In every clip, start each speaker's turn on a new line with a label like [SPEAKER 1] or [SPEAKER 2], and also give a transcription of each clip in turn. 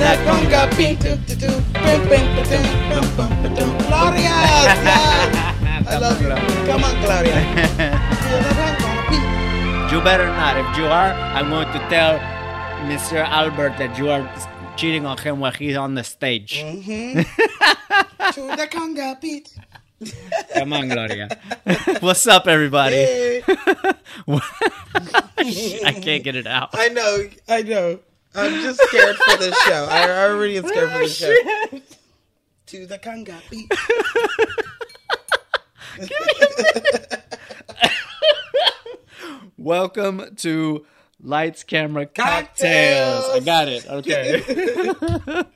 [SPEAKER 1] that conga beat. Do, do, do, bim, bim, ba, do, bim, bum, ba, do. Gloria, yeah. I love you. Come on, Gloria. Feel that conga beat.
[SPEAKER 2] You better not. If you are, I'm going to tell Mr. Albert that you are cheating on him while he's on the stage.
[SPEAKER 1] Mm. To the conga beat.
[SPEAKER 2] Come on, Gloria. What's up, everybody?
[SPEAKER 1] Hey.
[SPEAKER 2] I can't get it out.
[SPEAKER 1] I know, I know. Oh, I'm just scared for this show. I already am scared for this show. To the conga beat.
[SPEAKER 2] Welcome to Lights, Camera, Cocktails.
[SPEAKER 1] Cocktails.
[SPEAKER 2] I got it. Okay.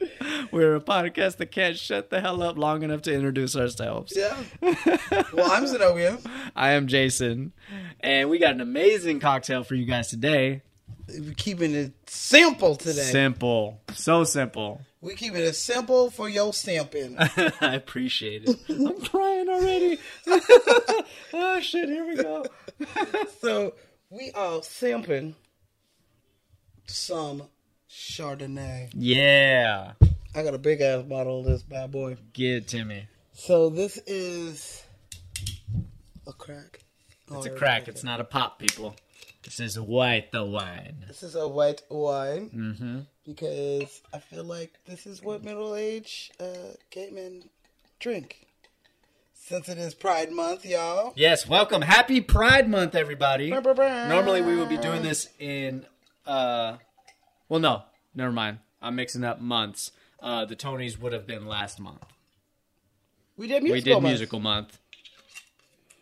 [SPEAKER 2] We're a podcast that can't shut the hell up long enough to introduce ourselves.
[SPEAKER 1] Yeah. Well, I'm Zenobia.
[SPEAKER 2] I am Jason, and we got an amazing cocktail for you guys today.
[SPEAKER 1] We're keeping it simple today.
[SPEAKER 2] Simple. So simple.
[SPEAKER 1] We're keeping it simple for your stamping.
[SPEAKER 2] I appreciate it. I'm crying already. oh, shit. Here we go.
[SPEAKER 1] so we are sampling some Chardonnay.
[SPEAKER 2] Yeah.
[SPEAKER 1] I got a big ass bottle of this bad boy.
[SPEAKER 2] Get it, Timmy.
[SPEAKER 1] So this is a crack.
[SPEAKER 2] It's a crack. It's not a pop, people. This is white the wine.
[SPEAKER 1] This is a white wine
[SPEAKER 2] Mm-hmm.
[SPEAKER 1] because I feel like this is what middle aged uh, gay men drink. Since it is Pride Month, y'all.
[SPEAKER 2] Yes, welcome. Happy Pride Month, everybody. Normally,
[SPEAKER 1] Normally,
[SPEAKER 2] we would be doing this in, uh, well, no, never mind. I'm mixing up months. Uh, the Tonys would have been last month.
[SPEAKER 1] we did musical.
[SPEAKER 2] We did
[SPEAKER 1] month.
[SPEAKER 2] musical month.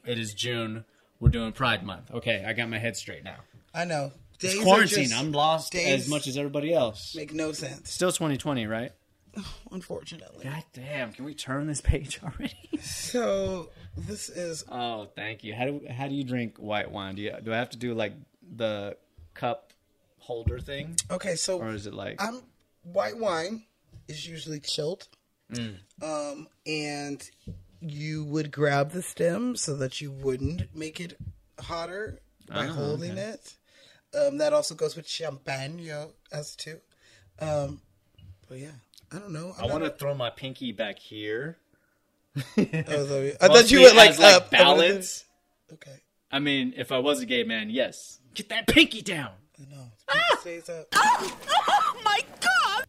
[SPEAKER 2] It is June. We're doing Pride Month. Okay, I got my head straight now.
[SPEAKER 1] I know. Days
[SPEAKER 2] It's
[SPEAKER 1] are
[SPEAKER 2] quarantine.
[SPEAKER 1] just-
[SPEAKER 2] I'm lost
[SPEAKER 1] days
[SPEAKER 2] as much as everybody else.
[SPEAKER 1] Make no sense,
[SPEAKER 2] Still 2020, right?
[SPEAKER 1] unfortunately.
[SPEAKER 2] God damn! Can we turn this page already?
[SPEAKER 1] So this is
[SPEAKER 2] Oh, thank you. How do how do you drink white wine? Do you do I have to do like the cup holder thing,
[SPEAKER 1] okay. So
[SPEAKER 2] or is it like
[SPEAKER 1] I'm white wine is usually chilled,
[SPEAKER 2] Mm.
[SPEAKER 1] um, and you would grab the stem so that you wouldn't make it hotter by
[SPEAKER 2] Ah,
[SPEAKER 1] holding it. Um, that also goes with champagne you know, as too. Um, but yeah, I don't know.
[SPEAKER 2] I want to throw my pinky back here?
[SPEAKER 1] Oh, I, thought you would like, up
[SPEAKER 2] balance.
[SPEAKER 1] Okay,
[SPEAKER 2] I mean, if I was a gay man, yes. Get that pinky down.
[SPEAKER 1] no, it stays up.
[SPEAKER 2] Ah!
[SPEAKER 1] Oh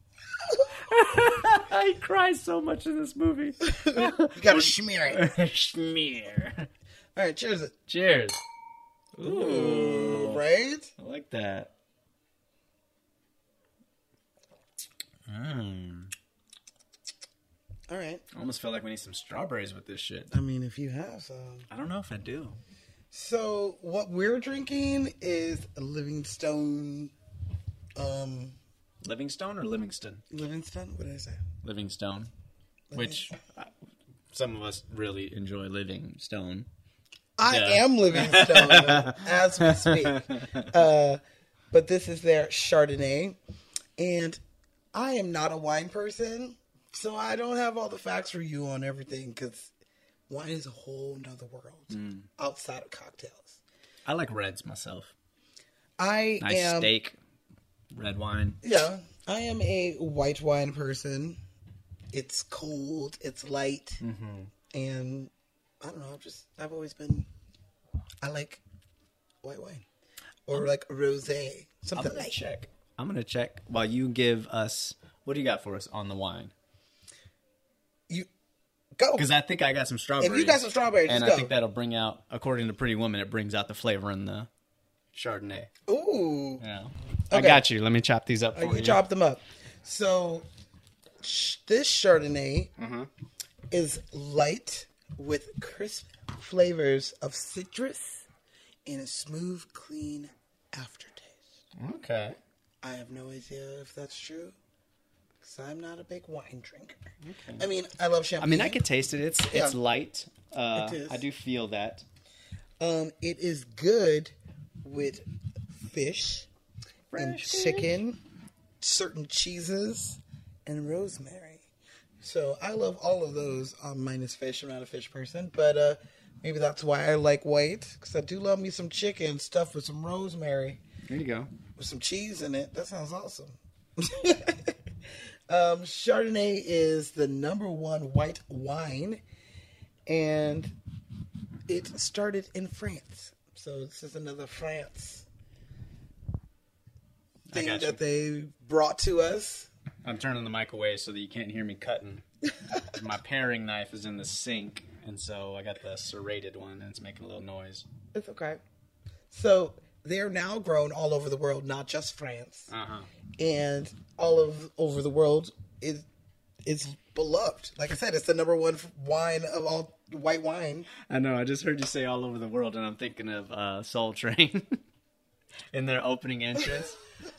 [SPEAKER 2] I cry so much in this movie.
[SPEAKER 1] You gotta smear it.
[SPEAKER 2] Schmear.
[SPEAKER 1] All right, cheers it.
[SPEAKER 2] Cheers. Ooh,
[SPEAKER 1] Right?
[SPEAKER 2] I like that. Mm.
[SPEAKER 1] All right.
[SPEAKER 2] I almost feel like we need some strawberries with this shit.
[SPEAKER 1] I mean, if you have some.
[SPEAKER 2] I don't know if I do.
[SPEAKER 1] So what we're drinking is Livingstone. Um,
[SPEAKER 2] Livingstone or Livingston?
[SPEAKER 1] Livingstone. What did I say?
[SPEAKER 2] Livingstone, which uh, some of us really enjoy Livingstone.
[SPEAKER 1] I
[SPEAKER 2] Yeah.
[SPEAKER 1] am Livingstone as we speak. Uh, but this is their Chardonnay, and I am not a wine person, so I don't have all the facts for you on everything because wine is a whole nother world
[SPEAKER 2] Mm.
[SPEAKER 1] outside of cocktails.
[SPEAKER 2] I like reds myself.
[SPEAKER 1] I
[SPEAKER 2] Nice
[SPEAKER 1] am
[SPEAKER 2] steak, red wine.
[SPEAKER 1] Yeah, I am a white wine person. It's cold, it's light,
[SPEAKER 2] Mm-hmm.
[SPEAKER 1] and I don't know. I've just I've always been. I like white wine or like rosé,
[SPEAKER 2] I'm
[SPEAKER 1] something
[SPEAKER 2] gonna
[SPEAKER 1] like.
[SPEAKER 2] check. I'm gonna check while you give us what do you got for us on the wine?
[SPEAKER 1] You go
[SPEAKER 2] Because I think I got some strawberries.
[SPEAKER 1] if you got some strawberries,
[SPEAKER 2] and
[SPEAKER 1] just
[SPEAKER 2] I
[SPEAKER 1] go.
[SPEAKER 2] think that'll bring out, according to Pretty Woman, it brings out the flavor in the Chardonnay.
[SPEAKER 1] Ooh,
[SPEAKER 2] Yeah. I
[SPEAKER 1] Okay.
[SPEAKER 2] got you. Let me chop these up for
[SPEAKER 1] you chop them up. So sh- this Chardonnay
[SPEAKER 2] Mm-hmm.
[SPEAKER 1] is light with crisp flavors of citrus and a smooth, clean aftertaste.
[SPEAKER 2] Okay.
[SPEAKER 1] I have no idea if that's true. Because I'm not a big wine drinker. I mean, I love
[SPEAKER 2] I
[SPEAKER 1] champagne.
[SPEAKER 2] mean, I could taste it. It's it's
[SPEAKER 1] Yeah.
[SPEAKER 2] light. Uh,
[SPEAKER 1] It is.
[SPEAKER 2] I do feel that.
[SPEAKER 1] Um, it is good with fish and chicken, certain cheeses, and rosemary. So I love all of those. Um, minus fish. I'm not a fish person, but uh, maybe that's why I like white. Because I do love me some chicken stuffed with some rosemary
[SPEAKER 2] There you go.
[SPEAKER 1] with some cheese in it. That sounds awesome. Um, Chardonnay is the number one white wine, and it started in France. So this is another France thing
[SPEAKER 2] got you.
[SPEAKER 1] that they brought to us.
[SPEAKER 2] I'm turning the mic away so that you can't hear me cutting. My paring knife is in the sink, and so I got the serrated one, and it's making a little noise.
[SPEAKER 1] It's okay. So they're now grown all over the world, not just France.
[SPEAKER 2] Uh huh.
[SPEAKER 1] and all of over the world is is beloved. Like I said, it's the number one f- wine of all white wine.
[SPEAKER 2] I know. I just heard you say all over the world, and I'm thinking of uh, Soul Train in their opening entrance.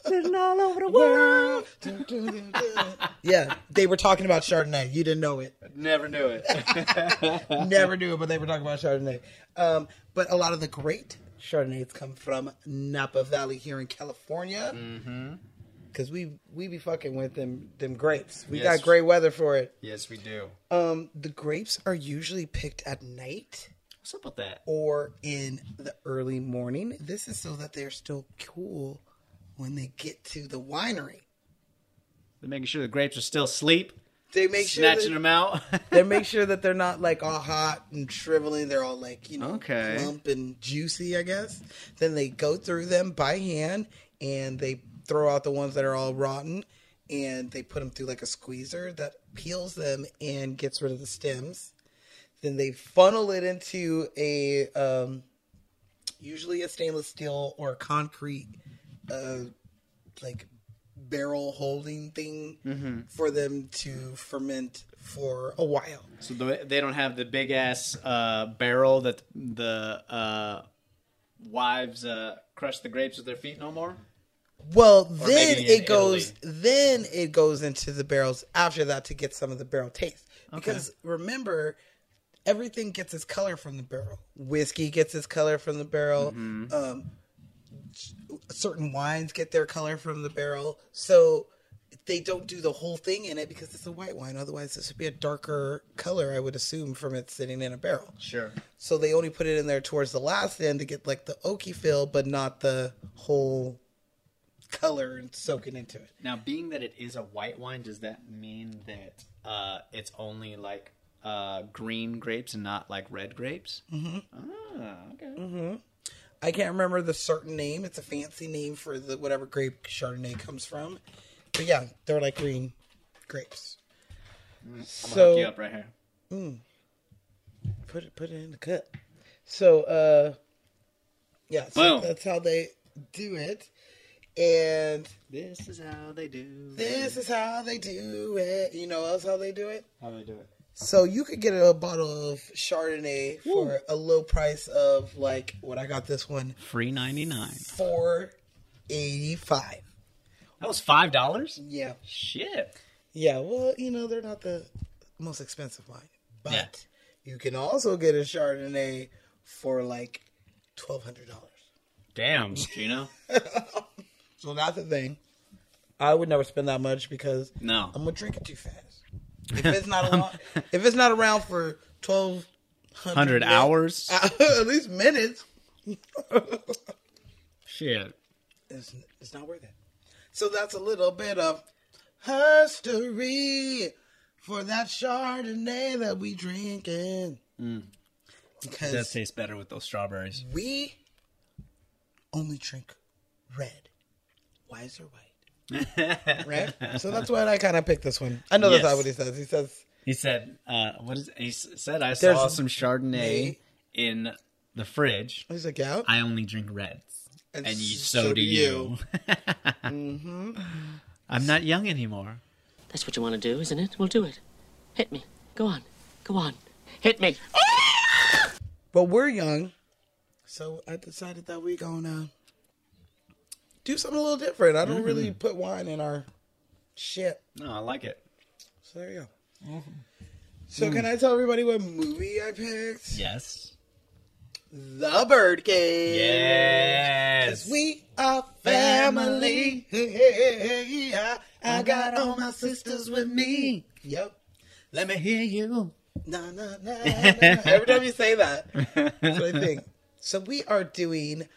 [SPEAKER 2] Sitting all over the world.
[SPEAKER 1] yeah, they were talking about Chardonnay. You didn't know it.
[SPEAKER 2] Never knew it.
[SPEAKER 1] Never knew it, but they were talking about Chardonnay. Um, but a lot of the great Chardonnays come from Napa Valley here in California. Mm-hmm. Cause we we be fucking with them them grapes. We
[SPEAKER 2] Yes.
[SPEAKER 1] got great weather for it.
[SPEAKER 2] yes, we do.
[SPEAKER 1] Um, the grapes are usually picked at night.
[SPEAKER 2] What's up with that?
[SPEAKER 1] or in the early morning. This is so that they're still cool when they get to the winery.
[SPEAKER 2] They're making sure the grapes are still asleep,
[SPEAKER 1] They make sure
[SPEAKER 2] snatching
[SPEAKER 1] that,
[SPEAKER 2] them out.
[SPEAKER 1] they make sure that they're not like all hot and shriveling. They're all like you know
[SPEAKER 2] Okay.
[SPEAKER 1] plump and juicy, I guess. Then they go through them by hand and they throw out the ones that are all rotten and they put them through like a squeezer that peels them and gets rid of the stems. Then they funnel it into a um, usually a stainless steel or concrete uh, like barrel holding thing for them to ferment for a while.
[SPEAKER 2] so the, they don't have the big ass uh, barrel that the uh, wives uh, crush the grapes with their feet no more.
[SPEAKER 1] Well, then
[SPEAKER 2] maybe in
[SPEAKER 1] it goes. Then it goes into the barrels after that to get some of the barrel taste. Because remember, everything gets its color from the barrel. Whiskey gets its color from the barrel.
[SPEAKER 2] Mm-hmm.
[SPEAKER 1] Um, certain wines get their color from the barrel. So they don't do the whole thing in it because it's a white wine. Otherwise, this would be a darker color, I would assume, from it sitting in a barrel.
[SPEAKER 2] Sure.
[SPEAKER 1] So they only put it in there towards the last end to get like the oaky feel, but not the whole color and soaking into it.
[SPEAKER 2] Now, being that it is a white wine, does that mean that uh, it's only like uh, green grapes and not like red grapes? Mm-hmm. Ah, okay.
[SPEAKER 1] I can't remember the certain name. It's a fancy name for the whatever grape Chardonnay comes from. But yeah, they're like green grapes.
[SPEAKER 2] Mm, I'm gonna hook you
[SPEAKER 1] So
[SPEAKER 2] up right here.
[SPEAKER 1] put it put it in the cup. So uh yeah, so
[SPEAKER 2] Boom.
[SPEAKER 1] that's how they do it. And
[SPEAKER 2] This is how they do.
[SPEAKER 1] this is how they do it. You know else how they do it?
[SPEAKER 2] How they do it.
[SPEAKER 1] So you could get a bottle of Chardonnay for a low price of like what I got this one
[SPEAKER 2] Free ninety nine.
[SPEAKER 1] four eighty five.
[SPEAKER 2] That was five dollars.
[SPEAKER 1] Yeah,
[SPEAKER 2] Shit.
[SPEAKER 1] yeah. Well, you know they're not the most expensive wine, but
[SPEAKER 2] Yeah.
[SPEAKER 1] you can also get a Chardonnay for like twelve hundred dollars.
[SPEAKER 2] Damn, Gino.
[SPEAKER 1] So that's the thing. I would never spend that much because
[SPEAKER 2] No.
[SPEAKER 1] I'm gonna drink it too fast. If it's not around, if it's not around for twelve
[SPEAKER 2] Hundred hours.
[SPEAKER 1] at least minutes.
[SPEAKER 2] Shit.
[SPEAKER 1] it's, it's not worth it. So that's a little bit of history for that Chardonnay that we drinking.
[SPEAKER 2] Mm.
[SPEAKER 1] Because
[SPEAKER 2] That tastes better with those strawberries.
[SPEAKER 1] we only drink red. Why is there white? right? So that's why I kind of picked this one. I know that's
[SPEAKER 2] Yes.
[SPEAKER 1] not what he says. He says,
[SPEAKER 2] He said, uh, "What is?" He s- said, "I saw
[SPEAKER 1] There's-
[SPEAKER 2] some Chardonnay in the fridge.
[SPEAKER 1] he's like, yeah.
[SPEAKER 2] I only drink reds,
[SPEAKER 1] And
[SPEAKER 2] and, you,
[SPEAKER 1] s-
[SPEAKER 2] so, do you." Mm-hmm. I'm not young anymore.
[SPEAKER 3] That's what you want to do, isn't it? Well, do it. Hit me. Go on. Go on. Hit me.
[SPEAKER 1] But we're young. So I decided that we're going to do something a little different. I don't really put wine in our shit.
[SPEAKER 2] No, I like it.
[SPEAKER 1] So there you go. Mm-hmm. So can I tell everybody what movie I picked?
[SPEAKER 2] Yes.
[SPEAKER 1] The Birdcage.
[SPEAKER 2] Yes.
[SPEAKER 1] We are family. Yeah. I got all my sisters with me. Yep.
[SPEAKER 2] Let me hear you.
[SPEAKER 1] Na na na. na. Every time you say that, that's what I think. So we are doing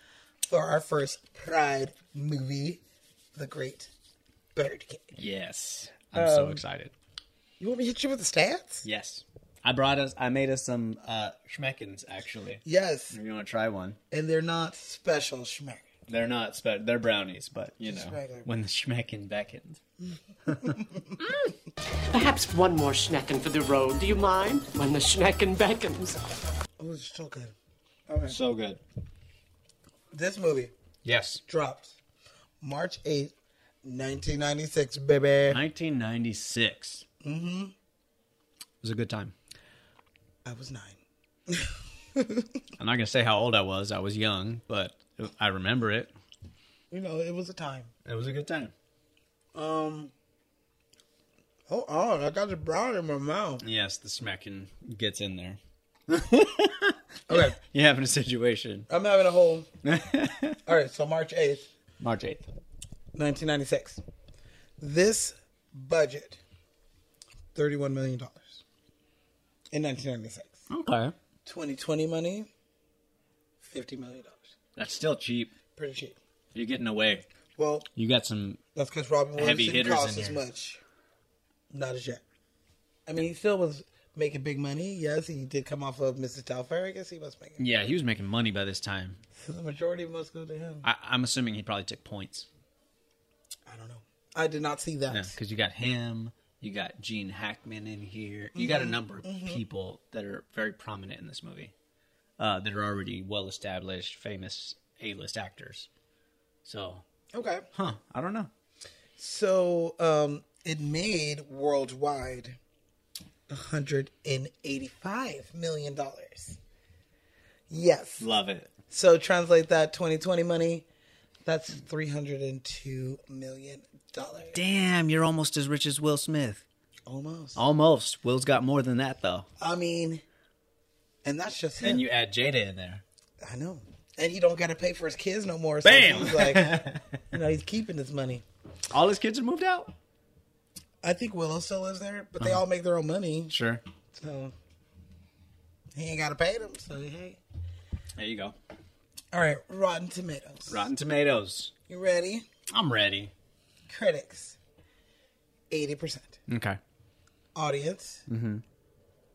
[SPEAKER 1] for our first Pride movie, The Great Birdcage.
[SPEAKER 2] Yes. I'm so excited.
[SPEAKER 1] You want me to hit you with the stats?
[SPEAKER 2] Yes. I brought us, I made us some uh, Schmeckins, actually.
[SPEAKER 1] Yes,
[SPEAKER 2] If you want to try one,
[SPEAKER 1] and they're not special schmeck.
[SPEAKER 2] they're not, spe- they're brownies, but you
[SPEAKER 1] Just
[SPEAKER 2] know,
[SPEAKER 1] regular.
[SPEAKER 2] when the Schmeckin beckons.
[SPEAKER 3] Perhaps one more schnecken for the road. Do you mind? When the schnecken beckons.
[SPEAKER 1] Oh, it's so good.
[SPEAKER 2] So good.
[SPEAKER 1] This movie
[SPEAKER 2] Yes.
[SPEAKER 1] drops March eighth, nineteen 1996, baby.
[SPEAKER 2] 1996. Mm hmm. It
[SPEAKER 1] Mm-hmm.
[SPEAKER 2] was a good time.
[SPEAKER 1] I was nine.
[SPEAKER 2] I'm not going to say how old I was. I was young, but I remember it.
[SPEAKER 1] You know, it was a time.
[SPEAKER 2] It was a good time.
[SPEAKER 1] Um, hold on, I got the brown in my mouth.
[SPEAKER 2] Yes, the Schmeckin gets in there.
[SPEAKER 1] Okay,
[SPEAKER 2] You having a situation.
[SPEAKER 1] I'm having a whole. All right, so March eighth,
[SPEAKER 2] March 8th.
[SPEAKER 1] 1996. This budget, $31 million in 1996.
[SPEAKER 2] Okay.
[SPEAKER 1] 2020 money, $50 million.
[SPEAKER 2] That's still cheap.
[SPEAKER 1] Pretty cheap.
[SPEAKER 2] You're getting away.
[SPEAKER 1] Well,
[SPEAKER 2] You got some.
[SPEAKER 1] that's because Robin
[SPEAKER 2] Heavy
[SPEAKER 1] Williams didn't
[SPEAKER 2] hitters
[SPEAKER 1] cost
[SPEAKER 2] in
[SPEAKER 1] as
[SPEAKER 2] there.
[SPEAKER 1] much. Not as yet. I mean, he still was making big money. Yes, he did come off of Mrs. Doubtfire. I guess he was making
[SPEAKER 2] Yeah, he was making money by this time.
[SPEAKER 1] so The majority must go to him.
[SPEAKER 2] I, I'm assuming he probably took points.
[SPEAKER 1] I don't know. I did not see that.
[SPEAKER 2] Yeah, because you got him, you got Gene Hackman in here, you got a number of people that are very prominent in this movie uh, that are already well established, famous A list actors. So,
[SPEAKER 1] Okay.
[SPEAKER 2] huh, I don't know.
[SPEAKER 1] So um, it made worldwide $185 million. Yes.
[SPEAKER 2] Love it.
[SPEAKER 1] So translate that 2020 money. That's $302 million.
[SPEAKER 2] Damn, you're almost as rich as Will Smith.
[SPEAKER 1] Almost.
[SPEAKER 2] Almost. Will's got more than that, though.
[SPEAKER 1] I mean, and that's just him.
[SPEAKER 2] And you add Jada in there.
[SPEAKER 1] I know. And he don't got to pay for his kids no more. So
[SPEAKER 2] Bam!
[SPEAKER 1] He's like, you know, he's keeping his money.
[SPEAKER 2] All his kids have moved out?
[SPEAKER 1] I think Willow still lives there, but they all make their own money.
[SPEAKER 2] Sure.
[SPEAKER 1] So he ain't got to pay them. So hey.
[SPEAKER 2] There you go.
[SPEAKER 1] All right, Rotten Tomatoes.
[SPEAKER 2] Rotten Tomatoes.
[SPEAKER 1] You ready?
[SPEAKER 2] I'm ready.
[SPEAKER 1] Critics, eighty percent.
[SPEAKER 2] Okay.
[SPEAKER 1] Audience,
[SPEAKER 2] Mm-hmm.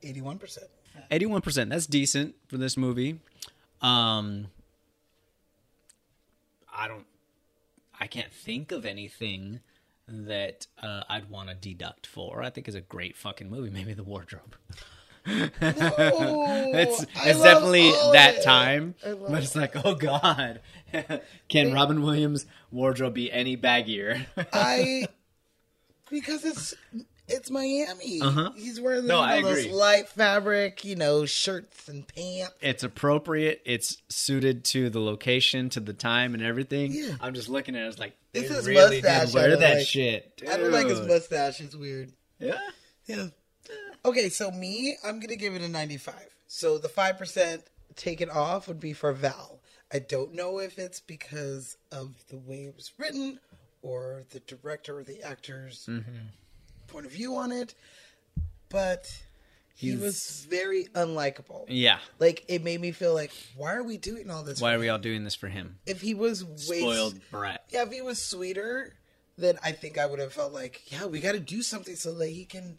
[SPEAKER 1] 81 percent.
[SPEAKER 2] 81%. That's decent for this movie. Um I don't I can't think of anything that uh, I'd want to deduct for. I think is a great fucking movie. Maybe The Wardrobe. It's, it's definitely that time. But it's like, oh god. Can Robin Williams' wardrobe be any baggier?
[SPEAKER 1] I because it's it's Miami. He's wearing
[SPEAKER 2] Uh-huh. No,
[SPEAKER 1] you
[SPEAKER 2] I
[SPEAKER 1] know, those
[SPEAKER 2] agree.
[SPEAKER 1] light fabric, you know, shirts and pants.
[SPEAKER 2] it's appropriate. It's suited to the location, to the time, and everything.
[SPEAKER 1] Yeah.
[SPEAKER 2] I'm just looking at it. It's like they
[SPEAKER 1] It's his
[SPEAKER 2] really
[SPEAKER 1] mustache,
[SPEAKER 2] did
[SPEAKER 1] I
[SPEAKER 2] wear
[SPEAKER 1] don't
[SPEAKER 2] that
[SPEAKER 1] like.
[SPEAKER 2] shit. Dude.
[SPEAKER 1] I don't like his mustache. It's weird.
[SPEAKER 2] Yeah.
[SPEAKER 1] Yeah. Okay, so me, I'm gonna give it a 95. So the five percent taken off would be for Val. I don't know if it's because of the way it was written, or the director or the actor's
[SPEAKER 2] Mm-hmm.
[SPEAKER 1] point of view on it, but he was very unlikable.
[SPEAKER 2] Yeah.
[SPEAKER 1] Like it made me feel like, why are we doing all this?
[SPEAKER 2] Why are we all doing this for him?
[SPEAKER 1] If he was way
[SPEAKER 2] Spoiled brat.
[SPEAKER 1] yeah, if he was sweeter, then I think I would have felt like, yeah, we got to do something so that he can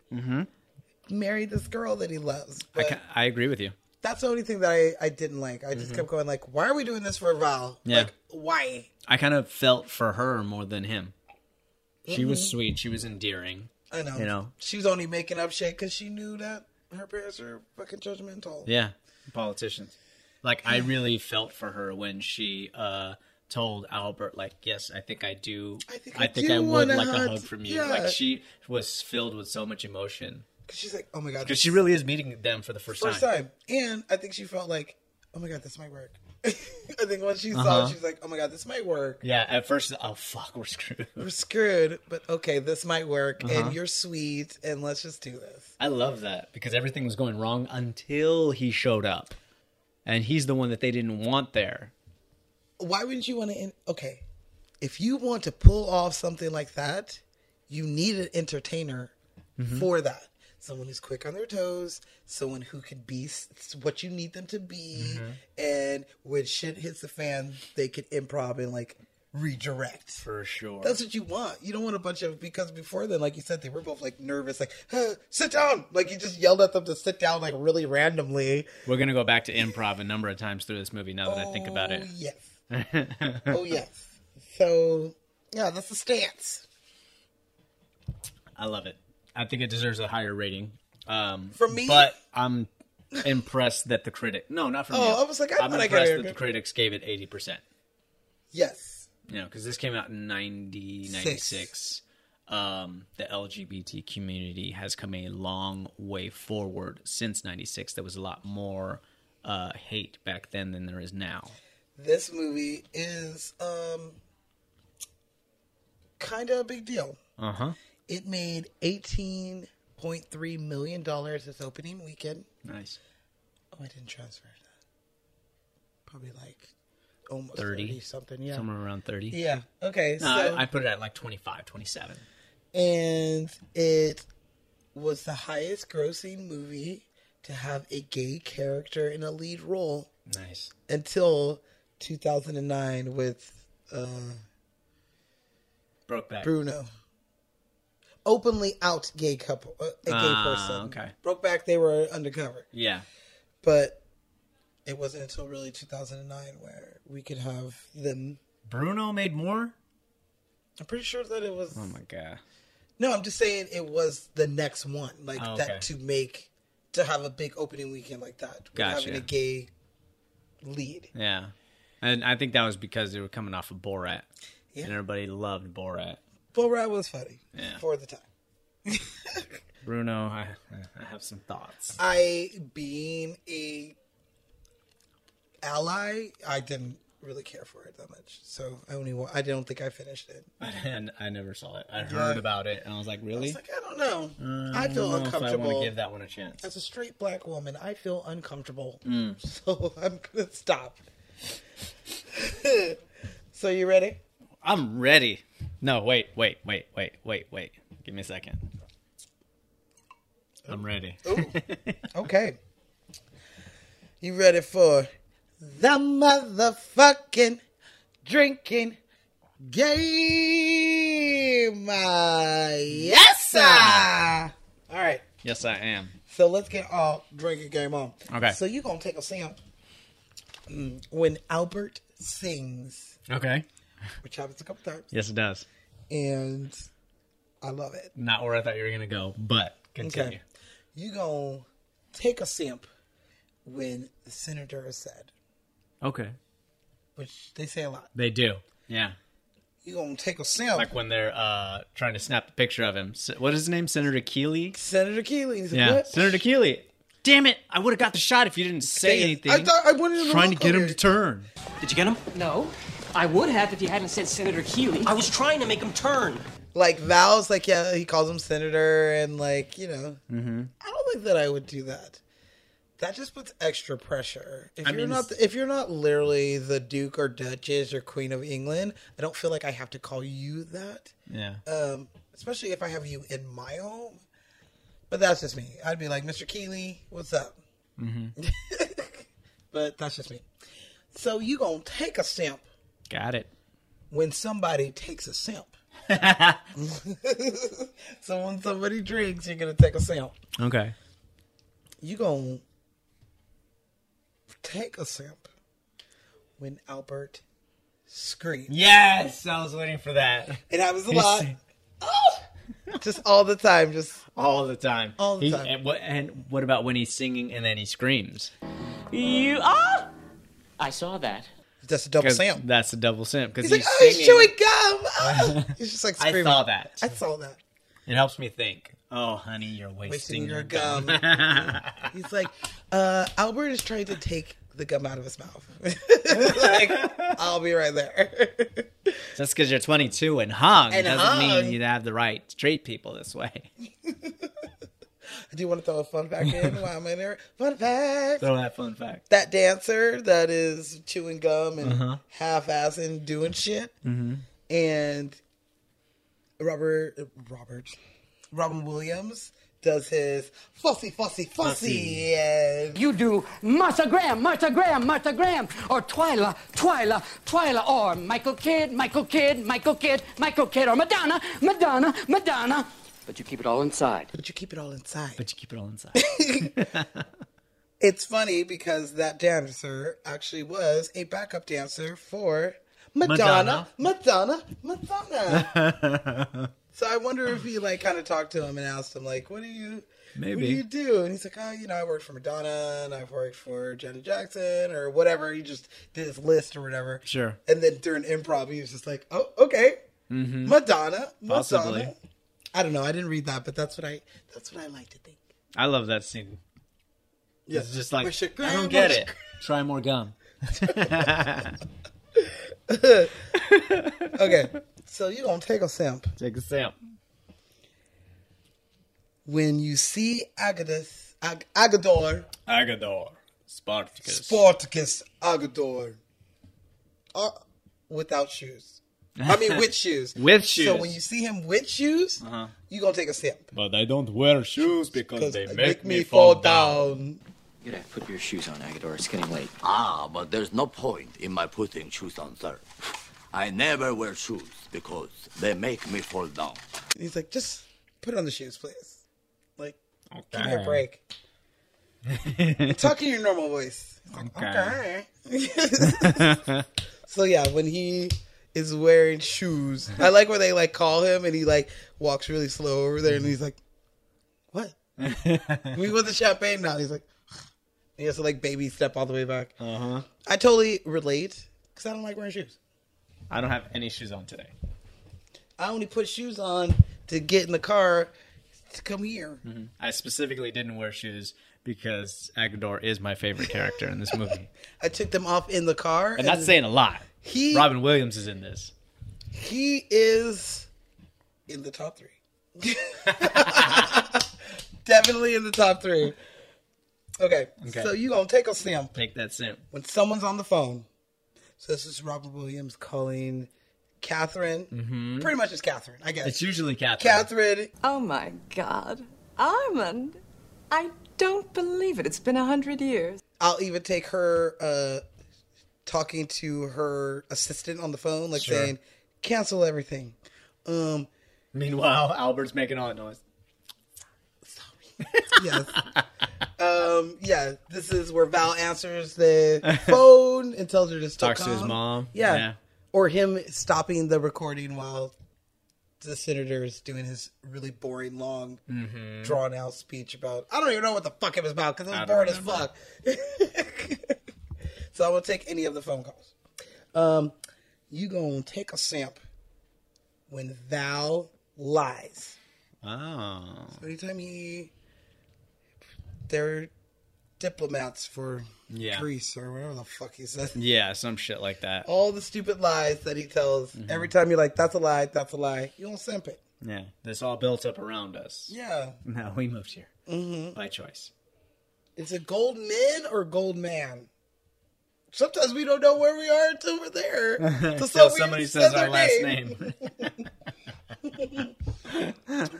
[SPEAKER 1] marry this girl that he loves.
[SPEAKER 2] Mm-hmm. I,
[SPEAKER 1] But
[SPEAKER 2] ca- I agree with you.
[SPEAKER 1] that's the only thing that I, I didn't like. I just kept going like, why are we doing this for Val?
[SPEAKER 2] Mm-hmm. Yeah.
[SPEAKER 1] Like, why?
[SPEAKER 2] I kind of felt for her more than him. She was
[SPEAKER 1] Mm-hmm.
[SPEAKER 2] sweet. She was endearing.
[SPEAKER 1] I know.
[SPEAKER 2] You know.
[SPEAKER 1] She was only making up shit because she knew that her parents are fucking judgmental.
[SPEAKER 2] Yeah. Politicians. Like I really felt for her when she uh told Albert, like, yes, I think I do
[SPEAKER 1] I think I do
[SPEAKER 2] would
[SPEAKER 1] wanna
[SPEAKER 2] like a
[SPEAKER 1] hug-
[SPEAKER 2] hug from you.
[SPEAKER 1] yeah.
[SPEAKER 2] Like she was filled with so much emotion.
[SPEAKER 1] Because she's like, oh my god,
[SPEAKER 2] Because she really is meeting them for the first,
[SPEAKER 1] first
[SPEAKER 2] time.
[SPEAKER 1] time. And I think she felt like, oh my god, this might work. I think once she
[SPEAKER 2] Uh-huh.
[SPEAKER 1] saw it, she's like, oh my god, this might work.
[SPEAKER 2] Yeah, at first, oh fuck, we're screwed.
[SPEAKER 1] We're screwed, but okay, this might work, and you're sweet, and let's just do this.
[SPEAKER 2] I love that because everything was going wrong until he showed up. And he's the one that they didn't want there.
[SPEAKER 1] Why wouldn't you want to? In- okay, if you want to pull off something like that, you need an entertainer for that. Someone who's quick on their toes, someone who could be s- s- what you need them to be, and when shit hits the fan, they could improv and like redirect.
[SPEAKER 2] for sure.
[SPEAKER 1] That's what you want. You don't want a bunch of because before then, like you said, they were both like nervous, like "Huh, sit down. Like you just yelled at them to sit down, like really randomly.
[SPEAKER 2] We're gonna go back to improv a number of times through this movie. Now that I think about it,
[SPEAKER 1] Oh, Yes. oh yes. So yeah, that's the stance
[SPEAKER 2] I love it. I think it deserves a higher rating. Um,
[SPEAKER 1] For me?
[SPEAKER 2] but I'm impressed that the critic. No, not for me.
[SPEAKER 1] Oh, I was like, I
[SPEAKER 2] I'm
[SPEAKER 1] thought I got
[SPEAKER 2] impressed
[SPEAKER 1] it.
[SPEAKER 2] that the critics gave it eighty percent.
[SPEAKER 1] Yes.
[SPEAKER 2] You know, because this came out in 90, 96. Um, the LGBT community has come a long way forward since 96. There was a lot more uh, hate back then than there is now.
[SPEAKER 1] This movie is um kind of a big deal.
[SPEAKER 2] Uh huh.
[SPEAKER 1] It made eighteen point three million dollars this opening weekend.
[SPEAKER 2] Nice.
[SPEAKER 1] Oh, I didn't transfer that. Probably like almost
[SPEAKER 2] 30?
[SPEAKER 1] 30, something. Yeah.
[SPEAKER 2] Somewhere around 30.
[SPEAKER 1] Yeah. Okay.
[SPEAKER 2] No,
[SPEAKER 1] so
[SPEAKER 2] Uh, I, I put it at like 25, 27.
[SPEAKER 1] and it was the highest grossing movie to have a gay character in a lead role
[SPEAKER 2] Nice.
[SPEAKER 1] until 2009 with uh,
[SPEAKER 2] Broke back.
[SPEAKER 1] Bruno. Openly out gay couple, uh, a gay
[SPEAKER 2] Ah,
[SPEAKER 1] person.
[SPEAKER 2] okay.
[SPEAKER 1] Broke back, they were undercover.
[SPEAKER 2] yeah.
[SPEAKER 1] But it wasn't until really 2009 where we could have them.
[SPEAKER 2] Bruno made more?
[SPEAKER 1] I'm pretty sure that it was.
[SPEAKER 2] Oh my God.
[SPEAKER 1] No, I'm just saying it was the next one, like
[SPEAKER 2] Oh, okay.
[SPEAKER 1] that to make to have a big opening weekend like that. with
[SPEAKER 2] Gotcha.
[SPEAKER 1] Having a gay lead.
[SPEAKER 2] Yeah. And I think that was because they were coming off of Borat.
[SPEAKER 1] Yeah.
[SPEAKER 2] And everybody loved Borat.
[SPEAKER 1] Borat was funny
[SPEAKER 2] Yeah.
[SPEAKER 1] for the time.
[SPEAKER 2] Bruno, I, I have some thoughts.
[SPEAKER 1] I being a ally, I didn't really care for it that much, so I only wa- I don't think I finished it.
[SPEAKER 2] and I never saw it. I heard about it, and I was like, "Really?
[SPEAKER 1] It's like I don't know. I
[SPEAKER 2] Mm, I don't know
[SPEAKER 1] feel
[SPEAKER 2] if I want
[SPEAKER 1] uncomfortable.
[SPEAKER 2] to give that one a chance."
[SPEAKER 1] As a straight black woman, I feel uncomfortable.
[SPEAKER 2] Mm.
[SPEAKER 1] So I'm gonna stop. so you ready?
[SPEAKER 2] I'm ready. No, wait, wait, wait, wait, wait, wait. Give me a second.
[SPEAKER 1] Oh.
[SPEAKER 2] I'm ready.
[SPEAKER 1] Okay. You ready for the motherfucking drinking game? Uh, yes, sir. All right.
[SPEAKER 2] Yes, I am.
[SPEAKER 1] So let's get our drinking game on.
[SPEAKER 2] Okay.
[SPEAKER 1] So you're going to take a sip Mm, when Albert sings,
[SPEAKER 2] Okay.
[SPEAKER 1] which happens a couple times,
[SPEAKER 2] Yes, it does.
[SPEAKER 1] and I love it.
[SPEAKER 2] Not where I thought you were gonna go, but continue.
[SPEAKER 1] Okay. You gonna take a sip when the senator is said,
[SPEAKER 2] Okay.
[SPEAKER 1] which they say a lot.
[SPEAKER 2] They do. Yeah.
[SPEAKER 1] You gonna take a sip.
[SPEAKER 2] Like when they're uh, trying to snap the picture of him. Se- What is his name? Senator Keeley.
[SPEAKER 1] Senator Keeley. He's like,
[SPEAKER 2] Yeah.
[SPEAKER 1] "What?"
[SPEAKER 2] Senator Keeley. Damn it! I would have got the shot if you didn't say
[SPEAKER 1] Damn,
[SPEAKER 2] anything.
[SPEAKER 1] I thought I wanted to
[SPEAKER 2] trying to
[SPEAKER 1] look
[SPEAKER 2] get him
[SPEAKER 1] over
[SPEAKER 2] to
[SPEAKER 1] it.
[SPEAKER 2] turn.
[SPEAKER 4] Did you get him?
[SPEAKER 5] No, I would have if you hadn't said Senator Keeley.
[SPEAKER 4] I was trying to make him turn.
[SPEAKER 1] like Val's like, yeah, he calls him senator, and like, you know,
[SPEAKER 2] Mm-hmm.
[SPEAKER 1] I don't think that I would do that. That just puts extra pressure. If
[SPEAKER 2] I
[SPEAKER 1] you're
[SPEAKER 2] mean,
[SPEAKER 1] not, if you're not literally the Duke or Duchess or Queen of England, I don't feel like I have to call you that.
[SPEAKER 2] Yeah.
[SPEAKER 1] um, especially if I have you in my home. But that's just me. I'd be like, Mr. Keeley, what's up? but that's just me. So you gonna take a simp
[SPEAKER 2] got it.
[SPEAKER 1] when somebody takes a simp. so when somebody drinks, you're gonna take a simp.
[SPEAKER 2] Okay.
[SPEAKER 1] You gonna take a simp when Albert screams.
[SPEAKER 2] Yes, I was waiting for that
[SPEAKER 1] It happens a lot. Oh! Just all the time. Just
[SPEAKER 2] all the time.
[SPEAKER 1] All the
[SPEAKER 2] He-
[SPEAKER 1] time.
[SPEAKER 2] And what, and what about when he's singing and then he screams?
[SPEAKER 3] You are. I saw that.
[SPEAKER 1] that's a double
[SPEAKER 2] 'Cause
[SPEAKER 1] simp.
[SPEAKER 2] That's a double simp because
[SPEAKER 1] He's
[SPEAKER 2] he's,
[SPEAKER 1] like, oh, he's
[SPEAKER 2] singing.
[SPEAKER 1] chewing gum. Oh. he's just like
[SPEAKER 2] I
[SPEAKER 1] screaming.
[SPEAKER 2] saw that.
[SPEAKER 1] I saw that.
[SPEAKER 2] It helps me think. Oh, honey, you're wasting,
[SPEAKER 1] Wasting
[SPEAKER 2] your
[SPEAKER 1] your
[SPEAKER 2] gum.
[SPEAKER 1] gum. he's like, uh, Albert is trying to take the gum out of his mouth. like, I'll be right there.
[SPEAKER 2] Just because you're 22 and hung
[SPEAKER 1] And
[SPEAKER 2] doesn't
[SPEAKER 1] hung.
[SPEAKER 2] mean you have the right to treat people this way.
[SPEAKER 1] I do want to throw a fun fact in while I'm in there. Fun fact.
[SPEAKER 2] Throw that fun fact.
[SPEAKER 1] that dancer that is chewing gum and half-assing doing shit, and Robert Robert Robin Williams does his fussy, fussy, fussy. And
[SPEAKER 4] You do Martha Graham, Martha Graham, Martha Graham, or Twyla, Twyla, Twyla, or Michael Kidd, Michael Kidd, Michael Kidd, Michael Kidd, or Madonna, Madonna, Madonna. But you keep it all inside.
[SPEAKER 1] but you keep it all inside.
[SPEAKER 2] but you keep it all inside.
[SPEAKER 1] It's funny because that dancer actually was a backup dancer for Madonna, Madonna, Madonna. so I wonder if he like kind of talked to him and asked him like, "What do you, what
[SPEAKER 2] Maybe.
[SPEAKER 1] do you do?" And he's like, "Oh, you know, I worked for Madonna and I've worked for Janet Jackson or whatever." He just did his list or whatever.
[SPEAKER 2] Sure.
[SPEAKER 1] And then during improv, he was just like, "Oh, okay, Madonna, Madonna."
[SPEAKER 2] Mm-hmm. Possibly.
[SPEAKER 1] I don't know. I didn't read that, but that's what I that's what I like to think.
[SPEAKER 2] I love that scene.
[SPEAKER 1] Yeah.
[SPEAKER 2] It's just like
[SPEAKER 1] Wish it-
[SPEAKER 2] I don't get
[SPEAKER 1] wish-
[SPEAKER 2] it. Try more gum.
[SPEAKER 1] Okay, so you gonna take a simp.
[SPEAKER 2] Take a sip.
[SPEAKER 1] when you see Agadas, Ag- Agador,
[SPEAKER 2] Agador. Spartacus.
[SPEAKER 1] Spartacus Agador, uh, without shoes. I mean, with shoes.
[SPEAKER 2] With
[SPEAKER 1] So
[SPEAKER 2] shoes. Uh-huh.
[SPEAKER 1] when you see him with shoes, you're going to take a sip.
[SPEAKER 2] but I don't wear shoes
[SPEAKER 1] Because
[SPEAKER 2] because
[SPEAKER 1] make, me fall down.
[SPEAKER 5] You'd have to put your shoes on, Agador. It's getting late.
[SPEAKER 6] Ah, but there's no point in my putting shoes on, sir. I never wear shoes because they make me fall down.
[SPEAKER 1] He's like, just put on the shoes, please. Like, give me a break. Talk in your normal voice. He's like, okay. so yeah, when he is wearing shoes, I like where they like call him and he like walks really slow over there and he's like, "What? we want the champagne now." He's like, he has to like baby step all the way back. Uh huh.
[SPEAKER 2] Uh-huh.
[SPEAKER 1] I totally relate because I don't like wearing shoes.
[SPEAKER 2] I don't have any shoes on today.
[SPEAKER 1] I only put shoes on to get in the car to come here.
[SPEAKER 2] I specifically didn't wear shoes because Agador is my favorite character in this movie.
[SPEAKER 1] I took them off in the car.
[SPEAKER 2] And that's saying a lot.
[SPEAKER 1] He-
[SPEAKER 2] Robin Williams is in this.
[SPEAKER 1] he is in the top three. Definitely in the top three. Okay, so you gonna take a simp
[SPEAKER 2] Take that simp.
[SPEAKER 1] when someone's on the phone. So this is Robert Williams calling Catherine. Pretty much it's Catherine, I guess.
[SPEAKER 2] It's usually Catherine.
[SPEAKER 1] Catherine,
[SPEAKER 7] Oh my God. Armand, I don't believe it. It's been a hundred years.
[SPEAKER 1] I'll even take her uh, talking to her assistant on the phone, like saying, "Cancel everything." Um,
[SPEAKER 2] Meanwhile, Albert's making all that noise.
[SPEAKER 1] yes. Um, yeah, this is where Val answers the phone and tells her to stop.
[SPEAKER 2] Talks to his mom.
[SPEAKER 1] Oh, Yeah.
[SPEAKER 2] Yeah.
[SPEAKER 1] Or him stopping the recording while the senator is doing his really boring, long,
[SPEAKER 2] Mm-hmm.
[SPEAKER 1] drawn out speech about. I don't even know what the fuck it was about because it was boring as fuck. so I won't take any of the phone calls. Um, you gonna take a samp when Val lies.
[SPEAKER 2] Oh.
[SPEAKER 1] Anytime he, they're diplomats for
[SPEAKER 2] Yeah.
[SPEAKER 1] Greece or whatever the fuck he says.
[SPEAKER 2] Yeah, some shit like that.
[SPEAKER 1] All the stupid lies that he tells.
[SPEAKER 2] Mm-hmm.
[SPEAKER 1] Every time you're like, "That's a lie, that's a lie," you don't simp it.
[SPEAKER 2] Yeah. This all built up around us.
[SPEAKER 1] Yeah, Mm-hmm.
[SPEAKER 2] No, we moved here. By choice.
[SPEAKER 1] is it gold men or gold man? Sometimes we don't know where we are until we're there. Until
[SPEAKER 2] So somebody says our
[SPEAKER 1] their
[SPEAKER 2] last name.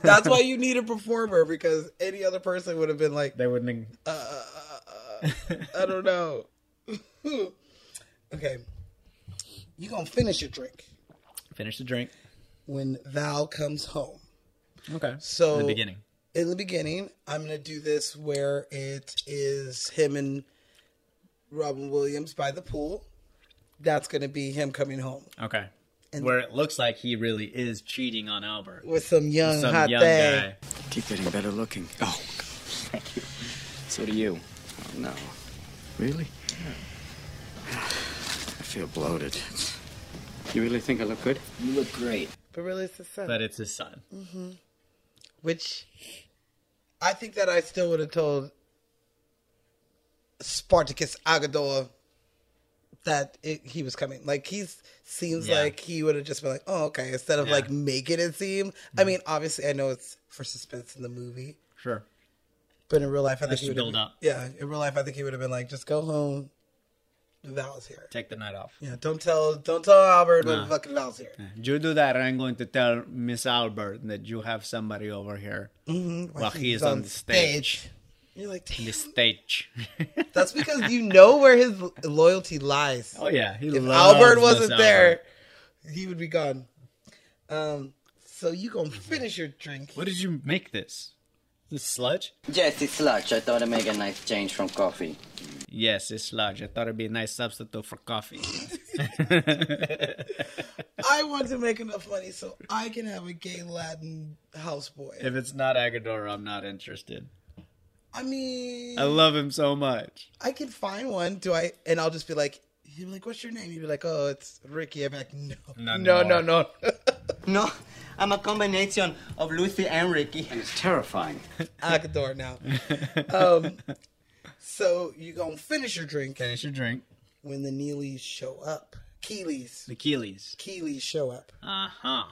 [SPEAKER 1] That's why you need a performer because any other person would have been like,
[SPEAKER 2] they wouldn't.
[SPEAKER 1] I don't know. okay. You gonna finish your drink
[SPEAKER 2] Finish the drink.
[SPEAKER 1] when Val comes home.
[SPEAKER 2] Okay.
[SPEAKER 1] So
[SPEAKER 2] the beginning.
[SPEAKER 1] In the beginning, I'm gonna do this where it is him and Robin Williams by the pool. That's gonna be him coming home
[SPEAKER 2] Okay. Where it looks like he really is cheating on Albert.
[SPEAKER 1] with some young
[SPEAKER 2] Some
[SPEAKER 1] hot
[SPEAKER 2] young
[SPEAKER 1] thing.
[SPEAKER 2] guy.
[SPEAKER 5] Keep getting better looking. Oh, thank you. So do you. Oh, no.
[SPEAKER 6] Really?
[SPEAKER 5] I feel bloated.
[SPEAKER 6] You really think I look good?
[SPEAKER 5] You look great.
[SPEAKER 1] But really, it's the son.
[SPEAKER 2] But it's his son.
[SPEAKER 1] which I think that I still would have told Spartacus Agador that it, he was coming. Like he seems
[SPEAKER 2] Yeah.
[SPEAKER 1] like he would have just been like, "Oh, okay," instead of
[SPEAKER 2] Yeah. Mm-hmm.
[SPEAKER 1] like making it seem. I mean, obviously, I know it's for suspense in the movie,
[SPEAKER 2] Sure.
[SPEAKER 1] but in real life, I think
[SPEAKER 2] That's
[SPEAKER 1] he
[SPEAKER 2] to
[SPEAKER 1] would have
[SPEAKER 2] build up.
[SPEAKER 1] Yeah, in real life, I think he would have been like, "Just go home, Val's here.
[SPEAKER 2] Take the night off.
[SPEAKER 1] Yeah, don't tell don't tell Albert when
[SPEAKER 2] Nah.
[SPEAKER 1] fucking Val's here.
[SPEAKER 2] You do that, and I'm going to tell Miss Albert that you have somebody over here while he is
[SPEAKER 1] He's
[SPEAKER 2] Mm-hmm. on the stage.
[SPEAKER 1] You're like,
[SPEAKER 2] The
[SPEAKER 1] "Damn."
[SPEAKER 2] stage.
[SPEAKER 1] that's because you know where his loyalty lies.
[SPEAKER 2] oh yeah, he
[SPEAKER 1] if
[SPEAKER 2] loves
[SPEAKER 1] Albert
[SPEAKER 2] Miss
[SPEAKER 1] wasn't
[SPEAKER 2] Albert.
[SPEAKER 1] there, he would be gone. Um, so you gonna finish your drink?
[SPEAKER 2] What did you make this? This sludge?
[SPEAKER 8] Yes, it's sludge. I thought I'd make a nice change from coffee.
[SPEAKER 2] Yes, it's sludge. I thought it'd be a nice substitute for coffee.
[SPEAKER 1] I want to make enough money so I can have a gay Latin houseboy.
[SPEAKER 2] if it's not Agador, I'm not interested.
[SPEAKER 1] I mean,
[SPEAKER 2] I love him so much.
[SPEAKER 1] I can find one. Do I? And I'll just be like, he'd be like, "What's your name?" He'd be like, "Oh, it's Ricky." I'm like, "No,
[SPEAKER 2] Not
[SPEAKER 1] no, no,
[SPEAKER 2] anymore.
[SPEAKER 1] no."
[SPEAKER 8] No, I'm a combination of Lucy and Ricky.
[SPEAKER 5] It's terrifying.
[SPEAKER 1] Akador now. Um, so you gonna finish your drink
[SPEAKER 2] Finish your drink.
[SPEAKER 1] when the Neelys show up. Keelys,
[SPEAKER 2] The Keelys.
[SPEAKER 1] Keelys show up.
[SPEAKER 2] Uh huh.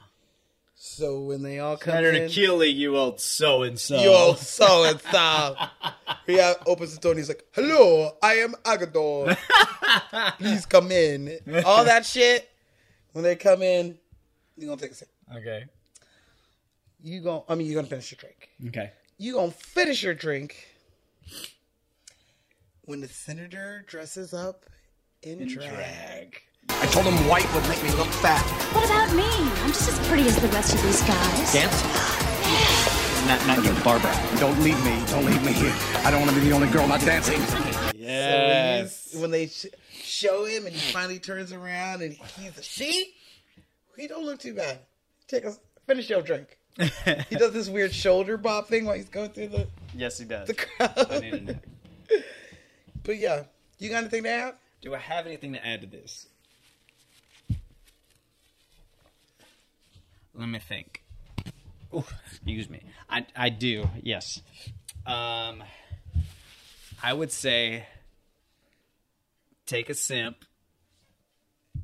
[SPEAKER 1] So when they all come
[SPEAKER 2] Better to
[SPEAKER 1] in,
[SPEAKER 2] Keely, you old so and so.
[SPEAKER 1] Yo, so and so. He uh, opens the door and he's like, Hello, I am Agador. Please come in. All that shit. When they come in, you're gonna take a sip.
[SPEAKER 2] Okay.
[SPEAKER 1] You gonna I mean you're gonna finish your drink.
[SPEAKER 2] Okay.
[SPEAKER 1] You gonna finish your drink. When the senator dresses up in, drag.
[SPEAKER 9] I told him white would make me look fat.
[SPEAKER 10] What about me? I'm just as pretty as the rest of these guys.
[SPEAKER 5] Not, not you, Barbara.
[SPEAKER 9] Don't leave me. Don't leave me here. I don't want to be the only girl not dancing.
[SPEAKER 2] Yes.
[SPEAKER 1] When they sh- show him and he finally turns around and he's a she, he don't look too bad. Take a finish your drink. he does this weird shoulder bob thing while he's going through the,
[SPEAKER 2] yes, he does.
[SPEAKER 1] the crowd.
[SPEAKER 2] I needed it.
[SPEAKER 1] But yeah, you got anything to add?
[SPEAKER 2] Do I have anything to add to this? Let me think. Ooh, excuse me. I, I do, yes. Um, I would say take a simp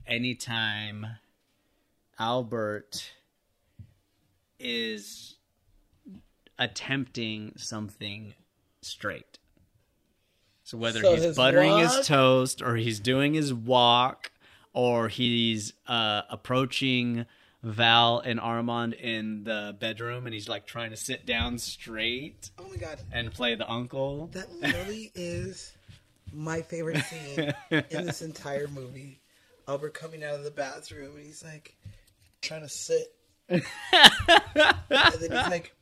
[SPEAKER 2] anytime Albert is attempting something straight. So whether
[SPEAKER 1] So
[SPEAKER 2] he's
[SPEAKER 1] his
[SPEAKER 2] buttering
[SPEAKER 1] walk-
[SPEAKER 2] his toast or he's doing his walk or he's uh, approaching Val and Armand in the bedroom and he's like trying to sit down straight
[SPEAKER 1] Oh my god,
[SPEAKER 2] and play the uncle.
[SPEAKER 1] that literally is my favorite scene in this entire movie. Albert coming out of the bathroom and he's like trying to sit, and then he's like.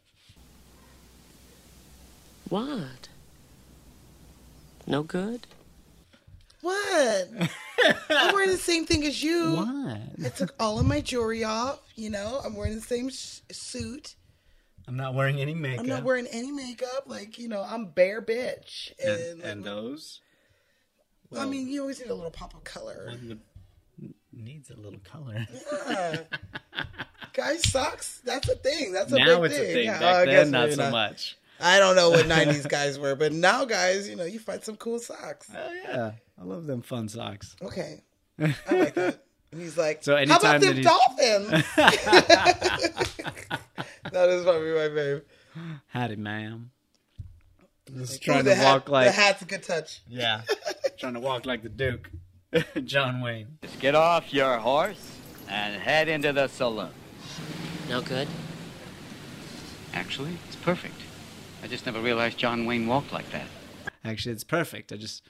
[SPEAKER 3] What? No good?
[SPEAKER 1] What? I'm wearing the same thing as you. I
[SPEAKER 2] What?
[SPEAKER 1] took all of my jewelry off. You know, I'm wearing the same sh- suit.
[SPEAKER 2] I'm not wearing any makeup.
[SPEAKER 1] I'm not wearing any makeup. Like, you know, I'm bare bitch.
[SPEAKER 2] and,
[SPEAKER 1] And,
[SPEAKER 2] and uh, those
[SPEAKER 1] I mean, you always need a little pop of color.
[SPEAKER 2] needs a little color.
[SPEAKER 1] Guys, socks, that's a thing. That's a
[SPEAKER 2] now
[SPEAKER 1] big
[SPEAKER 2] it's
[SPEAKER 1] thing.
[SPEAKER 2] a thing.
[SPEAKER 1] Yeah, oh,
[SPEAKER 2] Back
[SPEAKER 1] I guess
[SPEAKER 2] then, not
[SPEAKER 1] maybe
[SPEAKER 2] so much.
[SPEAKER 1] I don't know what 90s guys were, but now, guys, you know, you find some cool socks.
[SPEAKER 2] Oh yeah, I love them fun socks.
[SPEAKER 1] Okay. I like that. And he's like,
[SPEAKER 2] So
[SPEAKER 1] how about
[SPEAKER 2] anytime
[SPEAKER 1] them
[SPEAKER 2] that
[SPEAKER 1] dolphins? that is probably my favorite.
[SPEAKER 2] Howdy, ma'am. Just
[SPEAKER 1] Ooh,
[SPEAKER 2] trying
[SPEAKER 1] the
[SPEAKER 2] to
[SPEAKER 1] hat-
[SPEAKER 2] walk like
[SPEAKER 1] the hat's a good touch.
[SPEAKER 2] yeah, trying to walk like the Duke, John Wayne.
[SPEAKER 8] Get off your horse and head into the saloon.
[SPEAKER 3] No good?
[SPEAKER 5] Actually, it's perfect. I just never realized John Wayne walked like that.
[SPEAKER 2] Actually, it's perfect. I just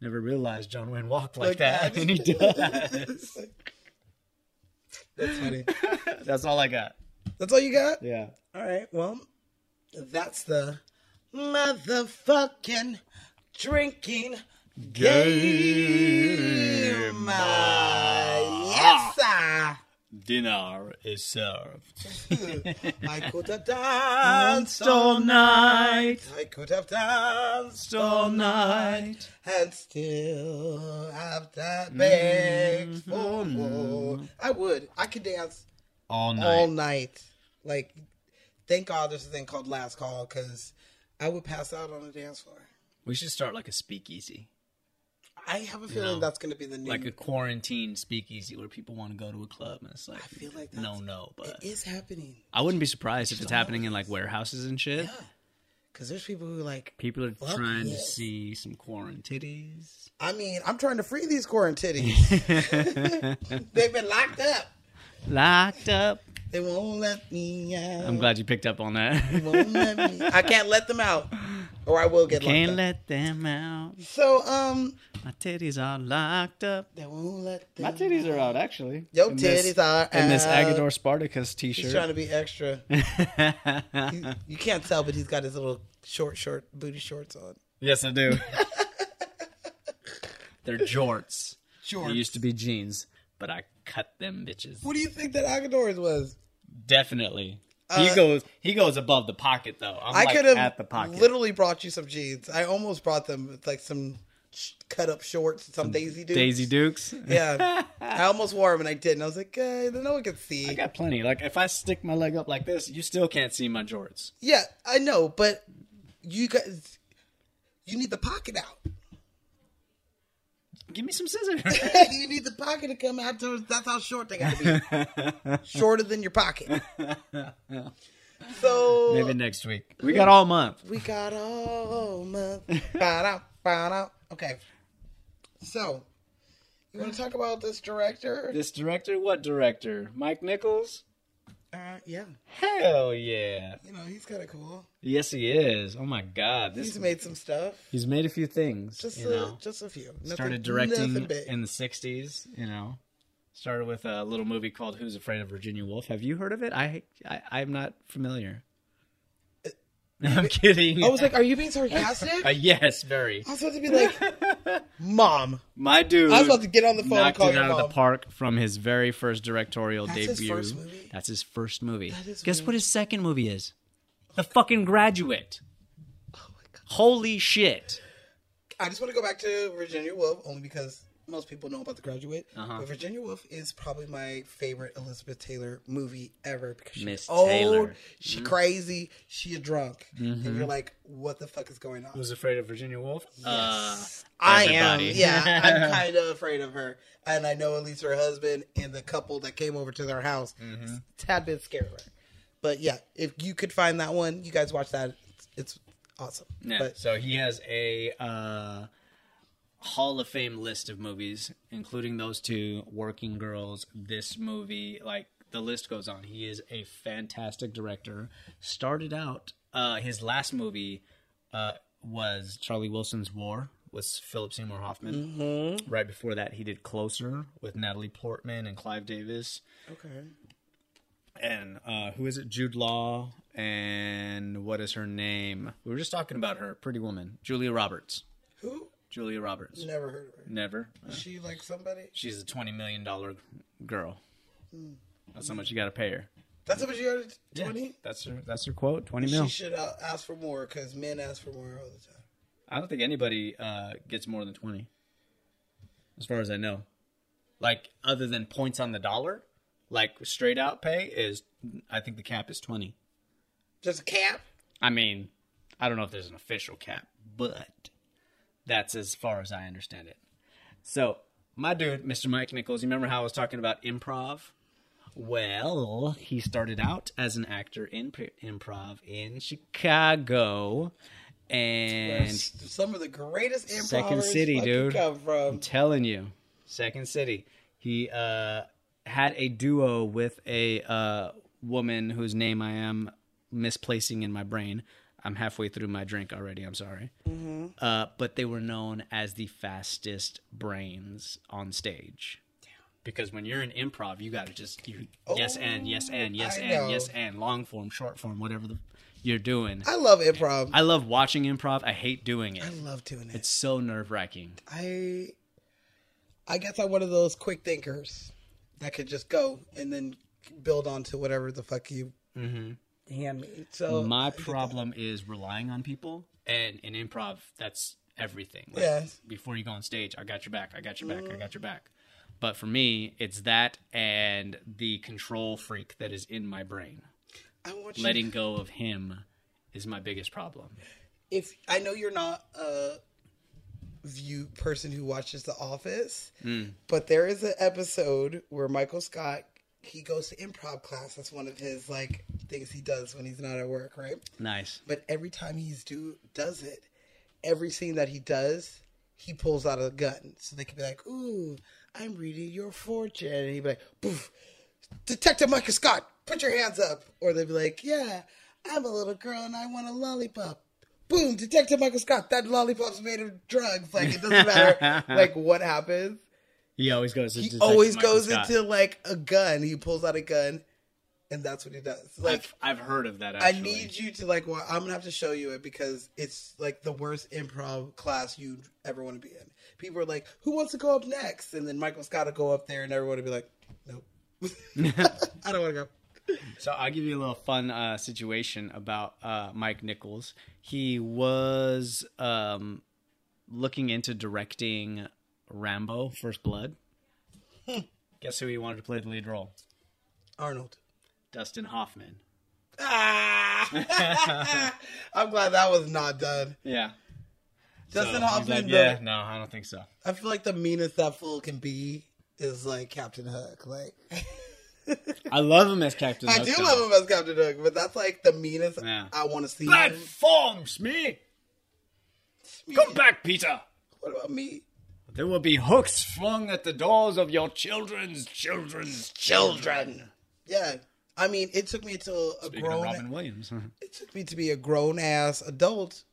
[SPEAKER 2] never realized John Wayne walked like,
[SPEAKER 1] Like
[SPEAKER 2] that,
[SPEAKER 1] that.
[SPEAKER 2] and he does.
[SPEAKER 1] That's funny.
[SPEAKER 2] That's all I got.
[SPEAKER 1] That's all you got?
[SPEAKER 2] Yeah.
[SPEAKER 1] All right. Well, that's the motherfucking drinking game. Uh, Yes, sir.
[SPEAKER 2] Dinner is served.
[SPEAKER 1] I could have danced all
[SPEAKER 2] All
[SPEAKER 1] night.
[SPEAKER 2] night,
[SPEAKER 1] I could have danced
[SPEAKER 2] all night.
[SPEAKER 1] and still have that begged for more. I would. I could dance
[SPEAKER 2] All night.
[SPEAKER 1] all night. Like, thank God there's a thing called last call because I would pass out on the dance floor.
[SPEAKER 2] We should start like a speakeasy,
[SPEAKER 1] I have a feeling that's going to be the new.
[SPEAKER 2] like a quarantine speakeasy where people want to go to a club and it's like,
[SPEAKER 1] I feel like that's,
[SPEAKER 2] no, no. But
[SPEAKER 1] it is happening
[SPEAKER 2] I wouldn't be surprised if it's happening in like warehouses and shit.
[SPEAKER 1] Because there's people who like
[SPEAKER 2] People are
[SPEAKER 1] Well,
[SPEAKER 2] trying to
[SPEAKER 1] yes.
[SPEAKER 2] see some quarantine titties.
[SPEAKER 1] I mean, I'm trying to free these quarantines. They've been locked up.
[SPEAKER 2] Locked up.
[SPEAKER 1] They won't let me out.
[SPEAKER 2] I'm glad you picked up on that.
[SPEAKER 1] Won't let me- I can't let them out, or I will get
[SPEAKER 2] Can't
[SPEAKER 1] locked up.
[SPEAKER 2] let them out.
[SPEAKER 1] So um,
[SPEAKER 2] My titties are locked up.
[SPEAKER 1] they won't let them.
[SPEAKER 2] My titties are out, actually.
[SPEAKER 1] Your
[SPEAKER 2] In this-
[SPEAKER 1] titties are
[SPEAKER 2] In this
[SPEAKER 1] out.
[SPEAKER 2] Agador Spartacus
[SPEAKER 1] He's trying
[SPEAKER 2] t-shirt.
[SPEAKER 1] to be extra. you, you can't tell, but he's got his little short, short booty shorts on.
[SPEAKER 2] yes, I do. They're jorts.
[SPEAKER 1] Shorts.
[SPEAKER 2] They used to be jeans, but I cut them bitches.
[SPEAKER 1] What do you think that Agador's was?
[SPEAKER 2] Definitely. he goes. He goes above the pocket though. I'm
[SPEAKER 1] Uh, I
[SPEAKER 2] like
[SPEAKER 1] could have
[SPEAKER 2] at the pocket.
[SPEAKER 1] literally brought you some jeans. I almost brought them with like some sh- cut up shorts, some, Daisy Dukes.
[SPEAKER 2] Daisy Dukes.
[SPEAKER 1] Yeah. I almost wore them and I didn't. I was like, eh, no one can see.
[SPEAKER 2] I got plenty. Like if I stick my leg up like this, you still can't see my jorts.
[SPEAKER 1] Yeah, I know, but you guys, you need the pocket out.
[SPEAKER 2] Give me some scissors.
[SPEAKER 1] you need the pocket to come out. towards- That's how short they got to be. Shorter than your pocket. So
[SPEAKER 2] Maybe next week. We got all month.
[SPEAKER 1] we got all month. Ba-da, ba-da. Okay. So you want to talk about this director?
[SPEAKER 2] This director, what director? Mike Nichols?
[SPEAKER 1] Uh, yeah.
[SPEAKER 2] Hell yeah.
[SPEAKER 1] You know, he's kind of cool.
[SPEAKER 2] Yes, he is. Oh my god. This
[SPEAKER 1] He's made some stuff.
[SPEAKER 2] he's made a few things.
[SPEAKER 1] Just
[SPEAKER 2] you
[SPEAKER 1] a,
[SPEAKER 2] know.
[SPEAKER 1] just a few. Nothing,
[SPEAKER 2] started directing
[SPEAKER 1] nothing big.
[SPEAKER 2] in the 60s you know started with a little movie called who's afraid of virginia woolf have you heard of it i, I i'm not familiar i'm kidding
[SPEAKER 1] Uh, I was like, are you being sarcastic?
[SPEAKER 2] Uh, yes very
[SPEAKER 1] I was about to be like, Mom.
[SPEAKER 2] my dude
[SPEAKER 1] I was about to get on the phone and
[SPEAKER 2] knocked
[SPEAKER 1] call
[SPEAKER 2] it
[SPEAKER 1] your
[SPEAKER 2] out of
[SPEAKER 1] mom.
[SPEAKER 2] the park from his very first directorial
[SPEAKER 1] That's his
[SPEAKER 2] debut
[SPEAKER 1] first movie?
[SPEAKER 2] that's his first movie
[SPEAKER 1] is
[SPEAKER 2] guess
[SPEAKER 1] weird.
[SPEAKER 2] what his second movie is the fucking graduate
[SPEAKER 1] Oh
[SPEAKER 2] holy shit
[SPEAKER 1] I just want to go back to Virginia Woolf only because most people know about The Graduate.
[SPEAKER 2] Uh-huh.
[SPEAKER 1] But Virginia Woolf is probably my favorite Elizabeth Taylor movie ever because she's
[SPEAKER 2] Miss
[SPEAKER 1] old,
[SPEAKER 2] Taylor. Mm-hmm.
[SPEAKER 1] she crazy, she a drunk, and you're like, what the fuck is going on?
[SPEAKER 2] who's afraid of virginia woolf Uh,
[SPEAKER 1] I am,
[SPEAKER 2] everybody.
[SPEAKER 1] yeah, I'm kind of afraid of her, and I know at least her husband and the couple that came over to their house
[SPEAKER 2] Mm-hmm.
[SPEAKER 1] tad bit scared of her. But yeah, if you could find that one, you guys watch that. It's awesome.
[SPEAKER 2] Yeah.
[SPEAKER 1] But
[SPEAKER 2] so he has a uh, Hall of Fame list of movies, including those two, Working Girls, this movie. Like the list goes on. He is a fantastic director. Started out uh, his last movie uh, was Charlie Wilson's War with Philip Seymour Hoffman. Right before that, he did Closer with Natalie Portman and Clive Davis
[SPEAKER 1] okay,
[SPEAKER 2] and uh, who is it? Jude Law and what is her name? We were just talking about her, Pretty Woman, Julia Roberts.
[SPEAKER 1] who
[SPEAKER 2] Julia Roberts.
[SPEAKER 1] never heard of her?
[SPEAKER 2] Never. Uh,
[SPEAKER 1] She like somebody.
[SPEAKER 2] She's a twenty million dollar girl. That's how much you got to pay her.
[SPEAKER 1] That's how much you earned. Hmm. Twenty.
[SPEAKER 2] That's her. That's her quote. Twenty mil.
[SPEAKER 1] She should uh, ask for more because men ask for more all the time.
[SPEAKER 2] I don't think anybody uh, gets more than twenty, as far as I know. Like other than points on the dollar, like straight out pay is. I think the cap is twenty.
[SPEAKER 1] Just a cap.
[SPEAKER 2] I mean, I don't know if there's an official cap, but that's as far as I understand it. So, my dude, Mr. Mike Nichols, you remember how I was talking about improv? Well, he started out as an actor in pr- improv in Chicago and
[SPEAKER 1] Some of the greatest improvers
[SPEAKER 2] Second City,
[SPEAKER 1] fucking
[SPEAKER 2] dude.
[SPEAKER 1] come from.
[SPEAKER 2] I'm telling you, Second City. He uh, had a duo with a uh, woman whose name I am misplacing in my brain. I'm halfway through my drink already. I'm sorry.
[SPEAKER 1] Mm-hmm.
[SPEAKER 2] Uh, but they were known as the fastest brains on stage. Because when you're in improv, you gotta just you yes and yes and yes
[SPEAKER 1] Oh, I
[SPEAKER 2] and
[SPEAKER 1] know.
[SPEAKER 2] yes and long form, short form, whatever the, you're doing.
[SPEAKER 1] I love improv. I,
[SPEAKER 2] I love watching improv. I hate doing it.
[SPEAKER 1] love doing it.
[SPEAKER 2] It's so nerve wracking.
[SPEAKER 1] I I guess I'm one of those quick thinkers that could just go and then build on to whatever the fuck you hand me. So
[SPEAKER 2] Mm-hmm. my problem is relying on people and in improv that's everything Like,
[SPEAKER 1] Yeah. Mm.
[SPEAKER 2] before you go on stage i got your back i got your back i got your back but for me it's that and the control freak that is in my brain
[SPEAKER 1] I want you
[SPEAKER 2] letting go of him is my biggest problem
[SPEAKER 1] if I know you're not a view person who watches The Office, but there is an episode where Michael Scott he goes to improv class. That's one of his like things he does when he's not at work, right?
[SPEAKER 2] Nice.
[SPEAKER 1] But every time he's do does it, every scene that he does, he pulls out a gun. So they could be like, "Ooh, I'm reading your fortune," and he'd be like, "Poof, Detective Michael Scott, put your hands up," or they'd be like, "Yeah, I'm a little girl and I want a lollipop." Boom, Detective Michael Scott, that lollipop's made of drugs. Like it doesn't matter like what happens.
[SPEAKER 2] He always goes.
[SPEAKER 1] He always goes into like a gun. He pulls out a gun, and that's what he does. Like
[SPEAKER 2] I've, I've heard of that.
[SPEAKER 1] I
[SPEAKER 2] Actually.
[SPEAKER 1] need you to like. Well, I'm gonna have to show you it because it's like the worst improv class you'd ever want to be in. People are like, "Who wants to go up next?" And then Michael's got to go up there, and everyone would be like, "Nope, I don't want to go."
[SPEAKER 2] So I'll give you a little fun uh, situation about uh, Mike Nichols. He was um, looking into directing Rambo: First Blood. Guess who he wanted to play the lead role?
[SPEAKER 1] Arnold.
[SPEAKER 2] Dustin Hoffman.
[SPEAKER 1] Ah! I'm glad that was not done.
[SPEAKER 2] Yeah.
[SPEAKER 1] Dustin
[SPEAKER 2] So he's
[SPEAKER 1] Hoffman.
[SPEAKER 2] like,
[SPEAKER 1] though,
[SPEAKER 2] yeah, no, I don't think so.
[SPEAKER 1] I feel like the meanest that fool can be is like Captain Hook. Like
[SPEAKER 2] I love him as Captain.
[SPEAKER 1] I
[SPEAKER 2] Hook,
[SPEAKER 1] do
[SPEAKER 2] though.
[SPEAKER 1] love him as Captain Hook, but that's like the meanest
[SPEAKER 2] Yeah.
[SPEAKER 1] I want to see.
[SPEAKER 2] That
[SPEAKER 1] him.
[SPEAKER 2] forms me. Come back, Peter.
[SPEAKER 1] What about me?
[SPEAKER 2] There will be hooks flung at the doors of your children's children's children.
[SPEAKER 1] Yeah, I mean, it took me until a
[SPEAKER 2] Speaking of
[SPEAKER 1] grown.
[SPEAKER 2] Robin Williams.
[SPEAKER 1] It took me to be a grown ass adult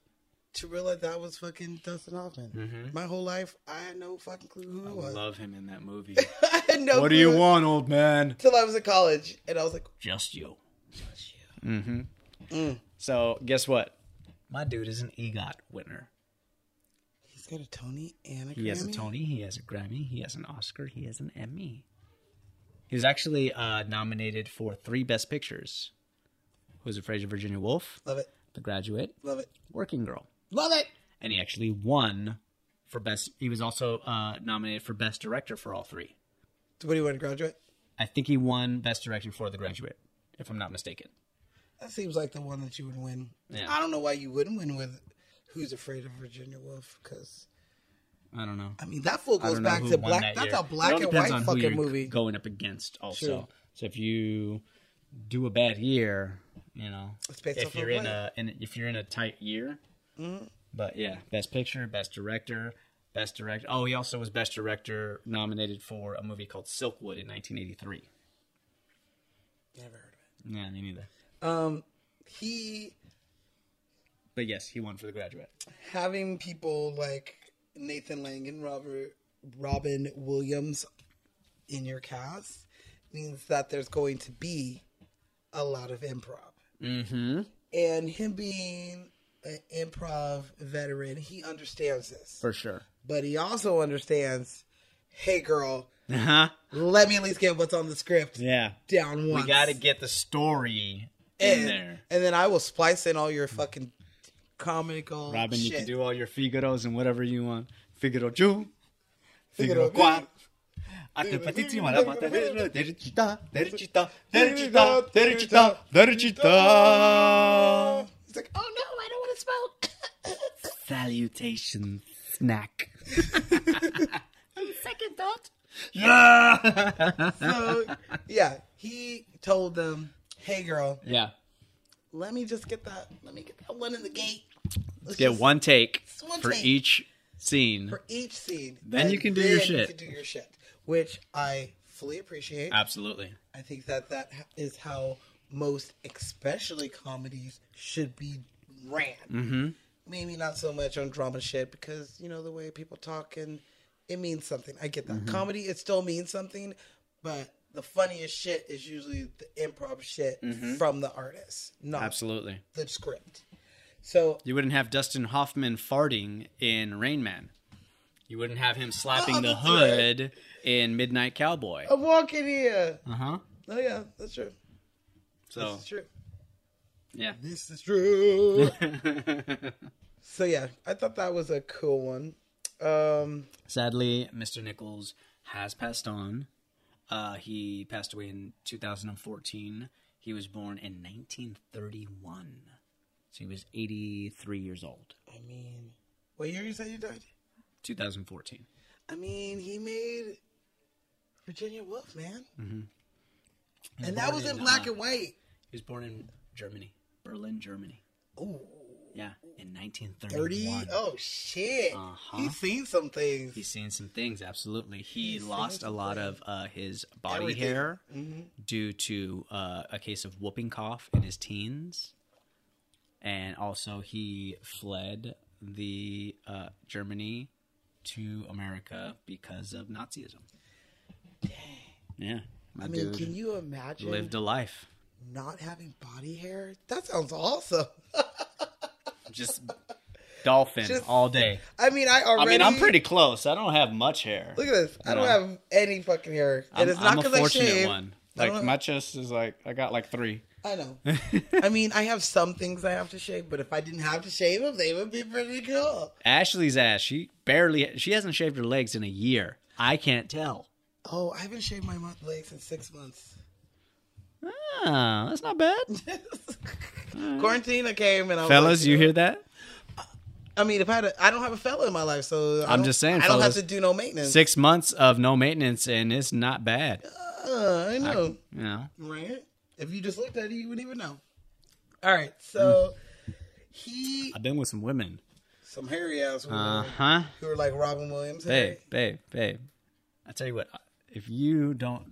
[SPEAKER 1] to realize that was fucking Dustin Hoffman. My whole life, I had no fucking clue who it was.
[SPEAKER 2] Mm-hmm. love him in that movie.
[SPEAKER 1] I had no.
[SPEAKER 2] what do you
[SPEAKER 1] clue
[SPEAKER 2] want, old man?
[SPEAKER 1] Till I was in college, and I was like,
[SPEAKER 2] Just you. Just you. Mm-hmm. So guess what? My dude is an EGOT winner.
[SPEAKER 1] he's got a Tony and a
[SPEAKER 2] He has a
[SPEAKER 1] Grammy?
[SPEAKER 2] Tony, he has a Grammy, he has an Oscar, he has an Emmy. He was actually uh, nominated for three Best Pictures. Who's Afraid of Virginia Woolf,
[SPEAKER 1] Love it,
[SPEAKER 2] The Graduate,
[SPEAKER 1] love it,
[SPEAKER 2] Working Girl.
[SPEAKER 1] love it.
[SPEAKER 2] and he actually won for best. He was also uh, nominated for best director for all three.
[SPEAKER 1] What do you want to graduate?
[SPEAKER 2] I think he won best director for The Graduate, if I'm not mistaken.
[SPEAKER 1] That seems like the one that you would win.
[SPEAKER 2] Yeah.
[SPEAKER 1] I don't know why you wouldn't win with Who's Afraid of Virginia Woolf because
[SPEAKER 2] I don't know.
[SPEAKER 1] I mean that fool
[SPEAKER 2] I
[SPEAKER 1] goes
[SPEAKER 2] don't know
[SPEAKER 1] back
[SPEAKER 2] who
[SPEAKER 1] to
[SPEAKER 2] won
[SPEAKER 1] black.
[SPEAKER 2] that
[SPEAKER 1] that's
[SPEAKER 2] year.
[SPEAKER 1] a
[SPEAKER 2] It
[SPEAKER 1] black
[SPEAKER 2] all
[SPEAKER 1] and
[SPEAKER 2] depends
[SPEAKER 1] white
[SPEAKER 2] on who
[SPEAKER 1] fucking
[SPEAKER 2] you're
[SPEAKER 1] movie.
[SPEAKER 2] Going up against also.
[SPEAKER 1] True.
[SPEAKER 2] So if you do a bad year, you know,
[SPEAKER 1] It's based
[SPEAKER 2] if
[SPEAKER 1] off of
[SPEAKER 2] you're in
[SPEAKER 1] what? Mm-hmm.
[SPEAKER 2] a in, if you're in a tight year. But yeah, best picture, best director, best director. Oh, he also was best director nominated for a movie called Silkwood in 1983.
[SPEAKER 1] Never heard of
[SPEAKER 2] Yeah, me neither.
[SPEAKER 1] it. Um, he
[SPEAKER 2] But yes, he won for The Graduate.
[SPEAKER 1] having people like Nathan Lang and Robert Robin Williams in your cast means that there's going to be a lot of improv.
[SPEAKER 2] Mm-hmm.
[SPEAKER 1] And him being an improv veteran, he understands this.
[SPEAKER 2] For sure.
[SPEAKER 1] But he also understands, hey girl,
[SPEAKER 2] Uh huh.
[SPEAKER 1] let me at least get what's on the script
[SPEAKER 2] Yeah.
[SPEAKER 1] down once.
[SPEAKER 2] We got to get the story in
[SPEAKER 1] and,
[SPEAKER 2] there.
[SPEAKER 1] And then I will splice in all your fucking comical
[SPEAKER 2] Robin, you
[SPEAKER 1] shit.
[SPEAKER 2] can do all your Figaros and whatever you want. Figaro Jew. Figaro
[SPEAKER 1] Figaro
[SPEAKER 2] Qua.
[SPEAKER 1] Qua.
[SPEAKER 2] Atepatitsima, Rapatera, Derechita, Derechita, Derechita, Derechita, Derechita.
[SPEAKER 1] It's like, oh no, I don't want to smoke.
[SPEAKER 2] Salutation snack.
[SPEAKER 1] Second thought.
[SPEAKER 2] Yeah.
[SPEAKER 1] So yeah, he told them, "Hey girl,
[SPEAKER 2] yeah.
[SPEAKER 1] let me just get that. Let me get that one in the gate. Let's
[SPEAKER 2] Get
[SPEAKER 1] just-
[SPEAKER 2] one take
[SPEAKER 1] one
[SPEAKER 2] for
[SPEAKER 1] take.
[SPEAKER 2] each scene.
[SPEAKER 1] for each scene.
[SPEAKER 2] Then
[SPEAKER 1] and
[SPEAKER 2] you can do your
[SPEAKER 1] then You
[SPEAKER 2] shit.
[SPEAKER 1] can do your shit, which I fully appreciate.
[SPEAKER 2] Absolutely.
[SPEAKER 1] I think that that ha- is how most, especially comedies, should be ran. Mm-hmm. Maybe not so much on drama shit because you know the way people talk and it means something. I get that comedy; it still means something, but the funniest shit is usually the improv shit from the artist, not
[SPEAKER 2] Absolutely.
[SPEAKER 1] the script. So
[SPEAKER 2] You wouldn't have Dustin Hoffman farting in Rain Man. You wouldn't have him slapping
[SPEAKER 1] Oh,
[SPEAKER 2] the
[SPEAKER 1] that's right.
[SPEAKER 2] hood in Midnight Cowboy.
[SPEAKER 1] I'm walking here.
[SPEAKER 2] Uh huh.
[SPEAKER 1] Oh yeah, that's true.
[SPEAKER 2] So
[SPEAKER 1] That's true.
[SPEAKER 2] yeah,
[SPEAKER 1] This is true. so yeah, I thought that was a cool one. Um,
[SPEAKER 2] sadly, Mr. Nichols has passed on. Uh, he passed away in 2014. He was born in 1931, so he was 83 years old.
[SPEAKER 1] I mean, what year you say you died?
[SPEAKER 2] 2014.
[SPEAKER 1] I mean, he made
[SPEAKER 2] Mm-hmm. uh,
[SPEAKER 1] Virginia Woolf, man, and that was in black and white.
[SPEAKER 2] He was born in Germany, Berlin, Germany.
[SPEAKER 1] Ooh.
[SPEAKER 2] Yeah, in
[SPEAKER 1] 30?
[SPEAKER 2] 1931.
[SPEAKER 1] Oh, shit.
[SPEAKER 2] Uh-huh.
[SPEAKER 1] He's seen some things.
[SPEAKER 2] He's seen some things, absolutely. He
[SPEAKER 1] He's seen
[SPEAKER 2] lost a
[SPEAKER 1] some
[SPEAKER 2] lot
[SPEAKER 1] things.
[SPEAKER 2] of uh, his body
[SPEAKER 1] Everything.
[SPEAKER 2] hair
[SPEAKER 1] Mhm.
[SPEAKER 2] due to uh, a case of whooping cough in his teens. And also, he fled the uh, Germany to America because of Nazism. Yeah. my
[SPEAKER 1] I mean,
[SPEAKER 2] dude
[SPEAKER 1] can you imagine
[SPEAKER 2] Lived a life.
[SPEAKER 1] not having body hair? That sounds awesome.
[SPEAKER 2] Just dolphin
[SPEAKER 1] Just-
[SPEAKER 2] all day.
[SPEAKER 1] I mean, I already.
[SPEAKER 2] I mean, I'm pretty close. I don't have much hair.
[SPEAKER 1] Look at this. I don't
[SPEAKER 2] No.
[SPEAKER 1] have any fucking hair,
[SPEAKER 2] I'm,
[SPEAKER 1] and it's not
[SPEAKER 2] I'm a
[SPEAKER 1] because I
[SPEAKER 2] fortunate
[SPEAKER 1] shave.
[SPEAKER 2] one.
[SPEAKER 1] I don't
[SPEAKER 2] Like
[SPEAKER 1] know-
[SPEAKER 2] my chest is like I got like three.
[SPEAKER 1] I know. I mean, I have some things I have to shave, but if I didn't have to shave them, they would be pretty cool.
[SPEAKER 2] Ashley's ass. She barely. She hasn't shaved her legs in a year. I can't tell.
[SPEAKER 1] Oh, I haven't shaved my month legs in six months.
[SPEAKER 2] Ah, that's not bad,
[SPEAKER 1] Quarantine came and I was
[SPEAKER 2] fellas.
[SPEAKER 1] like,
[SPEAKER 2] You hear that?
[SPEAKER 1] I mean, if I had, a, I don't have a fella in my life, so I
[SPEAKER 2] I'm
[SPEAKER 1] don't-
[SPEAKER 2] just saying,
[SPEAKER 1] I don't
[SPEAKER 2] fellas.
[SPEAKER 1] have to do no maintenance.
[SPEAKER 2] Six months of no maintenance and it's not bad.
[SPEAKER 1] Uh, I know.
[SPEAKER 2] You know,
[SPEAKER 1] Right? If you just looked at it, you wouldn't even know. All right,
[SPEAKER 2] Mm.
[SPEAKER 1] so he
[SPEAKER 2] I've been with some women.
[SPEAKER 1] some hairy ass women
[SPEAKER 2] Uh huh.
[SPEAKER 1] who are like Robin Williams.
[SPEAKER 2] Babe,
[SPEAKER 1] hairy.
[SPEAKER 2] babe, babe. I tell you what. If you don't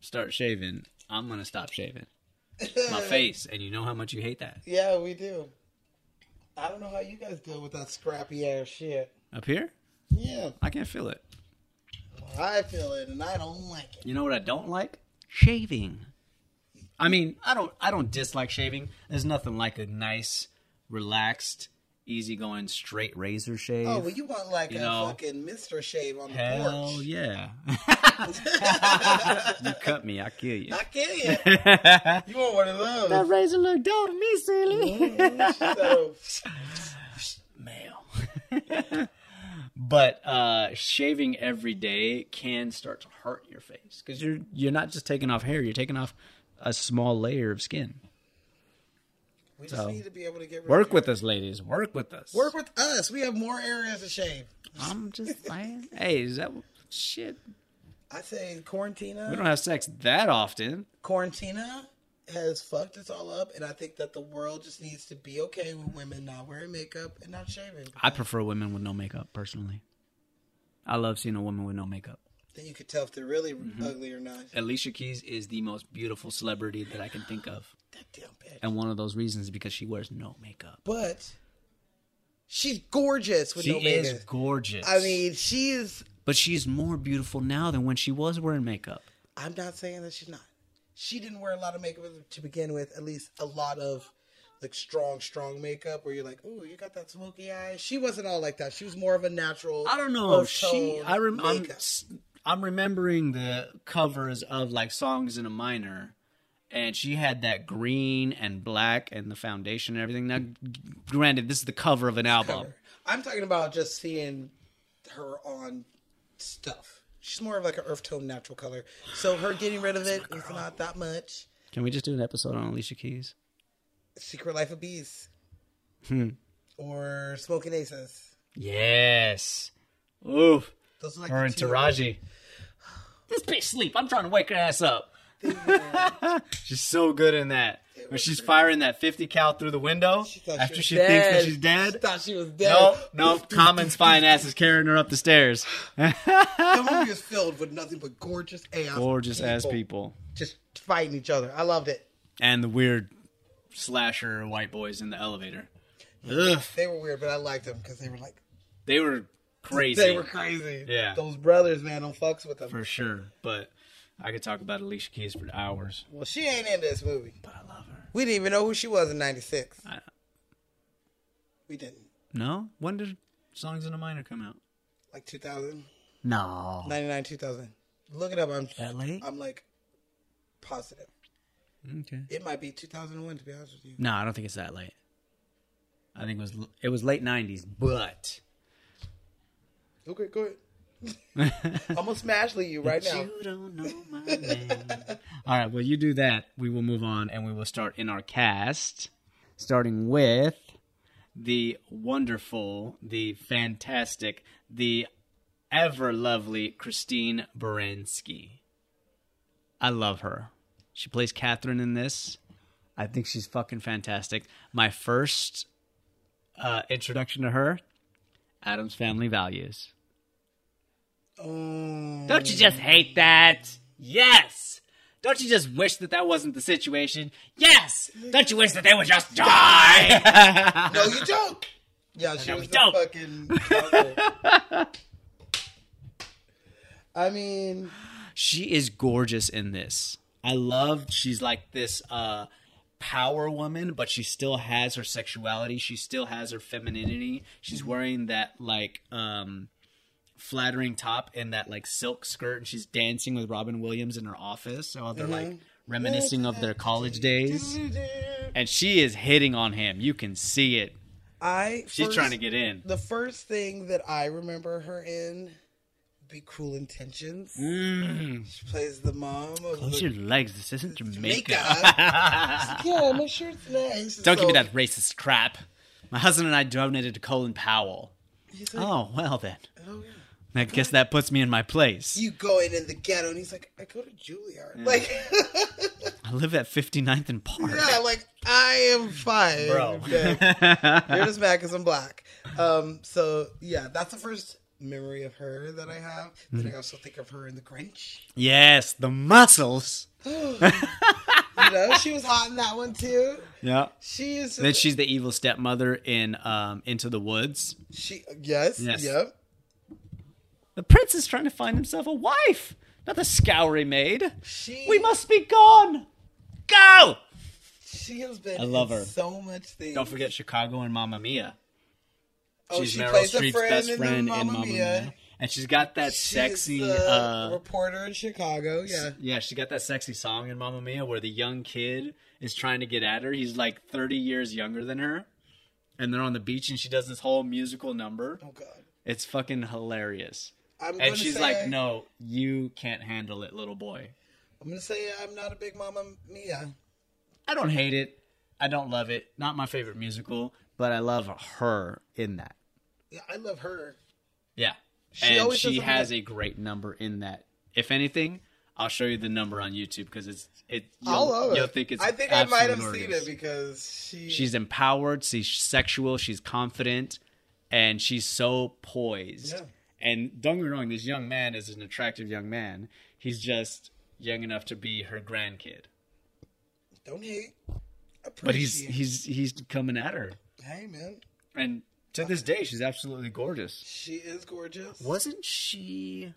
[SPEAKER 2] start shaving, I'm gonna stop shaving my face. And you know how much you hate that
[SPEAKER 1] Yeah, we do. I don't know how you guys deal with that scrappy ass shit.
[SPEAKER 2] up here.
[SPEAKER 1] Yeah,
[SPEAKER 2] I can't feel it.
[SPEAKER 1] I feel it, and I don't like it.
[SPEAKER 2] You know what I don't like? Shaving. I mean, I don't I don't dislike shaving. There's nothing like a nice, relaxed, easygoing straight razor shave.
[SPEAKER 1] Oh, well, you want like
[SPEAKER 2] You
[SPEAKER 1] a
[SPEAKER 2] know.
[SPEAKER 1] fucking Mister Shave on the
[SPEAKER 2] Hell
[SPEAKER 1] porch?
[SPEAKER 2] yeah. you cut me, I kill you.
[SPEAKER 1] I kill you. you want one of those? That razor look down to me, silly.
[SPEAKER 2] Male. but uh shaving every day can start to hurt your face cuz you're you're not just taking off hair, you're taking off a small layer of skin.
[SPEAKER 1] we just
[SPEAKER 2] So,
[SPEAKER 1] need to be able to get rid
[SPEAKER 2] Work
[SPEAKER 1] of
[SPEAKER 2] with us, ladies. Work with us.
[SPEAKER 1] Work with us. We have more areas to shave.
[SPEAKER 2] I'm just saying. hey, is that shit?
[SPEAKER 1] I say Quarantina.
[SPEAKER 2] We don't have sex that often.
[SPEAKER 1] Quarantina has fucked us all up, and I think that the world just needs to be okay with women not wearing makeup and not shaving.
[SPEAKER 2] I prefer women with no makeup personally. I love seeing a woman with no makeup.
[SPEAKER 1] then you could tell if they're really
[SPEAKER 2] Mm-hmm.
[SPEAKER 1] ugly or not.
[SPEAKER 2] Alicia Keys is the most beautiful celebrity that I can think of.
[SPEAKER 1] That damn bitch.
[SPEAKER 2] And one of those reasons is because she wears no makeup.
[SPEAKER 1] But she's gorgeous with
[SPEAKER 2] She
[SPEAKER 1] no
[SPEAKER 2] is
[SPEAKER 1] makeup.
[SPEAKER 2] gorgeous.
[SPEAKER 1] I mean, she is.
[SPEAKER 2] but she's more beautiful now than when she was wearing makeup.
[SPEAKER 1] I'm not saying that she's not. She didn't wear a lot of makeup to begin with. At least a lot of like strong, strong makeup where you're like, "Ooh, you got that smoky eye." She wasn't all like that. She was more of a natural.
[SPEAKER 2] I don't know. She,
[SPEAKER 1] earth-tone
[SPEAKER 2] I rem- I'm,
[SPEAKER 1] makeup.
[SPEAKER 2] s- I'm remembering the covers of like songs in a minor, and she had that green and black and the foundation and everything. Now, g- granted, this is the cover of an album.
[SPEAKER 1] cover. I'm talking about just seeing her on stuff. She's more of like an earth tone natural color. So her getting rid of it is not that much.
[SPEAKER 2] Can we just do an episode on Alicia Keys?
[SPEAKER 1] Secret Life of Bees. Hmm. Or Smoking Aces.
[SPEAKER 2] Yes. Oof.
[SPEAKER 1] Those are like
[SPEAKER 2] Her
[SPEAKER 1] the
[SPEAKER 2] and
[SPEAKER 1] two-
[SPEAKER 2] Taraji. This bitch sleep. I'm trying to wake her ass up. she's so good in that. When she's firing that 50 cal through the window
[SPEAKER 1] thought she
[SPEAKER 2] after
[SPEAKER 1] was
[SPEAKER 2] she thinks that
[SPEAKER 1] dead.
[SPEAKER 2] she's dead.
[SPEAKER 1] Thought she was dead.
[SPEAKER 2] No, no, Common's fine ass is carrying her up the stairs.
[SPEAKER 1] The movie is filled with nothing but gorgeous ass,
[SPEAKER 2] Gorgeous ass people.
[SPEAKER 1] just fighting each other. I loved it.
[SPEAKER 2] And the weird slasher white boys in the elevator.
[SPEAKER 1] They were weird, but I liked them because they were like
[SPEAKER 2] They were crazy.
[SPEAKER 1] they were crazy.
[SPEAKER 2] Yeah.
[SPEAKER 1] those brothers, man, don't fucks with them.
[SPEAKER 2] for sure. But I could talk about Alicia Keys for hours.
[SPEAKER 1] Well, she ain't in this movie.
[SPEAKER 2] But I love her.
[SPEAKER 1] We didn't even know who she was in '96.
[SPEAKER 2] I-
[SPEAKER 1] We didn't.
[SPEAKER 2] No? When did Songs in a Minor come out?
[SPEAKER 1] Like 2000.
[SPEAKER 2] No.
[SPEAKER 1] 99 2000 look it up i'm
[SPEAKER 2] That late?
[SPEAKER 1] i'm like positive
[SPEAKER 2] Okay.
[SPEAKER 1] it might be 2001 to be honest with you
[SPEAKER 2] No, I don't think it's that late. I think it was it was late nineties, but
[SPEAKER 1] okay go ahead i'm gonna smash Lee you right now
[SPEAKER 2] don't know my name. All right, well you do that. We will move on and we will start in our cast, starting with the wonderful, the fantastic, the ever lovely Christine Baranski. I love her. She plays Catherine in this. I think she's fucking fantastic. My first uh, introduction to her, Adam's Family Values.
[SPEAKER 1] Oh.
[SPEAKER 2] Don't you just hate that? Yes. Don't you just wish that that wasn't the situation? Yes. Don't you wish that they would just die?
[SPEAKER 1] no, you don't. Yeah, she
[SPEAKER 2] No, we
[SPEAKER 1] was the
[SPEAKER 2] don't.
[SPEAKER 1] fucking. cowgirl. I mean,
[SPEAKER 2] she is gorgeous in this. I love she's like this uh power woman, but she still has her sexuality, she still has her femininity. She's wearing that like um flattering top and that like silk skirt and she's dancing with Robin Williams in her office. So they're like reminiscing of their college days. And she is hitting on him. You can see it.
[SPEAKER 1] I.
[SPEAKER 2] She's
[SPEAKER 1] first-
[SPEAKER 2] trying to get in.
[SPEAKER 1] The first thing that I remember her in would be Cruel Intentions. She plays the mom of
[SPEAKER 2] Mm. Close
[SPEAKER 1] the
[SPEAKER 2] your legs. This isn't Jamaica.
[SPEAKER 1] Jamaica. yeah, make sure it's nice.
[SPEAKER 2] Don't give me
[SPEAKER 1] So-
[SPEAKER 2] that racist crap. My husband and I donated to Colin Powell.
[SPEAKER 1] He's like,
[SPEAKER 2] Oh, well then.
[SPEAKER 1] oh yeah.
[SPEAKER 2] I guess that puts me in my place.
[SPEAKER 1] You going in the ghetto, and he's like, I go to Juilliard. Like,
[SPEAKER 2] I live at 59th and Park.
[SPEAKER 1] yeah, like I am fine,
[SPEAKER 2] Bro.
[SPEAKER 1] Okay. You're just mad because I'm black. Um, so yeah, that's the first memory of her that I have.
[SPEAKER 2] Mm-hmm.
[SPEAKER 1] Then I also think of her in The Grinch.
[SPEAKER 2] Yes, the muscles.
[SPEAKER 1] You know, she was hot in that one too.
[SPEAKER 2] Yeah.
[SPEAKER 1] She is.
[SPEAKER 2] Then she's the evil stepmother in um, Into the Woods.
[SPEAKER 1] she yes,
[SPEAKER 2] Yes.
[SPEAKER 1] yep.
[SPEAKER 2] The prince is trying to find himself a wife, not the scoury maid.
[SPEAKER 1] She
[SPEAKER 2] We must be gone. Go!
[SPEAKER 1] She has been.
[SPEAKER 2] I love
[SPEAKER 1] in
[SPEAKER 2] her.
[SPEAKER 1] so much. Things.
[SPEAKER 2] Don't forget Chicago and Mamma Mia.
[SPEAKER 1] Oh,
[SPEAKER 2] she's
[SPEAKER 1] she
[SPEAKER 2] Meryl
[SPEAKER 1] plays a
[SPEAKER 2] Streep's
[SPEAKER 1] friend
[SPEAKER 2] best
[SPEAKER 1] in the
[SPEAKER 2] friend in
[SPEAKER 1] Mamma
[SPEAKER 2] Mamma Mia.
[SPEAKER 1] Mia.
[SPEAKER 2] And she's got that
[SPEAKER 1] She's
[SPEAKER 2] sexy
[SPEAKER 1] the
[SPEAKER 2] uh,
[SPEAKER 1] reporter in Chicago. Yeah.
[SPEAKER 2] Yeah, she got that sexy song in Mamma Mia where the young kid is trying to get at her. He's like 30 years younger than her. And they're on the beach and she does this whole musical number.
[SPEAKER 1] Oh God.
[SPEAKER 2] It's fucking hilarious.
[SPEAKER 1] I'm
[SPEAKER 2] And
[SPEAKER 1] gonna
[SPEAKER 2] she's
[SPEAKER 1] say-
[SPEAKER 2] like, no, you can't handle it, little boy.
[SPEAKER 1] I'm gonna say I'm not a big Mama Mia.
[SPEAKER 2] I don't hate it. I don't love it. Not my favorite musical, but I love her in that.
[SPEAKER 1] Yeah, I love her.
[SPEAKER 2] Yeah.
[SPEAKER 1] She
[SPEAKER 2] and
[SPEAKER 1] always
[SPEAKER 2] she
[SPEAKER 1] does a
[SPEAKER 2] has
[SPEAKER 1] really-
[SPEAKER 2] a great number in that. If anything, I'll show you the number on YouTube because it's it.
[SPEAKER 1] I
[SPEAKER 2] you'll-
[SPEAKER 1] love it.
[SPEAKER 2] You'll think it's.
[SPEAKER 1] I think I might have
[SPEAKER 2] absolutely
[SPEAKER 1] seen
[SPEAKER 2] glorious.
[SPEAKER 1] it because she.
[SPEAKER 2] She's empowered. She's sexual. She's confident, and she's so poised.
[SPEAKER 1] Yeah.
[SPEAKER 2] And don't get me wrong, this young man is an attractive young man. He's just young enough to be her grandkid,
[SPEAKER 1] don't hate. Appreciate.
[SPEAKER 2] but he's he's he's coming at her.
[SPEAKER 1] hey man,
[SPEAKER 2] And to this day, she's absolutely gorgeous.
[SPEAKER 1] she is gorgeous.
[SPEAKER 2] Wasn't she?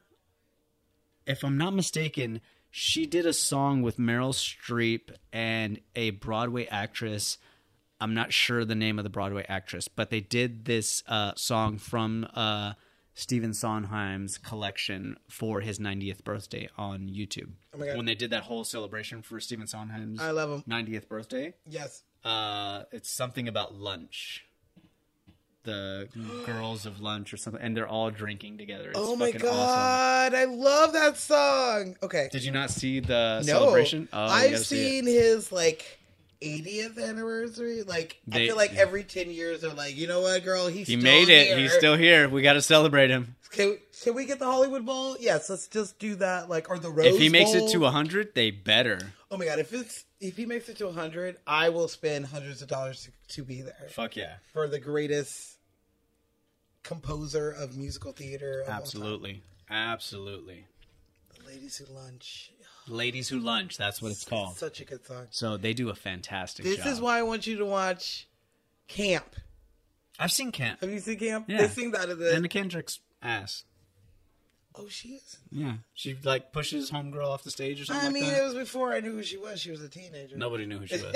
[SPEAKER 2] If I'm not mistaken, she did a song with Meryl Streep and a Broadway actress. I'm not sure the name of the Broadway actress, but they did this uh, song from uh, Stephen Sondheim's collection for his 90th birthday on YouTube.
[SPEAKER 1] Oh my God.
[SPEAKER 2] When they did that whole celebration for Stephen Sondheim's
[SPEAKER 1] I love him.
[SPEAKER 2] 90th birthday,
[SPEAKER 1] Yes.
[SPEAKER 2] uh, it's something about lunch. The girls of lunch or something, and they're all drinking together. It's
[SPEAKER 1] oh my
[SPEAKER 2] fucking awesome.
[SPEAKER 1] god, I love that song. Okay.
[SPEAKER 2] Did you not see the
[SPEAKER 1] no,
[SPEAKER 2] celebration? Oh, you
[SPEAKER 1] I've
[SPEAKER 2] gotta see it.
[SPEAKER 1] seen his like. 80th anniversary. Like I
[SPEAKER 2] They-
[SPEAKER 1] feel like
[SPEAKER 2] yeah.
[SPEAKER 1] every 10 years they're like, you know what, girl, he's
[SPEAKER 2] He
[SPEAKER 1] still
[SPEAKER 2] made it.
[SPEAKER 1] here.
[SPEAKER 2] He's still here. We got to celebrate him.
[SPEAKER 1] Can, can we get the Hollywood Bowl? Yes, let's just do that. Like, or the Rose.
[SPEAKER 2] if he makes
[SPEAKER 1] Bowl.
[SPEAKER 2] it to hundred, they better.
[SPEAKER 1] oh my god, if it's if he makes it to hundred, I will spend hundreds of dollars to, to be there
[SPEAKER 2] Fuck yeah,
[SPEAKER 1] for the greatest composer of musical theater. Of all time.
[SPEAKER 2] absolutely, absolutely.
[SPEAKER 1] The Ladies Who Lunch.
[SPEAKER 2] Ladies who lunch. That's what it's called.
[SPEAKER 1] Such a good song.
[SPEAKER 2] So they do a fantastic.
[SPEAKER 1] This
[SPEAKER 2] job.
[SPEAKER 1] is why I want you to watch Camp.
[SPEAKER 2] I've seen Camp
[SPEAKER 1] Have you seen Camp?
[SPEAKER 2] Yeah.
[SPEAKER 1] They sing that in the.
[SPEAKER 2] and Kendrick's ass.
[SPEAKER 1] oh, she is.
[SPEAKER 2] Yeah, she like pushes homegirl off the stage or something.
[SPEAKER 1] I
[SPEAKER 2] like
[SPEAKER 1] mean,
[SPEAKER 2] that.
[SPEAKER 1] it was before I knew who she was. She was a teenager.
[SPEAKER 2] Nobody knew who she was.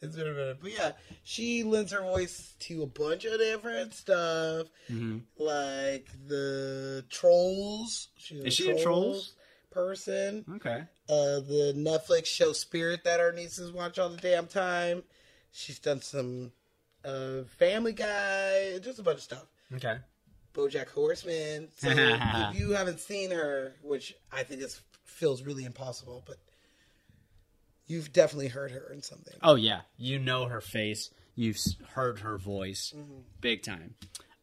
[SPEAKER 1] it's been a minute. But yeah, she lends her voice to a bunch of different stuff,
[SPEAKER 2] Mm-hmm.
[SPEAKER 1] like the trolls. She's
[SPEAKER 2] Is she in Trolls?
[SPEAKER 1] person?
[SPEAKER 2] Okay.
[SPEAKER 1] Uh, the Netflix show Spirit that our nieces watch all the damn time. She's done some uh, Family Guy, just a bunch of stuff.
[SPEAKER 2] Okay.
[SPEAKER 1] BoJack Horseman. So if you haven't seen her, which I think this feels really impossible, but you've definitely heard her in something.
[SPEAKER 2] Oh yeah, you know her face. You've s- heard her voice, big time.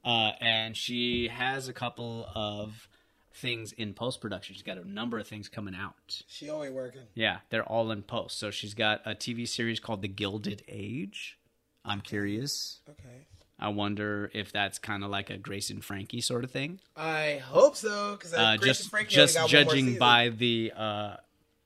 [SPEAKER 2] Uh, and she has a couple of things in post production. She's got a number of things coming out.
[SPEAKER 1] She always working.
[SPEAKER 2] Yeah, they're all in post. So she's got a TV series called The Gilded Age. I'm curious.
[SPEAKER 1] Okay.
[SPEAKER 2] I wonder if that's kind of like a Grace and Frankie sort of thing.
[SPEAKER 1] I hope so because
[SPEAKER 2] Uh, just just judging by the uh,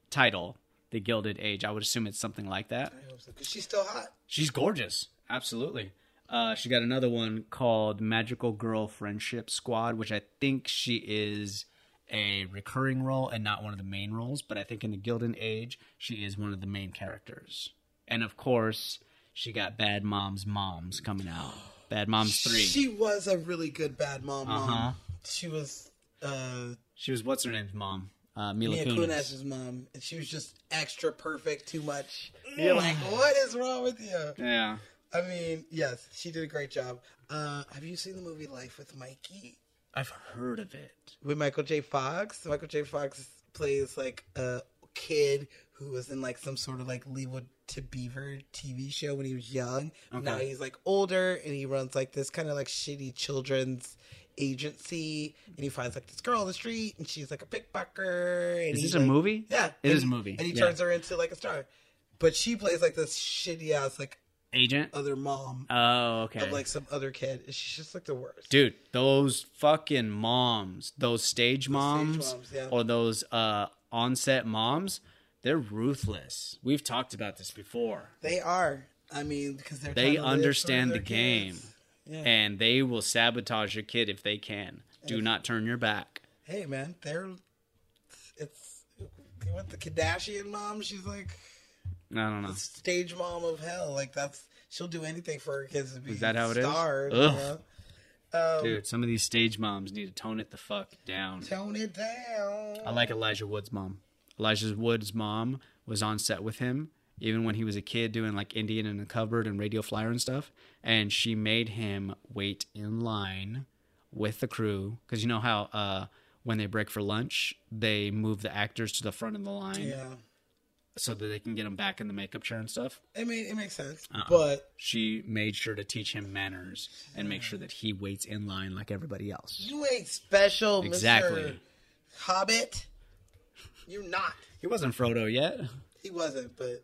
[SPEAKER 2] title, The Gilded Age, I would assume it's something like that.
[SPEAKER 1] because she's still hot.
[SPEAKER 2] She's gorgeous. Absolutely. Uh, she got another one called Magical Girl Friendship Squad, which I think she is a recurring role and not one of the main roles. But I think in the Gilded Age, she is one of the main characters. And of course, she got Bad Moms Moms coming out. Bad Moms 3.
[SPEAKER 1] She was a really good bad mom. mom.
[SPEAKER 2] Uh-huh.
[SPEAKER 1] She was uh,
[SPEAKER 2] She was what's her name's mom? Uh, Mila
[SPEAKER 1] Mia
[SPEAKER 2] Kunis.
[SPEAKER 1] Kunis's mom, and she was just extra perfect, too much. You're like, what is wrong with you?
[SPEAKER 2] Yeah.
[SPEAKER 1] I mean, yes, she did a great job. Uh, have you seen the movie Life with Mikey?
[SPEAKER 2] I've heard of it.
[SPEAKER 1] with Michael J. Fox. Michael J. Fox plays like a kid who was in like some sort of like Leewood to Beaver TV show when he was young. Now he's like older and he runs like this kind of like shitty children's agency and he finds like this girl on the street and she's like a pickpocker. And
[SPEAKER 2] Is
[SPEAKER 1] he,
[SPEAKER 2] this a
[SPEAKER 1] like-
[SPEAKER 2] movie?
[SPEAKER 1] Yeah.
[SPEAKER 2] It
[SPEAKER 1] and
[SPEAKER 2] is a
[SPEAKER 1] he-
[SPEAKER 2] movie.
[SPEAKER 1] And he
[SPEAKER 2] Yeah.
[SPEAKER 1] turns her into like a star. But she plays like this shitty ass like
[SPEAKER 2] Agent?
[SPEAKER 1] other mom
[SPEAKER 2] Oh, okay.
[SPEAKER 1] of like some other kid. And She's just like the worst.
[SPEAKER 2] Dude, those fucking moms, those stage moms,
[SPEAKER 1] moms, yeah.
[SPEAKER 2] or those uh, onset moms, they're ruthless. We've talked about this before.
[SPEAKER 1] They are. I mean, because they're trying
[SPEAKER 2] They
[SPEAKER 1] to live for
[SPEAKER 2] understand the
[SPEAKER 1] their
[SPEAKER 2] game,
[SPEAKER 1] kids. Yeah.
[SPEAKER 2] and they will sabotage your kid if they can. Do not turn your back.
[SPEAKER 1] hey man, they're it's what the Kardashian mom. She's like
[SPEAKER 2] I don't know.
[SPEAKER 1] stage mom of hell. Like that's she'll do anything for her kids to be
[SPEAKER 2] Is that how it is?
[SPEAKER 1] starred. You
[SPEAKER 2] Ugh.
[SPEAKER 1] know?
[SPEAKER 2] Dude, some of these stage moms need to tone it the fuck down.
[SPEAKER 1] Tone it down.
[SPEAKER 2] I like Elijah Wood's mom. Elijah Wood's mom was on set with him even when he was a kid doing like Indian in the cupboard and radio flyer and stuff. And she made him wait in line with the crew because you know how uh, when they break for lunch, they move the actors to the front of the line
[SPEAKER 1] Yeah,
[SPEAKER 2] so that they can get them back in the makeup chair and stuff.
[SPEAKER 1] I mean it makes sense,
[SPEAKER 2] Uh-uh.
[SPEAKER 1] but
[SPEAKER 2] She made sure to teach him manners and make sure that he waits in line like everybody else.
[SPEAKER 1] you ain't special, Mister
[SPEAKER 2] Exactly.
[SPEAKER 1] Hobbit. You're not.
[SPEAKER 2] He wasn't Frodo yet.
[SPEAKER 1] He wasn't, but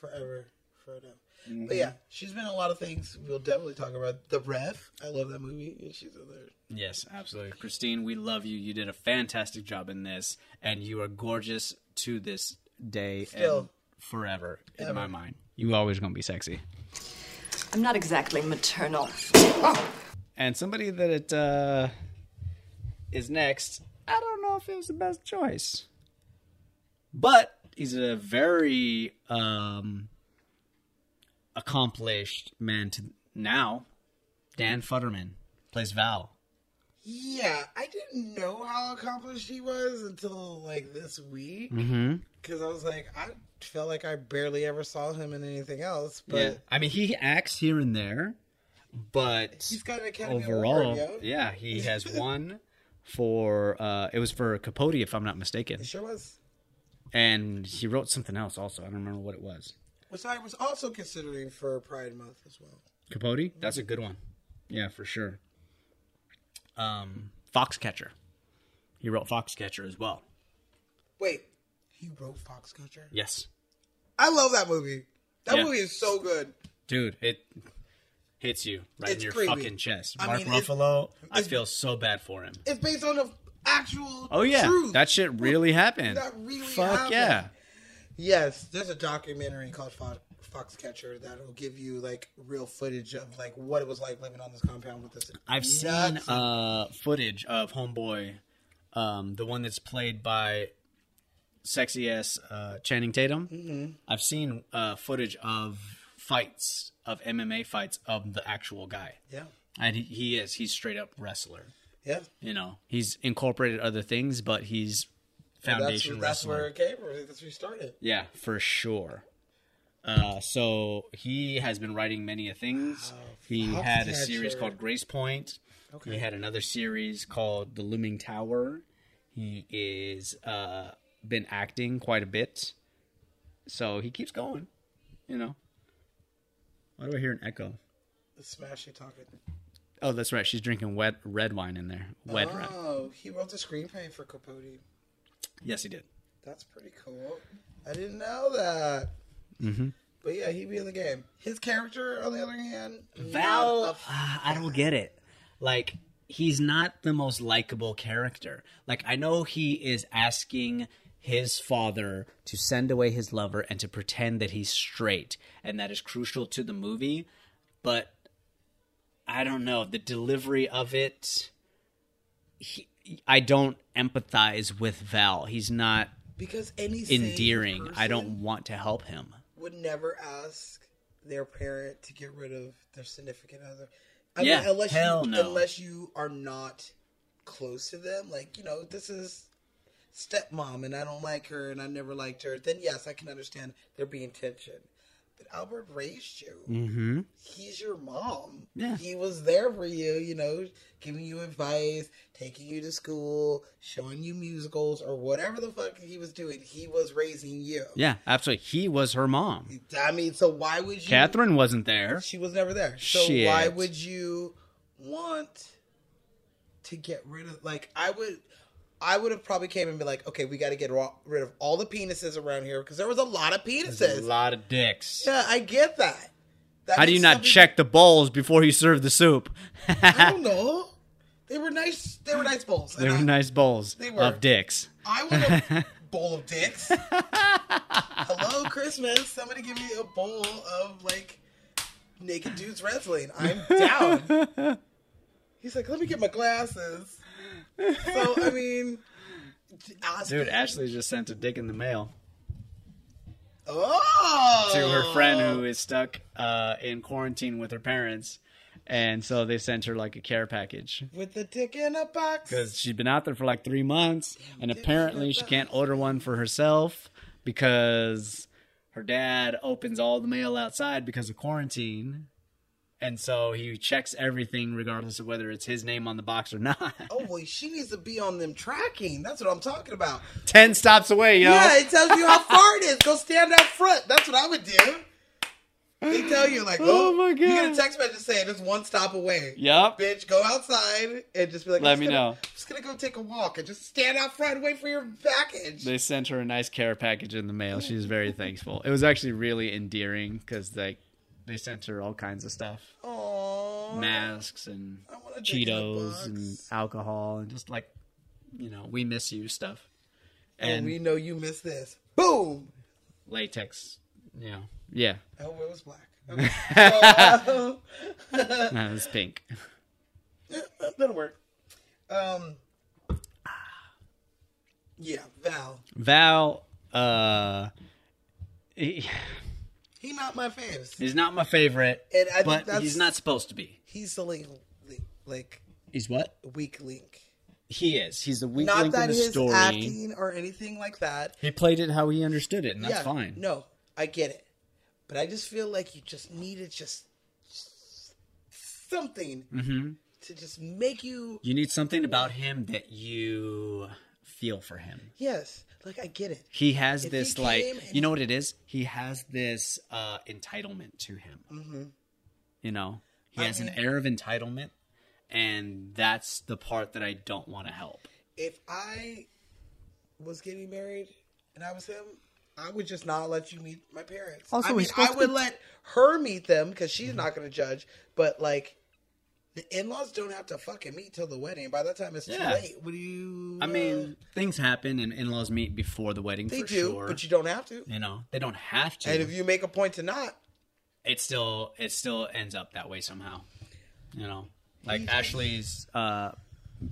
[SPEAKER 1] forever, Frodo.
[SPEAKER 2] Mm-hmm.
[SPEAKER 1] But yeah, she's been in a lot of things. We'll definitely talk about the Rev. I love that movie, and she's in there.
[SPEAKER 2] Yes, absolutely. Christine, we love you. You did a fantastic job in this, and you are gorgeous to this day and
[SPEAKER 1] Still.
[SPEAKER 2] forever in my mind. You always gonna be sexy.
[SPEAKER 7] I'm not exactly maternal.
[SPEAKER 2] And somebody that it uh, is next, I don't know if it was the best choice, but he's a very um, accomplished man to now. Dan Futterman plays Val.
[SPEAKER 1] Yeah, I didn't know how accomplished he was until like this week.
[SPEAKER 2] Mm-hmm.
[SPEAKER 1] Because I was like, I felt like I barely ever saw him in anything else. But
[SPEAKER 2] yeah, I mean he acts here and there, but
[SPEAKER 1] he's got an Academy
[SPEAKER 2] overall,
[SPEAKER 1] Award, yo.
[SPEAKER 2] yeah, he has won for uh, it was for Capote, if I'm not mistaken,
[SPEAKER 1] It sure was.
[SPEAKER 2] and he wrote something else also. I don't remember what it was.
[SPEAKER 1] Which I was also considering for Pride Month as well.
[SPEAKER 2] Capote, that's a good one. Yeah, for sure. Um, Foxcatcher, he wrote Foxcatcher as well.
[SPEAKER 1] Wait, he wrote Foxcatcher?
[SPEAKER 2] Yes,
[SPEAKER 1] I love that movie. That
[SPEAKER 2] Yeah.
[SPEAKER 1] movie is so good.
[SPEAKER 2] dude, it hits you right in
[SPEAKER 1] It's
[SPEAKER 2] your
[SPEAKER 1] creepy.
[SPEAKER 2] fucking chest.
[SPEAKER 1] I
[SPEAKER 2] Mark
[SPEAKER 1] mean, it's-
[SPEAKER 2] Ruffalo, I
[SPEAKER 1] it's-
[SPEAKER 2] feel so bad for him.
[SPEAKER 1] It's based on the actual.
[SPEAKER 2] Oh yeah,
[SPEAKER 1] truth.
[SPEAKER 2] that shit really happened.
[SPEAKER 1] That really
[SPEAKER 2] Fuck
[SPEAKER 1] happened.
[SPEAKER 2] yeah.
[SPEAKER 1] Yes, there's a documentary called Fo- Foxcatcher that'll give you like real footage of like what it was like living on this compound with this.
[SPEAKER 2] I've seen
[SPEAKER 1] nuts-
[SPEAKER 2] uh, footage of Homeboy, um, the one that's played by sexy ass uh, Channing Tatum. Mm-hmm. I've seen uh, footage of fights of MMA fights of the actual guy,
[SPEAKER 1] yeah,
[SPEAKER 2] and he, he is he's straight up wrestler.
[SPEAKER 1] yeah.
[SPEAKER 2] You know, he's incorporated other things, but he's foundation
[SPEAKER 1] that's, that's
[SPEAKER 2] wrestler.
[SPEAKER 1] where it came from. That's where it started.
[SPEAKER 2] Yeah, for sure. Uh, so he has been writing many a things. he had a series
[SPEAKER 1] Foxcatcher.
[SPEAKER 2] called Grace Point. He had another series called The Looming Tower. He is uh, been acting quite a bit, so he keeps going. You know. Why do I hear an echo?
[SPEAKER 1] The smashy talking.
[SPEAKER 2] Oh, that's right. She's drinking wet red wine in there. Wet red.
[SPEAKER 1] Oh, he wrote the screenplay for Capote.
[SPEAKER 2] Yes, he did.
[SPEAKER 1] That's pretty cool. I didn't know that.
[SPEAKER 2] Mm-hmm.
[SPEAKER 1] But yeah, he'd be in the game. His character, on the other hand,
[SPEAKER 2] Val, ah, I don't get it. Like, he's not the most likable character. Like, I know he is asking his father to send away his lover and to pretend that he's straight, and that is crucial to the movie, but I don't know. The delivery of it, he, I don't empathize with Val. He's not
[SPEAKER 1] because any sane
[SPEAKER 2] endearing. I
[SPEAKER 1] person
[SPEAKER 2] don't want to help him.
[SPEAKER 1] would never ask their parent to get rid of their significant other. I
[SPEAKER 2] Yeah,
[SPEAKER 1] mean, unless
[SPEAKER 2] hell
[SPEAKER 1] you,
[SPEAKER 2] no.
[SPEAKER 1] Unless you are not close to them, like you know, this is stepmom, and I don't like her, and I never liked her. Then yes, I can understand there being tension. But Albert raised you.
[SPEAKER 2] Mm-hmm.
[SPEAKER 1] He's your mom.
[SPEAKER 2] Yeah.
[SPEAKER 1] He was there for you, you know, giving you advice, taking you to school, showing you musicals, or whatever the fuck he was doing. He was raising you.
[SPEAKER 2] Yeah, absolutely. He was her mom.
[SPEAKER 1] I mean, so why would you?
[SPEAKER 2] Catherine wasn't there.
[SPEAKER 1] She was never there. So
[SPEAKER 2] Shit.
[SPEAKER 1] why would you want to get rid of? Like, I would, I would have probably came and be like, okay, we got to get ro- rid of all the penises around here because there was a lot of
[SPEAKER 2] There's a
[SPEAKER 1] penises.
[SPEAKER 2] lot of dicks.
[SPEAKER 1] Yeah, I get that. That
[SPEAKER 2] How do
[SPEAKER 1] is
[SPEAKER 2] you not
[SPEAKER 1] something-
[SPEAKER 2] check the bowls before you serve the soup?
[SPEAKER 1] I don't know. They were nice. They were nice bowls.
[SPEAKER 2] They
[SPEAKER 1] And
[SPEAKER 2] were
[SPEAKER 1] I-
[SPEAKER 2] nice bowls
[SPEAKER 1] They were.
[SPEAKER 2] of dicks.
[SPEAKER 1] I want a bowl of dicks. Hello, Christmas. Somebody give me a bowl of like naked dudes wrestling. I'm down. He's like, let me get my glasses. So I mean, Oscar-
[SPEAKER 2] Dude, eh, Ashley just sent a dick in the mail
[SPEAKER 1] oh,
[SPEAKER 2] to her friend who is stuck uh, in quarantine with her parents. And so they sent her like a care package
[SPEAKER 1] with the dick in a box.
[SPEAKER 2] because she'd been out there for like three months. And apparently she can't order one for herself because her dad opens all the mail outside because of quarantine. And so he checks everything regardless of whether it's his name on the box or not.
[SPEAKER 1] Oh boy, she needs to be on them tracking. That's what I'm talking about.
[SPEAKER 2] 10 stops away, yo.
[SPEAKER 1] Yeah, it tells you how far it is. Go stand out front. That's what I would do. They tell you like, oh,
[SPEAKER 2] Oh, my
[SPEAKER 1] you get
[SPEAKER 2] God.
[SPEAKER 1] a text message saying it's one stop away.
[SPEAKER 2] Yup.
[SPEAKER 1] bitch, go outside and just be like,
[SPEAKER 2] Let
[SPEAKER 1] I'm just
[SPEAKER 2] me
[SPEAKER 1] gonna-
[SPEAKER 2] know.
[SPEAKER 1] I'm just gonna go take a walk and just stand out front and wait for your package.
[SPEAKER 2] They sent her a nice care package in the mail. She was very thankful. It was actually really endearing because like they sent her all kinds of stuff,
[SPEAKER 1] Aww,
[SPEAKER 2] masks and
[SPEAKER 1] I want a dick in a
[SPEAKER 2] Cheetos
[SPEAKER 1] box.
[SPEAKER 2] and alcohol and just like you know we miss you stuff
[SPEAKER 1] and
[SPEAKER 2] and
[SPEAKER 1] we know you missed this. Boom.
[SPEAKER 2] latex. Yeah, yeah,
[SPEAKER 1] Oh, it was black. Okay. So, uh,
[SPEAKER 2] that was pink.
[SPEAKER 1] that'll work. Um, yeah, Val.
[SPEAKER 2] Val, uh, he-
[SPEAKER 1] He not my faves.
[SPEAKER 2] he's not my favorite,
[SPEAKER 1] And I think
[SPEAKER 2] but
[SPEAKER 1] that's-
[SPEAKER 2] he's not supposed to be.
[SPEAKER 1] He's the link, link- like
[SPEAKER 2] He's what?
[SPEAKER 1] weak link.
[SPEAKER 2] He is. He's the weak
[SPEAKER 1] Not
[SPEAKER 2] link in
[SPEAKER 1] that
[SPEAKER 2] the
[SPEAKER 1] his
[SPEAKER 2] story.
[SPEAKER 1] acting or anything like that.
[SPEAKER 2] He played it how he understood it, and that's fine.
[SPEAKER 1] No, I get it, but I just feel like you just needed just, just something
[SPEAKER 2] Mm-hmm.
[SPEAKER 1] to just make you.
[SPEAKER 2] You need something about him that you feel for him.
[SPEAKER 1] Yes, like I get it.
[SPEAKER 2] He has
[SPEAKER 1] If he
[SPEAKER 2] this
[SPEAKER 1] came
[SPEAKER 2] like
[SPEAKER 1] and-
[SPEAKER 2] you know what it is? He has this uh entitlement to him.
[SPEAKER 1] Mm-hmm.
[SPEAKER 2] You know? He has an air of entitlement and that's the part that I don't want to help.
[SPEAKER 1] If I was getting married and I was him, I would just not let you meet my parents.
[SPEAKER 2] Also,
[SPEAKER 1] I mean,
[SPEAKER 2] he's supposed
[SPEAKER 1] I
[SPEAKER 2] to
[SPEAKER 1] would
[SPEAKER 2] be-
[SPEAKER 1] let her meet them because she's
[SPEAKER 2] Mm-hmm.
[SPEAKER 1] not going to judge. But like, the in-laws don't have to fucking meet till the wedding. By that time, it's
[SPEAKER 2] Yeah.
[SPEAKER 1] too late. What do you?
[SPEAKER 2] I
[SPEAKER 1] uh,
[SPEAKER 2] mean, things happen and in-laws meet before the wedding
[SPEAKER 1] they
[SPEAKER 2] for
[SPEAKER 1] do,
[SPEAKER 2] sure.
[SPEAKER 1] but you don't have to.
[SPEAKER 2] you know, they don't have to.
[SPEAKER 1] And if you make a point to not,
[SPEAKER 2] it still it still ends up that way somehow. You know, like Ashley's uh,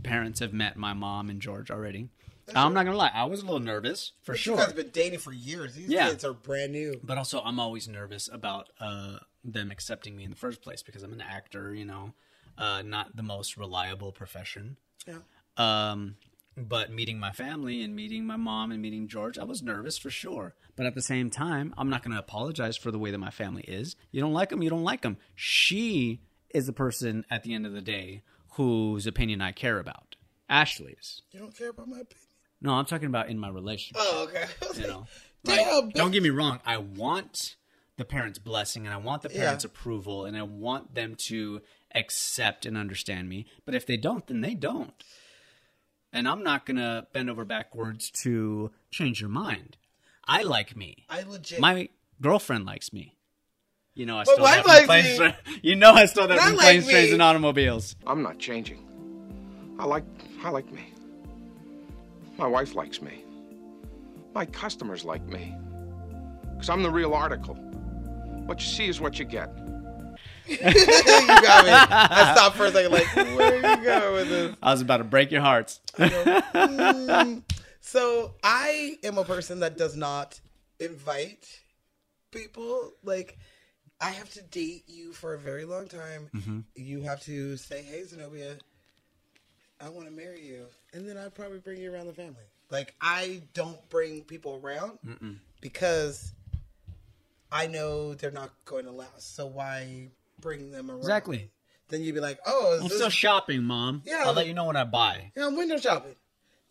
[SPEAKER 2] parents have met my mom and George already. I'm not gonna lie, I was a little nervous for
[SPEAKER 1] you
[SPEAKER 2] sure,
[SPEAKER 1] guys have been dating for years. These
[SPEAKER 2] Yeah.
[SPEAKER 1] kids are brand new.
[SPEAKER 2] but also I'm always nervous about uh, them accepting me in the first place because I'm an actor. You know, uh, not the most reliable profession.
[SPEAKER 1] Yeah.
[SPEAKER 2] Um, but meeting my family and meeting my mom and meeting George, I was nervous for sure. But at the same time, I'm not going to apologize for the way that my family is. You don't like them, you don't like them. She is the person at the end of the day whose opinion I care about. Ashley's.
[SPEAKER 1] You don't care about my opinion.
[SPEAKER 2] No, I'm talking about in my relationship.
[SPEAKER 1] Oh, okay. I was
[SPEAKER 2] You
[SPEAKER 1] like,
[SPEAKER 2] know,
[SPEAKER 1] Damn,
[SPEAKER 2] Like,
[SPEAKER 1] bitch.
[SPEAKER 2] don't get me wrong. I want the parents' blessing and I want the
[SPEAKER 1] Yeah.
[SPEAKER 2] parents' approval and I want them to accept and understand me. But if they don't, then they don't. And I'm not going to bend over backwards to change your mind. I like me.
[SPEAKER 1] I legit.
[SPEAKER 2] My girlfriend likes me. You know I
[SPEAKER 1] But
[SPEAKER 2] still
[SPEAKER 1] why
[SPEAKER 2] have my
[SPEAKER 1] like
[SPEAKER 2] planes,
[SPEAKER 1] me?
[SPEAKER 2] tra- You know I still have my
[SPEAKER 1] Not like
[SPEAKER 2] planes, trains,
[SPEAKER 1] me.
[SPEAKER 2] and automobiles.
[SPEAKER 11] I'm not changing. I like I like me. My wife likes me. My customers like me. Cuz I'm the real article. What you see is what you get.
[SPEAKER 1] you got me. I stopped for a second, like, where are you going with this?
[SPEAKER 2] I was about to break your hearts.
[SPEAKER 1] Mm, so I am a person that does not invite people. Like, I have to date you for a very long time.
[SPEAKER 2] Mm-hmm.
[SPEAKER 12] Mhm.
[SPEAKER 1] You have to say, "Hey, Zenobia, I want to marry you," and then I'd probably bring you around the family. Like, I don't bring people around
[SPEAKER 2] Mm-mm.
[SPEAKER 1] because I know they're not going to last. So why bring them around?
[SPEAKER 2] Exactly.
[SPEAKER 1] Then you'd be like, "Oh, is
[SPEAKER 2] I'm
[SPEAKER 1] this
[SPEAKER 2] still shopping, mom.
[SPEAKER 1] Yeah,
[SPEAKER 2] I'll
[SPEAKER 1] like-
[SPEAKER 2] let you know when I buy.
[SPEAKER 1] yeah, I'm window shopping.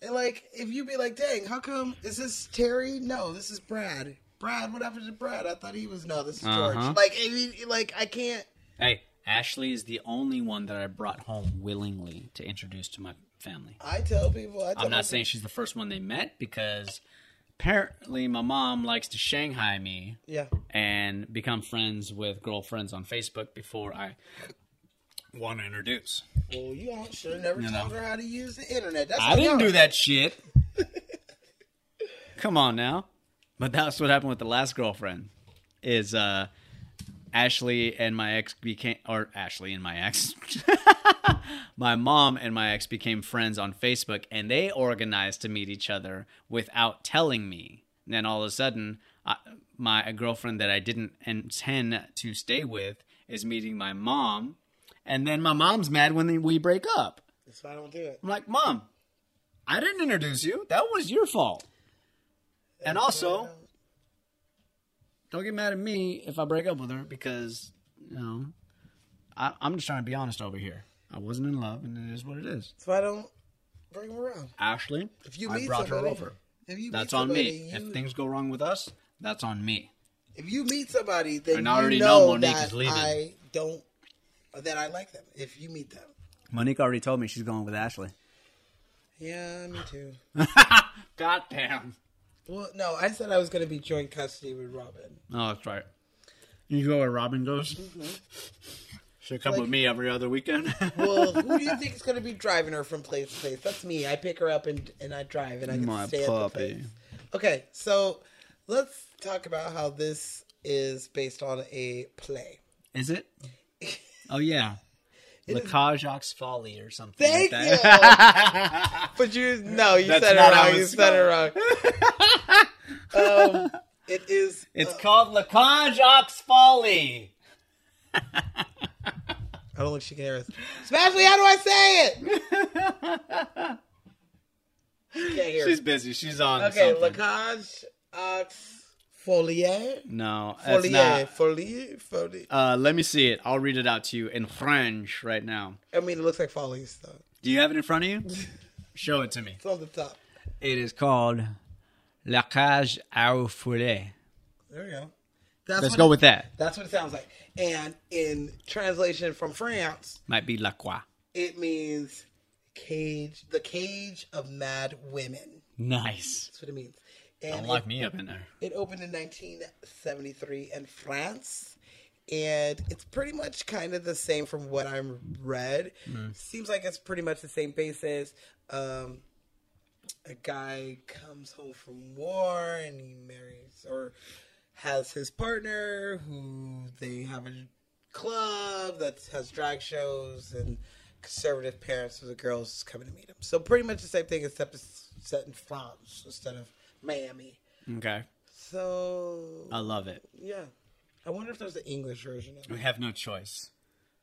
[SPEAKER 1] And like, if you be like, dang, how come is this Terry? No, this is Brad. Brad, what happened to Brad? I thought he was no, this is
[SPEAKER 2] Uh-huh.
[SPEAKER 1] George. Like, I mean, like I can't.
[SPEAKER 2] Hey, Ashley is the only one that I brought home willingly to introduce to my family.
[SPEAKER 1] I tell people. I tell
[SPEAKER 2] I'm not
[SPEAKER 1] people-
[SPEAKER 2] saying she's the first one they met because apparently my mom likes to Shanghai me
[SPEAKER 1] Yeah.
[SPEAKER 2] and become friends with girlfriends on Facebook before I want to introduce.
[SPEAKER 1] Well, you all should have never
[SPEAKER 2] You
[SPEAKER 1] taught
[SPEAKER 2] know.
[SPEAKER 1] her how to use the internet. That's
[SPEAKER 2] I
[SPEAKER 1] like
[SPEAKER 2] didn't
[SPEAKER 1] y'all-
[SPEAKER 2] do that shit. Come on now. But that's what happened with the last girlfriend. Is uh Ashley and my ex became or Ashley and my ex my mom and my ex became friends on Facebook and they organized to meet each other without telling me. And then all of a sudden, I, my girlfriend that I didn't intend to stay with is meeting my mom. And then my mom's mad when they, we break up.
[SPEAKER 1] That's why I don't do it.
[SPEAKER 2] I'm like, Mom, I didn't introduce you. That was your fault. And also, don't get mad at me if I break up with her because, you know, I, I'm just trying to be honest over here. I wasn't in love, and it is what it is.
[SPEAKER 1] That's why I don't bring her around.
[SPEAKER 2] Ashley,
[SPEAKER 1] If you
[SPEAKER 2] I
[SPEAKER 1] meet
[SPEAKER 2] brought
[SPEAKER 1] somebody-
[SPEAKER 2] her over.
[SPEAKER 1] if you meet
[SPEAKER 2] that's on me.
[SPEAKER 1] somebody,
[SPEAKER 2] If things go wrong with us, that's on me.
[SPEAKER 1] If you meet somebody, then
[SPEAKER 2] And
[SPEAKER 1] you
[SPEAKER 2] I already
[SPEAKER 1] know,
[SPEAKER 2] know Monique
[SPEAKER 1] that
[SPEAKER 2] is leaving.
[SPEAKER 1] I don't. That I like them. If you meet them,
[SPEAKER 2] Monique already told me she's going with Ashley.
[SPEAKER 1] yeah, me too.
[SPEAKER 2] God damn.
[SPEAKER 1] Well, no, I said I was going to be joint custody with Robin.
[SPEAKER 2] Oh, that's right. You go where Robin goes? She'll come
[SPEAKER 1] Mm-hmm. Like-
[SPEAKER 2] with me every other weekend.
[SPEAKER 1] Well, who do you think is going to be driving her from place to place? That's me. I pick her up and, and I drive and I can stay at the place. Okay, so let's talk about how this is based on a play.
[SPEAKER 2] Is it? Oh yeah.
[SPEAKER 1] It
[SPEAKER 2] Le
[SPEAKER 1] is-
[SPEAKER 2] Cajax Folly or something.
[SPEAKER 1] Thank
[SPEAKER 2] like
[SPEAKER 1] you.
[SPEAKER 2] that.
[SPEAKER 1] but you no, you
[SPEAKER 2] That's
[SPEAKER 1] said it
[SPEAKER 2] not how
[SPEAKER 1] wrong. You
[SPEAKER 2] it's
[SPEAKER 1] said it wrong. um, it is
[SPEAKER 2] It's called Le Cajax Folly.
[SPEAKER 1] I don't know if she can hear us. Smashly, how do I say it? She can't hear.
[SPEAKER 2] She's busy. She's on.
[SPEAKER 1] okay,
[SPEAKER 2] something.
[SPEAKER 1] Lacage Ox Folier.
[SPEAKER 2] No, that's
[SPEAKER 1] Folier.
[SPEAKER 2] not.
[SPEAKER 1] Folier. Folier.
[SPEAKER 2] Uh, let me see it. I'll read it out to you in French right now.
[SPEAKER 1] I mean, it looks like Follies, though.
[SPEAKER 2] Do you have it in front of you? Show it to me.
[SPEAKER 1] It's on the top.
[SPEAKER 2] It is called La Cage aux Foulées.
[SPEAKER 1] There we go.
[SPEAKER 2] Let's
[SPEAKER 1] what
[SPEAKER 2] go
[SPEAKER 1] it-
[SPEAKER 2] with that.
[SPEAKER 1] That's what it sounds like. And in translation from France,
[SPEAKER 2] Might be La Croix.
[SPEAKER 1] it means cage, the cage of mad women.
[SPEAKER 2] Nice.
[SPEAKER 1] That's what it means.
[SPEAKER 2] Don't
[SPEAKER 1] it-
[SPEAKER 2] lock me up in there.
[SPEAKER 1] It opened in 1973 in France. And it's pretty much kind of the same from what I'm read.
[SPEAKER 2] Mm.
[SPEAKER 1] Seems like it's pretty much the same basis. Um, a guy comes home from war and he marries or has his partner who they have a club that has drag shows and conservative parents of the girls coming to meet him. So pretty much the same thing except it's set in France instead of Miami.
[SPEAKER 2] Okay.
[SPEAKER 1] So
[SPEAKER 2] I love it.
[SPEAKER 1] yeah. I wonder if there's an English version of it.
[SPEAKER 2] We have no choice.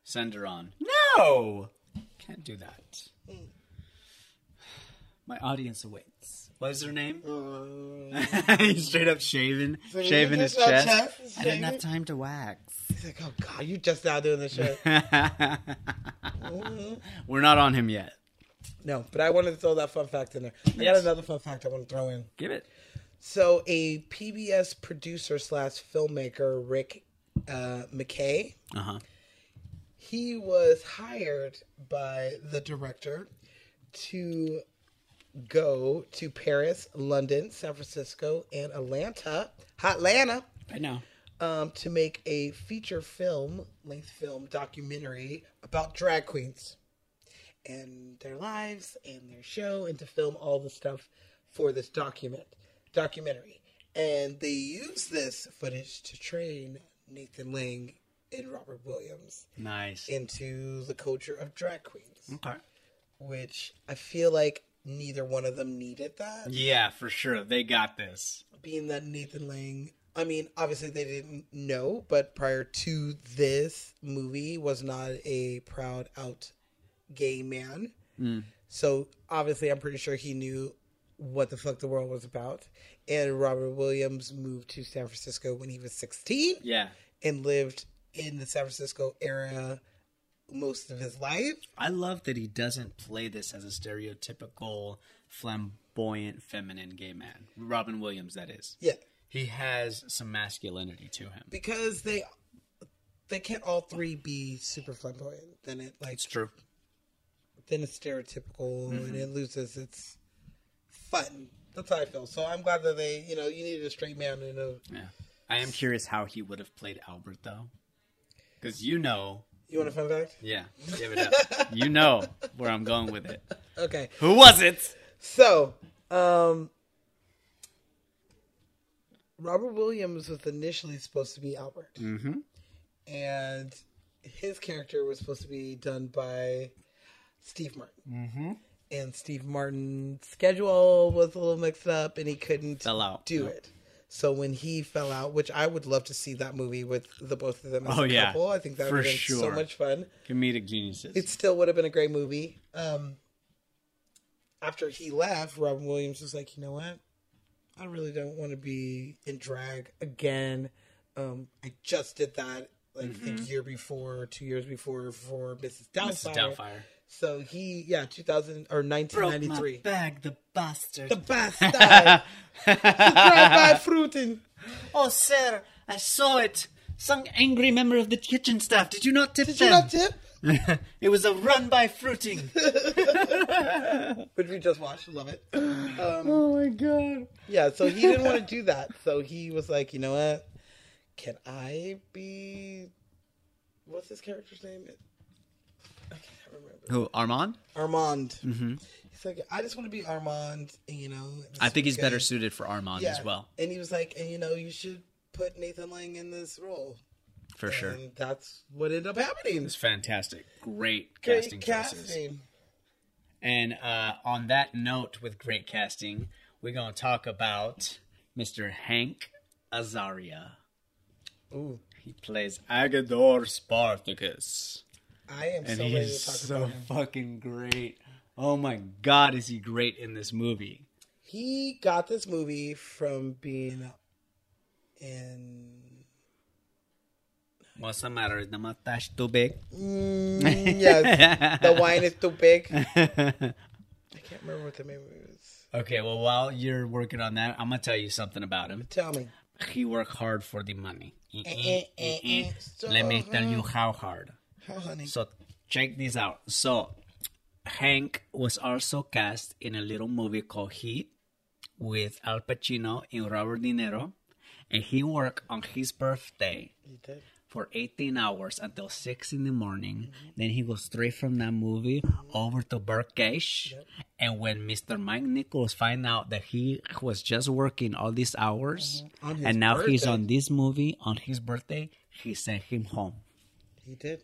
[SPEAKER 2] Send her on. No! Can't do that. My audience awaits. What is her name? He's straight up shaving,
[SPEAKER 1] So you
[SPEAKER 2] shaving his
[SPEAKER 1] just got
[SPEAKER 2] chest.
[SPEAKER 1] chest,
[SPEAKER 2] I didn't
[SPEAKER 1] shaving?
[SPEAKER 2] have time to wax.
[SPEAKER 1] He's like, oh god, you just now doing this shit. Mhm.
[SPEAKER 2] We're not on him yet.
[SPEAKER 1] No, but I wanted to throw that fun fact in there. I got
[SPEAKER 2] Yes.
[SPEAKER 1] another fun fact I want to throw in.
[SPEAKER 2] Give it.
[SPEAKER 1] So a PBS producer slash filmmaker, Rick uh, McKay,
[SPEAKER 2] Uh huh.
[SPEAKER 1] he was hired by the director to go to Paris, London, San Francisco, and Atlanta, Hotlanta,
[SPEAKER 2] I know.
[SPEAKER 1] um, to make a feature film, length film documentary about drag queens and their lives and their show, and to film all the stuff for this document documentary. And they used this footage to train Nathan Lang and Robert Williams
[SPEAKER 2] Nice.
[SPEAKER 1] into the culture of drag queens,
[SPEAKER 2] Okay.
[SPEAKER 1] which I feel like neither one of them needed that.
[SPEAKER 2] Yeah, for sure. They got this.
[SPEAKER 1] Being that Nathan Lang, I mean, obviously they didn't know, but prior to this movie, was not a proud out gay man.
[SPEAKER 2] Mm.
[SPEAKER 1] So obviously, I'm pretty sure he knew what the fuck the world was about. And Robert Williams moved to San Francisco when he was 16
[SPEAKER 2] Yeah.
[SPEAKER 1] and lived in the San Francisco area most of his life.
[SPEAKER 2] I love that he doesn't play this as a stereotypical flamboyant feminine gay man. Robin Williams, that is.
[SPEAKER 1] Yeah.
[SPEAKER 2] He has some masculinity to him.
[SPEAKER 1] because they they can't all three be super flamboyant. Then it like
[SPEAKER 2] true.
[SPEAKER 1] then it's stereotypical and it loses its fun. That's how I feel. So I'm glad that they you know you needed a straight man and a
[SPEAKER 2] Yeah. I am curious how he would have played Albert though. Cuz you know,
[SPEAKER 1] you want a fun fact?
[SPEAKER 2] yeah, give it up. you know where I'm going with it.
[SPEAKER 1] Okay.
[SPEAKER 2] Who was it?
[SPEAKER 1] So, um, Robert Williams was initially supposed to be Albert,
[SPEAKER 2] Mhm.
[SPEAKER 1] and his character was supposed to be done by Steve Martin. Mm-hmm. And Steve Martin's schedule was a little mixed up, and he couldn't
[SPEAKER 2] Fell out.
[SPEAKER 1] do
[SPEAKER 2] Yep.
[SPEAKER 1] it. So when he fell out, which I would love to see that movie with the both of them as
[SPEAKER 2] Oh,
[SPEAKER 1] a
[SPEAKER 2] yeah.
[SPEAKER 1] couple, I think that
[SPEAKER 2] For
[SPEAKER 1] would have been so
[SPEAKER 2] sure.
[SPEAKER 1] much fun
[SPEAKER 2] Comedic geniuses.
[SPEAKER 1] it still would have been a great movie. Um, after he left, Robin Williams was like, you know what? I really don't want to be in drag again. Um, I just did that like the year before, two years before for Mrs.
[SPEAKER 2] Mrs.
[SPEAKER 1] Doubtfire.
[SPEAKER 2] Doubtfire.
[SPEAKER 1] So he, yeah, 2000 or 1993.
[SPEAKER 2] bag, the bastard.
[SPEAKER 1] The bastard. Drive by fruiting.
[SPEAKER 2] Oh, sir, I saw it. Some angry member of the kitchen staff. Did you not tip
[SPEAKER 1] Did you not tip?
[SPEAKER 2] It was a run by fruiting.
[SPEAKER 1] Which we just watched. Love it. Um,
[SPEAKER 2] oh my god.
[SPEAKER 1] Yeah, so he didn't want to do that. So he was like, you know what? Can I be? What's his character's name? I can't remember.
[SPEAKER 2] Who? Armand?
[SPEAKER 1] Armand.
[SPEAKER 2] Mm-hmm.
[SPEAKER 1] He's like, I just want to be Armand. And, you know, this
[SPEAKER 2] I think he's
[SPEAKER 1] guy-
[SPEAKER 2] better suited for Armand as well,
[SPEAKER 1] And he was like, and you know, you should put Nathan Lang in this role.
[SPEAKER 2] for sure.
[SPEAKER 1] And that's what ended up happening.
[SPEAKER 2] It's fantastic. Great
[SPEAKER 1] Great
[SPEAKER 2] casting choices. And uh, on that note, with great casting, we're gonna talk about Mr. Hank Azaria.
[SPEAKER 1] Ooh,
[SPEAKER 2] He plays Agador Spartacus.
[SPEAKER 1] I am
[SPEAKER 2] and
[SPEAKER 1] so
[SPEAKER 2] he
[SPEAKER 1] ready
[SPEAKER 2] is
[SPEAKER 1] to talk
[SPEAKER 2] so
[SPEAKER 1] about him.
[SPEAKER 2] fucking great. Oh my god, is he great in this movie?
[SPEAKER 1] He got this movie from being in
[SPEAKER 2] What's the matter? Is the mustache too big?
[SPEAKER 1] Mm, yes, the wine is too big. I can't remember what the name is.
[SPEAKER 2] Okay, well, while you're working on that, I'm gonna tell you something about him.
[SPEAKER 1] Tell me.
[SPEAKER 2] He worked hard for the money.
[SPEAKER 1] eh, eh, eh. So mm.
[SPEAKER 2] Let me tell you how hard.
[SPEAKER 1] How honey?
[SPEAKER 2] So check this out. So Hank was also cast in a little movie called Heat with Al Pacino and Robert De Niro, and he worked on his birthday
[SPEAKER 1] You did.
[SPEAKER 2] for 18 hours until 6 in the morning. Then he goes straight from that movie over to Burkesh. And when Mr. Mike Nichols find out that he was just working all these hours
[SPEAKER 1] Uh-huh. On his
[SPEAKER 2] and now he's
[SPEAKER 1] birthday.
[SPEAKER 2] on this movie on his birthday, he sent him home.
[SPEAKER 1] He did.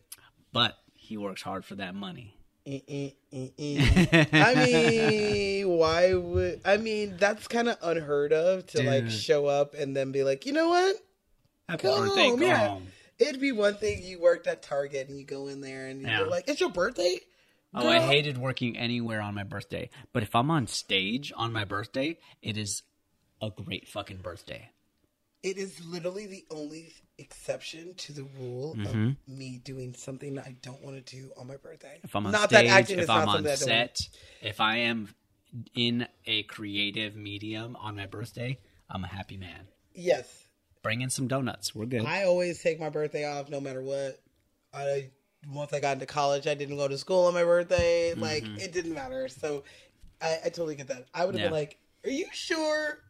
[SPEAKER 2] But he works hard for that money.
[SPEAKER 1] Eh, eh, eh, eh. I mean, why would? I mean, that's kind of unheard of to like
[SPEAKER 2] Dude.
[SPEAKER 1] show up and then be like, you know what?
[SPEAKER 2] Happy
[SPEAKER 1] Go
[SPEAKER 2] birthday,
[SPEAKER 1] home,
[SPEAKER 2] go
[SPEAKER 1] yeah.
[SPEAKER 2] home.
[SPEAKER 1] It'd be one thing you worked at Target and you go in there and
[SPEAKER 2] Yeah.
[SPEAKER 1] you're like, it's your birthday.
[SPEAKER 2] Oh, I
[SPEAKER 1] Girl.
[SPEAKER 2] hated working anywhere on my birthday. But if I'm on stage on my birthday, it is a great fucking birthday.
[SPEAKER 1] It is literally the only exception to the rule of me doing something that I don't want to do on my birthday.
[SPEAKER 2] Mm-hmm. if I'm on
[SPEAKER 1] not
[SPEAKER 2] stage,
[SPEAKER 1] that acting
[SPEAKER 2] if
[SPEAKER 1] is
[SPEAKER 2] I'm
[SPEAKER 1] not
[SPEAKER 2] on
[SPEAKER 1] something I don't
[SPEAKER 2] set, if I am in a creative medium on my birthday, I'm a happy man.
[SPEAKER 1] Yes.
[SPEAKER 2] Bring in some donuts. We're good.
[SPEAKER 1] I always take my birthday off no matter what. I once I got into college, I didn't go to school on my birthday. Like
[SPEAKER 2] Mhm.
[SPEAKER 1] it didn't matter. So I, I totally get that. I would have
[SPEAKER 2] Yeah.
[SPEAKER 1] been like, "Are you sure?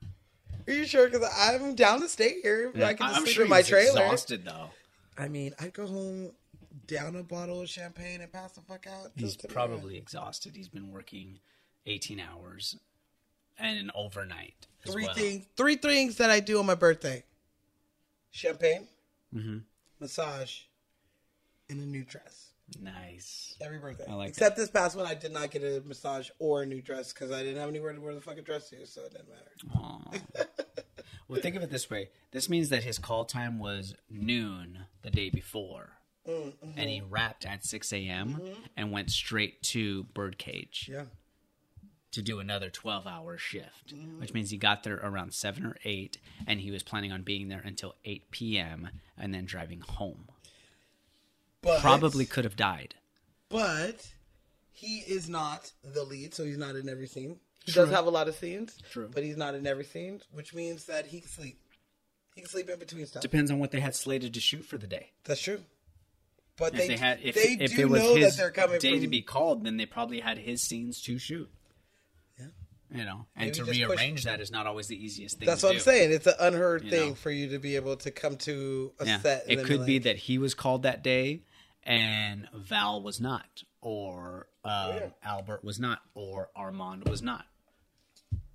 [SPEAKER 1] Are you sure? Because I'm down to stay here.
[SPEAKER 2] Yeah.
[SPEAKER 1] I can just
[SPEAKER 2] I'm
[SPEAKER 1] sleep
[SPEAKER 2] sure
[SPEAKER 1] in my
[SPEAKER 2] he's
[SPEAKER 1] trailer."
[SPEAKER 2] exhausted though.
[SPEAKER 1] I mean, I'd go home, down a bottle of champagne, and pass the fuck out.
[SPEAKER 2] He's
[SPEAKER 1] just to-
[SPEAKER 2] probably exhausted. He's been working 18 hours and an overnight. As
[SPEAKER 1] three
[SPEAKER 2] well.
[SPEAKER 1] things. Three things that I do on my birthday: champagne,
[SPEAKER 2] Mm-hmm.
[SPEAKER 1] massage, and a new dress.
[SPEAKER 2] Nice.
[SPEAKER 1] Every birthday.
[SPEAKER 2] I like
[SPEAKER 1] Except this past one, I did not get a massage or a new dress because I didn't have anywhere to wear the fucking dress to, so it didn't matter.
[SPEAKER 2] Well, think of it this way. This means that his call time was noon the day before,
[SPEAKER 1] Mm, mhm.
[SPEAKER 2] and he wrapped at 6 a.m.
[SPEAKER 1] Mhm.
[SPEAKER 2] and went straight to Birdcage.
[SPEAKER 1] Yeah.
[SPEAKER 2] To do another 12 hour shift, which means he got there around 7 or 8, and he was planning on being there until 8 p.m. and then driving home.
[SPEAKER 1] But-
[SPEAKER 2] Probably could have died.
[SPEAKER 1] But he is not the lead, so he's not in every scene. He
[SPEAKER 2] True.
[SPEAKER 1] does have a lot of scenes,
[SPEAKER 2] True.
[SPEAKER 1] but he's not in every scene, which means that he can sleep. He can sleep in between stuff.
[SPEAKER 2] Depends on what they had slated to shoot for the day.
[SPEAKER 1] That's true. But
[SPEAKER 2] if
[SPEAKER 1] they,
[SPEAKER 2] they, had, if,
[SPEAKER 1] they
[SPEAKER 2] if
[SPEAKER 1] do
[SPEAKER 2] it was
[SPEAKER 1] know
[SPEAKER 2] his
[SPEAKER 1] that they're coming
[SPEAKER 2] day to
[SPEAKER 1] from-
[SPEAKER 2] be called, then they probably had his scenes to shoot. Yeah, you know, and
[SPEAKER 1] Maybe
[SPEAKER 2] to
[SPEAKER 1] just push-
[SPEAKER 2] rearrange that is not always the easiest thing.
[SPEAKER 1] That's
[SPEAKER 2] to
[SPEAKER 1] what I'm
[SPEAKER 2] do.
[SPEAKER 1] saying. It's an unheard
[SPEAKER 2] You
[SPEAKER 1] thing
[SPEAKER 2] know?
[SPEAKER 1] for you to be able to come to a
[SPEAKER 2] Yeah.
[SPEAKER 1] set. and
[SPEAKER 2] It
[SPEAKER 1] then
[SPEAKER 2] could be
[SPEAKER 1] like-
[SPEAKER 2] that he was called that day, and Val was not, or
[SPEAKER 1] Oh,
[SPEAKER 2] um, Albert was not, or Armand was not.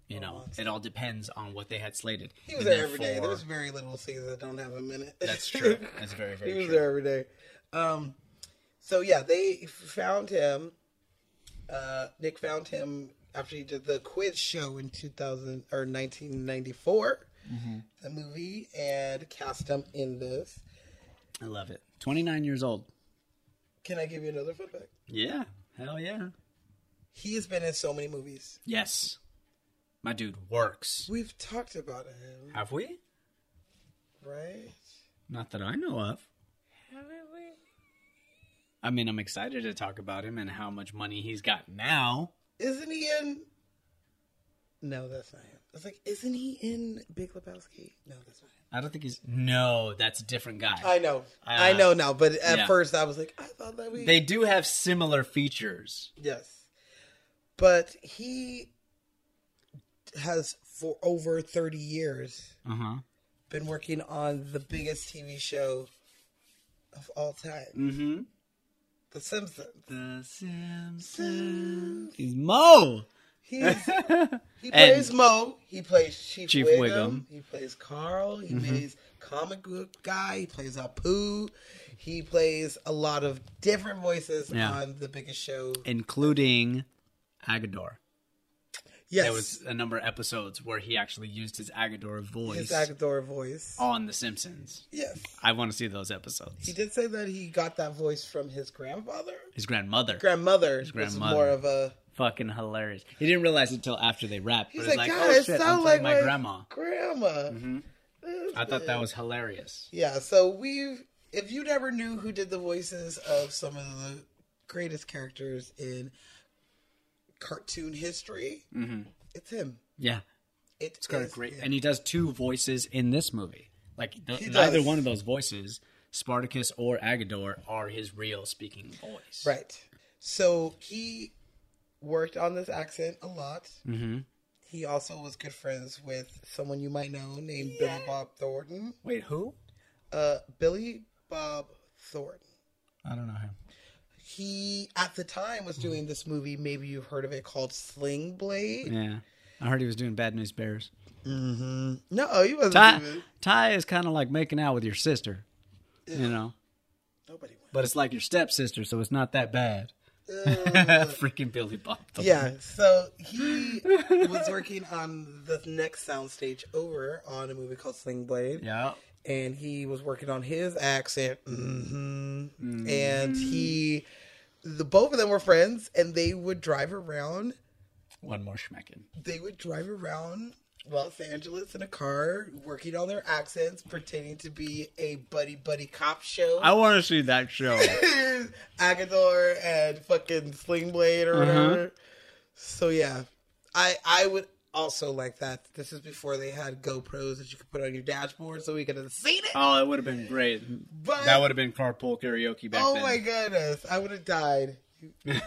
[SPEAKER 2] You know, it all depends on what they had slated.
[SPEAKER 1] He was
[SPEAKER 2] And
[SPEAKER 1] there every day.
[SPEAKER 2] therefore-
[SPEAKER 1] There's very little scenes that don't have a minute.
[SPEAKER 2] That's true. That's very, very
[SPEAKER 1] he was
[SPEAKER 2] true.
[SPEAKER 1] there every day. Um, so yeah, they f- found him. Uh, Nick found him after he did the quiz show in 2000 or 1994,
[SPEAKER 2] Mm-hmm.
[SPEAKER 1] the movie, and cast him in this.
[SPEAKER 2] I love it. Twenty nine years old.
[SPEAKER 1] Can I give you another fun fact?
[SPEAKER 2] Yeah, hell yeah.
[SPEAKER 1] He has been in so many movies.
[SPEAKER 2] Yes, my dude works.
[SPEAKER 1] We've talked about him,
[SPEAKER 2] Have we?
[SPEAKER 1] right?
[SPEAKER 2] Not that I know of. I mean, I'm excited to talk about him and how much money he's got now.
[SPEAKER 1] Isn't he in? No, that's not him. I was like, isn't he in Big Lebowski? No, that's not him.
[SPEAKER 2] I don't think he's. No, that's a different guy.
[SPEAKER 1] I know.
[SPEAKER 2] Uh,
[SPEAKER 1] I know now, but at
[SPEAKER 2] yeah.
[SPEAKER 1] first I was like, I thought that we
[SPEAKER 2] They do have similar features.
[SPEAKER 1] Yes. But he has for over 30 years
[SPEAKER 2] Uh huh.
[SPEAKER 1] been working on the biggest TV show of all time.
[SPEAKER 2] Mm-hmm.
[SPEAKER 1] The Simpsons.
[SPEAKER 2] The Simpsons. He's Mo.
[SPEAKER 1] He's, he
[SPEAKER 2] And-
[SPEAKER 1] plays Mo. He plays Chief,
[SPEAKER 2] Chief
[SPEAKER 1] Wiggum.
[SPEAKER 2] Wiggum.
[SPEAKER 1] He plays Carl. He
[SPEAKER 2] Mhm.
[SPEAKER 1] plays comic book guy. He plays Apu. He plays a lot of different voices
[SPEAKER 2] Yeah.
[SPEAKER 1] on the biggest show.
[SPEAKER 2] Including Agador.
[SPEAKER 1] Yes.
[SPEAKER 2] There was a number of episodes where he actually used his Agador voice
[SPEAKER 1] His Agador voice.
[SPEAKER 2] on The Simpsons.
[SPEAKER 1] Yes.
[SPEAKER 2] I want to see those episodes.
[SPEAKER 1] He did say that he got that voice from his grandfather.
[SPEAKER 2] His grandmother.
[SPEAKER 1] Grandmother,
[SPEAKER 2] His
[SPEAKER 1] was
[SPEAKER 2] grandmother.
[SPEAKER 1] more of a.
[SPEAKER 2] Fucking hilarious. He didn't realize until after they rapped.
[SPEAKER 1] He's
[SPEAKER 2] but it's
[SPEAKER 1] like,
[SPEAKER 2] like,
[SPEAKER 1] God,
[SPEAKER 2] oh
[SPEAKER 1] it
[SPEAKER 2] shit, I'm
[SPEAKER 1] sounds
[SPEAKER 2] playing
[SPEAKER 1] like
[SPEAKER 2] my
[SPEAKER 1] my
[SPEAKER 2] grandma.
[SPEAKER 1] grandma.
[SPEAKER 2] hmm I thought that was hilarious.
[SPEAKER 1] Yeah, so we've. If you never knew who did the voices of some of the greatest characters in cartoon history,
[SPEAKER 2] hmm
[SPEAKER 1] it's him.
[SPEAKER 2] Yeah,
[SPEAKER 1] It
[SPEAKER 2] it's got a
[SPEAKER 1] is
[SPEAKER 2] great,
[SPEAKER 1] him.
[SPEAKER 2] and he does two voices in this movie. Like the,
[SPEAKER 1] He
[SPEAKER 2] neither
[SPEAKER 1] does.
[SPEAKER 2] one of those voices, Spartacus or Agador, are his real speaking voice.
[SPEAKER 1] Right. So he worked on this accent a lot.
[SPEAKER 2] Mm-hmm.
[SPEAKER 1] He also was good friends with someone you might know named Billy Bob Thornton.
[SPEAKER 2] Wait, who?
[SPEAKER 1] Uh, Billy Bob Thornton.
[SPEAKER 2] I don't know him.
[SPEAKER 1] He at the time was doing this movie. Maybe you've heard of it called Sling Blade.
[SPEAKER 2] Yeah, I heard he was doing Bad News Bears.
[SPEAKER 1] Mm-hmm. No, he wasn't.
[SPEAKER 2] Ty,
[SPEAKER 1] doing it.
[SPEAKER 2] Ty is kind of like making out with your sister, you know.
[SPEAKER 1] Nobody.
[SPEAKER 2] But it's like your stepsister, so it's not that bad.
[SPEAKER 1] Ugh.
[SPEAKER 2] Freaking Billy Bob. Thornton.
[SPEAKER 1] Yeah, so he was working on the next soundstage over on a movie called Sling Blade.
[SPEAKER 2] Yeah.
[SPEAKER 1] And he was working on his accent. hmm
[SPEAKER 2] Mm-hmm.
[SPEAKER 1] And he, the both of them were friends, and they would drive around
[SPEAKER 2] One more schmeckin'.
[SPEAKER 1] they would drive around Los Angeles in a car, working on their accents, pretending to be a buddy buddy cop show.
[SPEAKER 2] I want to see that show.
[SPEAKER 1] Agador and fucking Sling Blade or
[SPEAKER 2] Uh-huh.
[SPEAKER 1] whatever. So yeah, I I would also like that. This is before they had GoPros that you could put on your dashboard, so we could have seen it.
[SPEAKER 2] Oh, it would have been great.
[SPEAKER 1] But-
[SPEAKER 2] that would have been carpool karaoke back
[SPEAKER 1] oh
[SPEAKER 2] then.
[SPEAKER 1] my goodness, I would have died.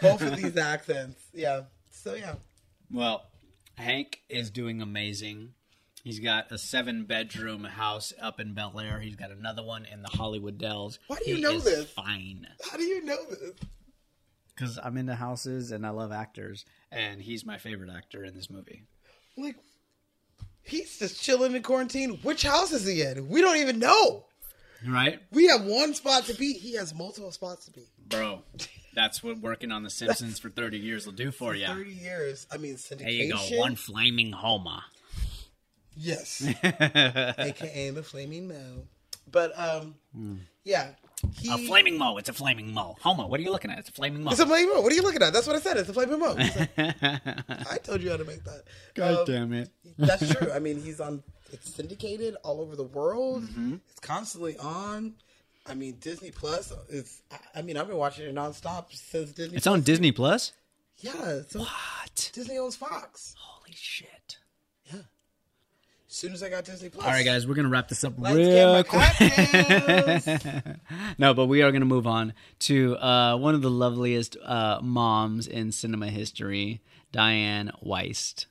[SPEAKER 1] Both of these accents, yeah. So yeah,
[SPEAKER 2] Well, Hank is doing amazing. He's got a seven bedroom house up in Bel Air. He's got another one in the Hollywood Dells.
[SPEAKER 1] Why do you
[SPEAKER 2] He
[SPEAKER 1] know
[SPEAKER 2] is
[SPEAKER 1] this?
[SPEAKER 2] Fine.
[SPEAKER 1] how do you know this?
[SPEAKER 2] Because I'm into houses and I love actors, and he's my favorite actor in this movie.
[SPEAKER 1] Like, he's just chilling in quarantine. Which house is he in? We don't even know.
[SPEAKER 2] Right?
[SPEAKER 1] We have one spot to be. He has multiple spots to be.
[SPEAKER 2] Bro, that's what working on The Simpsons for 30 years will do for you.
[SPEAKER 1] Thirty years. I mean, syndication.
[SPEAKER 2] There you go. One flaming Homer.
[SPEAKER 1] Yes. AKA the flaming mo. But um, yeah, he.
[SPEAKER 2] Hmm. A flaming mo. It's a flaming mo. Homo, what are you looking at? It's a flaming mo.
[SPEAKER 1] It's a flaming mo. What are you looking at? That's what I said. It's a flaming mo. He's like, I told you how to make that. Um,
[SPEAKER 2] it.
[SPEAKER 1] That's true. I mean, he's on. It's syndicated all over the world. It's constantly on. I mean, Disney Plus is. I- I mean, I've been watching it nonstop since Disney.
[SPEAKER 2] It's on Disney Plus?
[SPEAKER 1] Yeah. So
[SPEAKER 2] What?
[SPEAKER 1] Disney owns Fox.
[SPEAKER 2] Holy shit.
[SPEAKER 1] As soon as I got Disney Plus.
[SPEAKER 2] All right, guys, we're gonna wrap this up
[SPEAKER 1] Let's get my
[SPEAKER 2] real
[SPEAKER 1] cocktails.
[SPEAKER 2] quick. no, but we are gonna move on to uh, one of the loveliest uh, moms in cinema history, Diane Weist.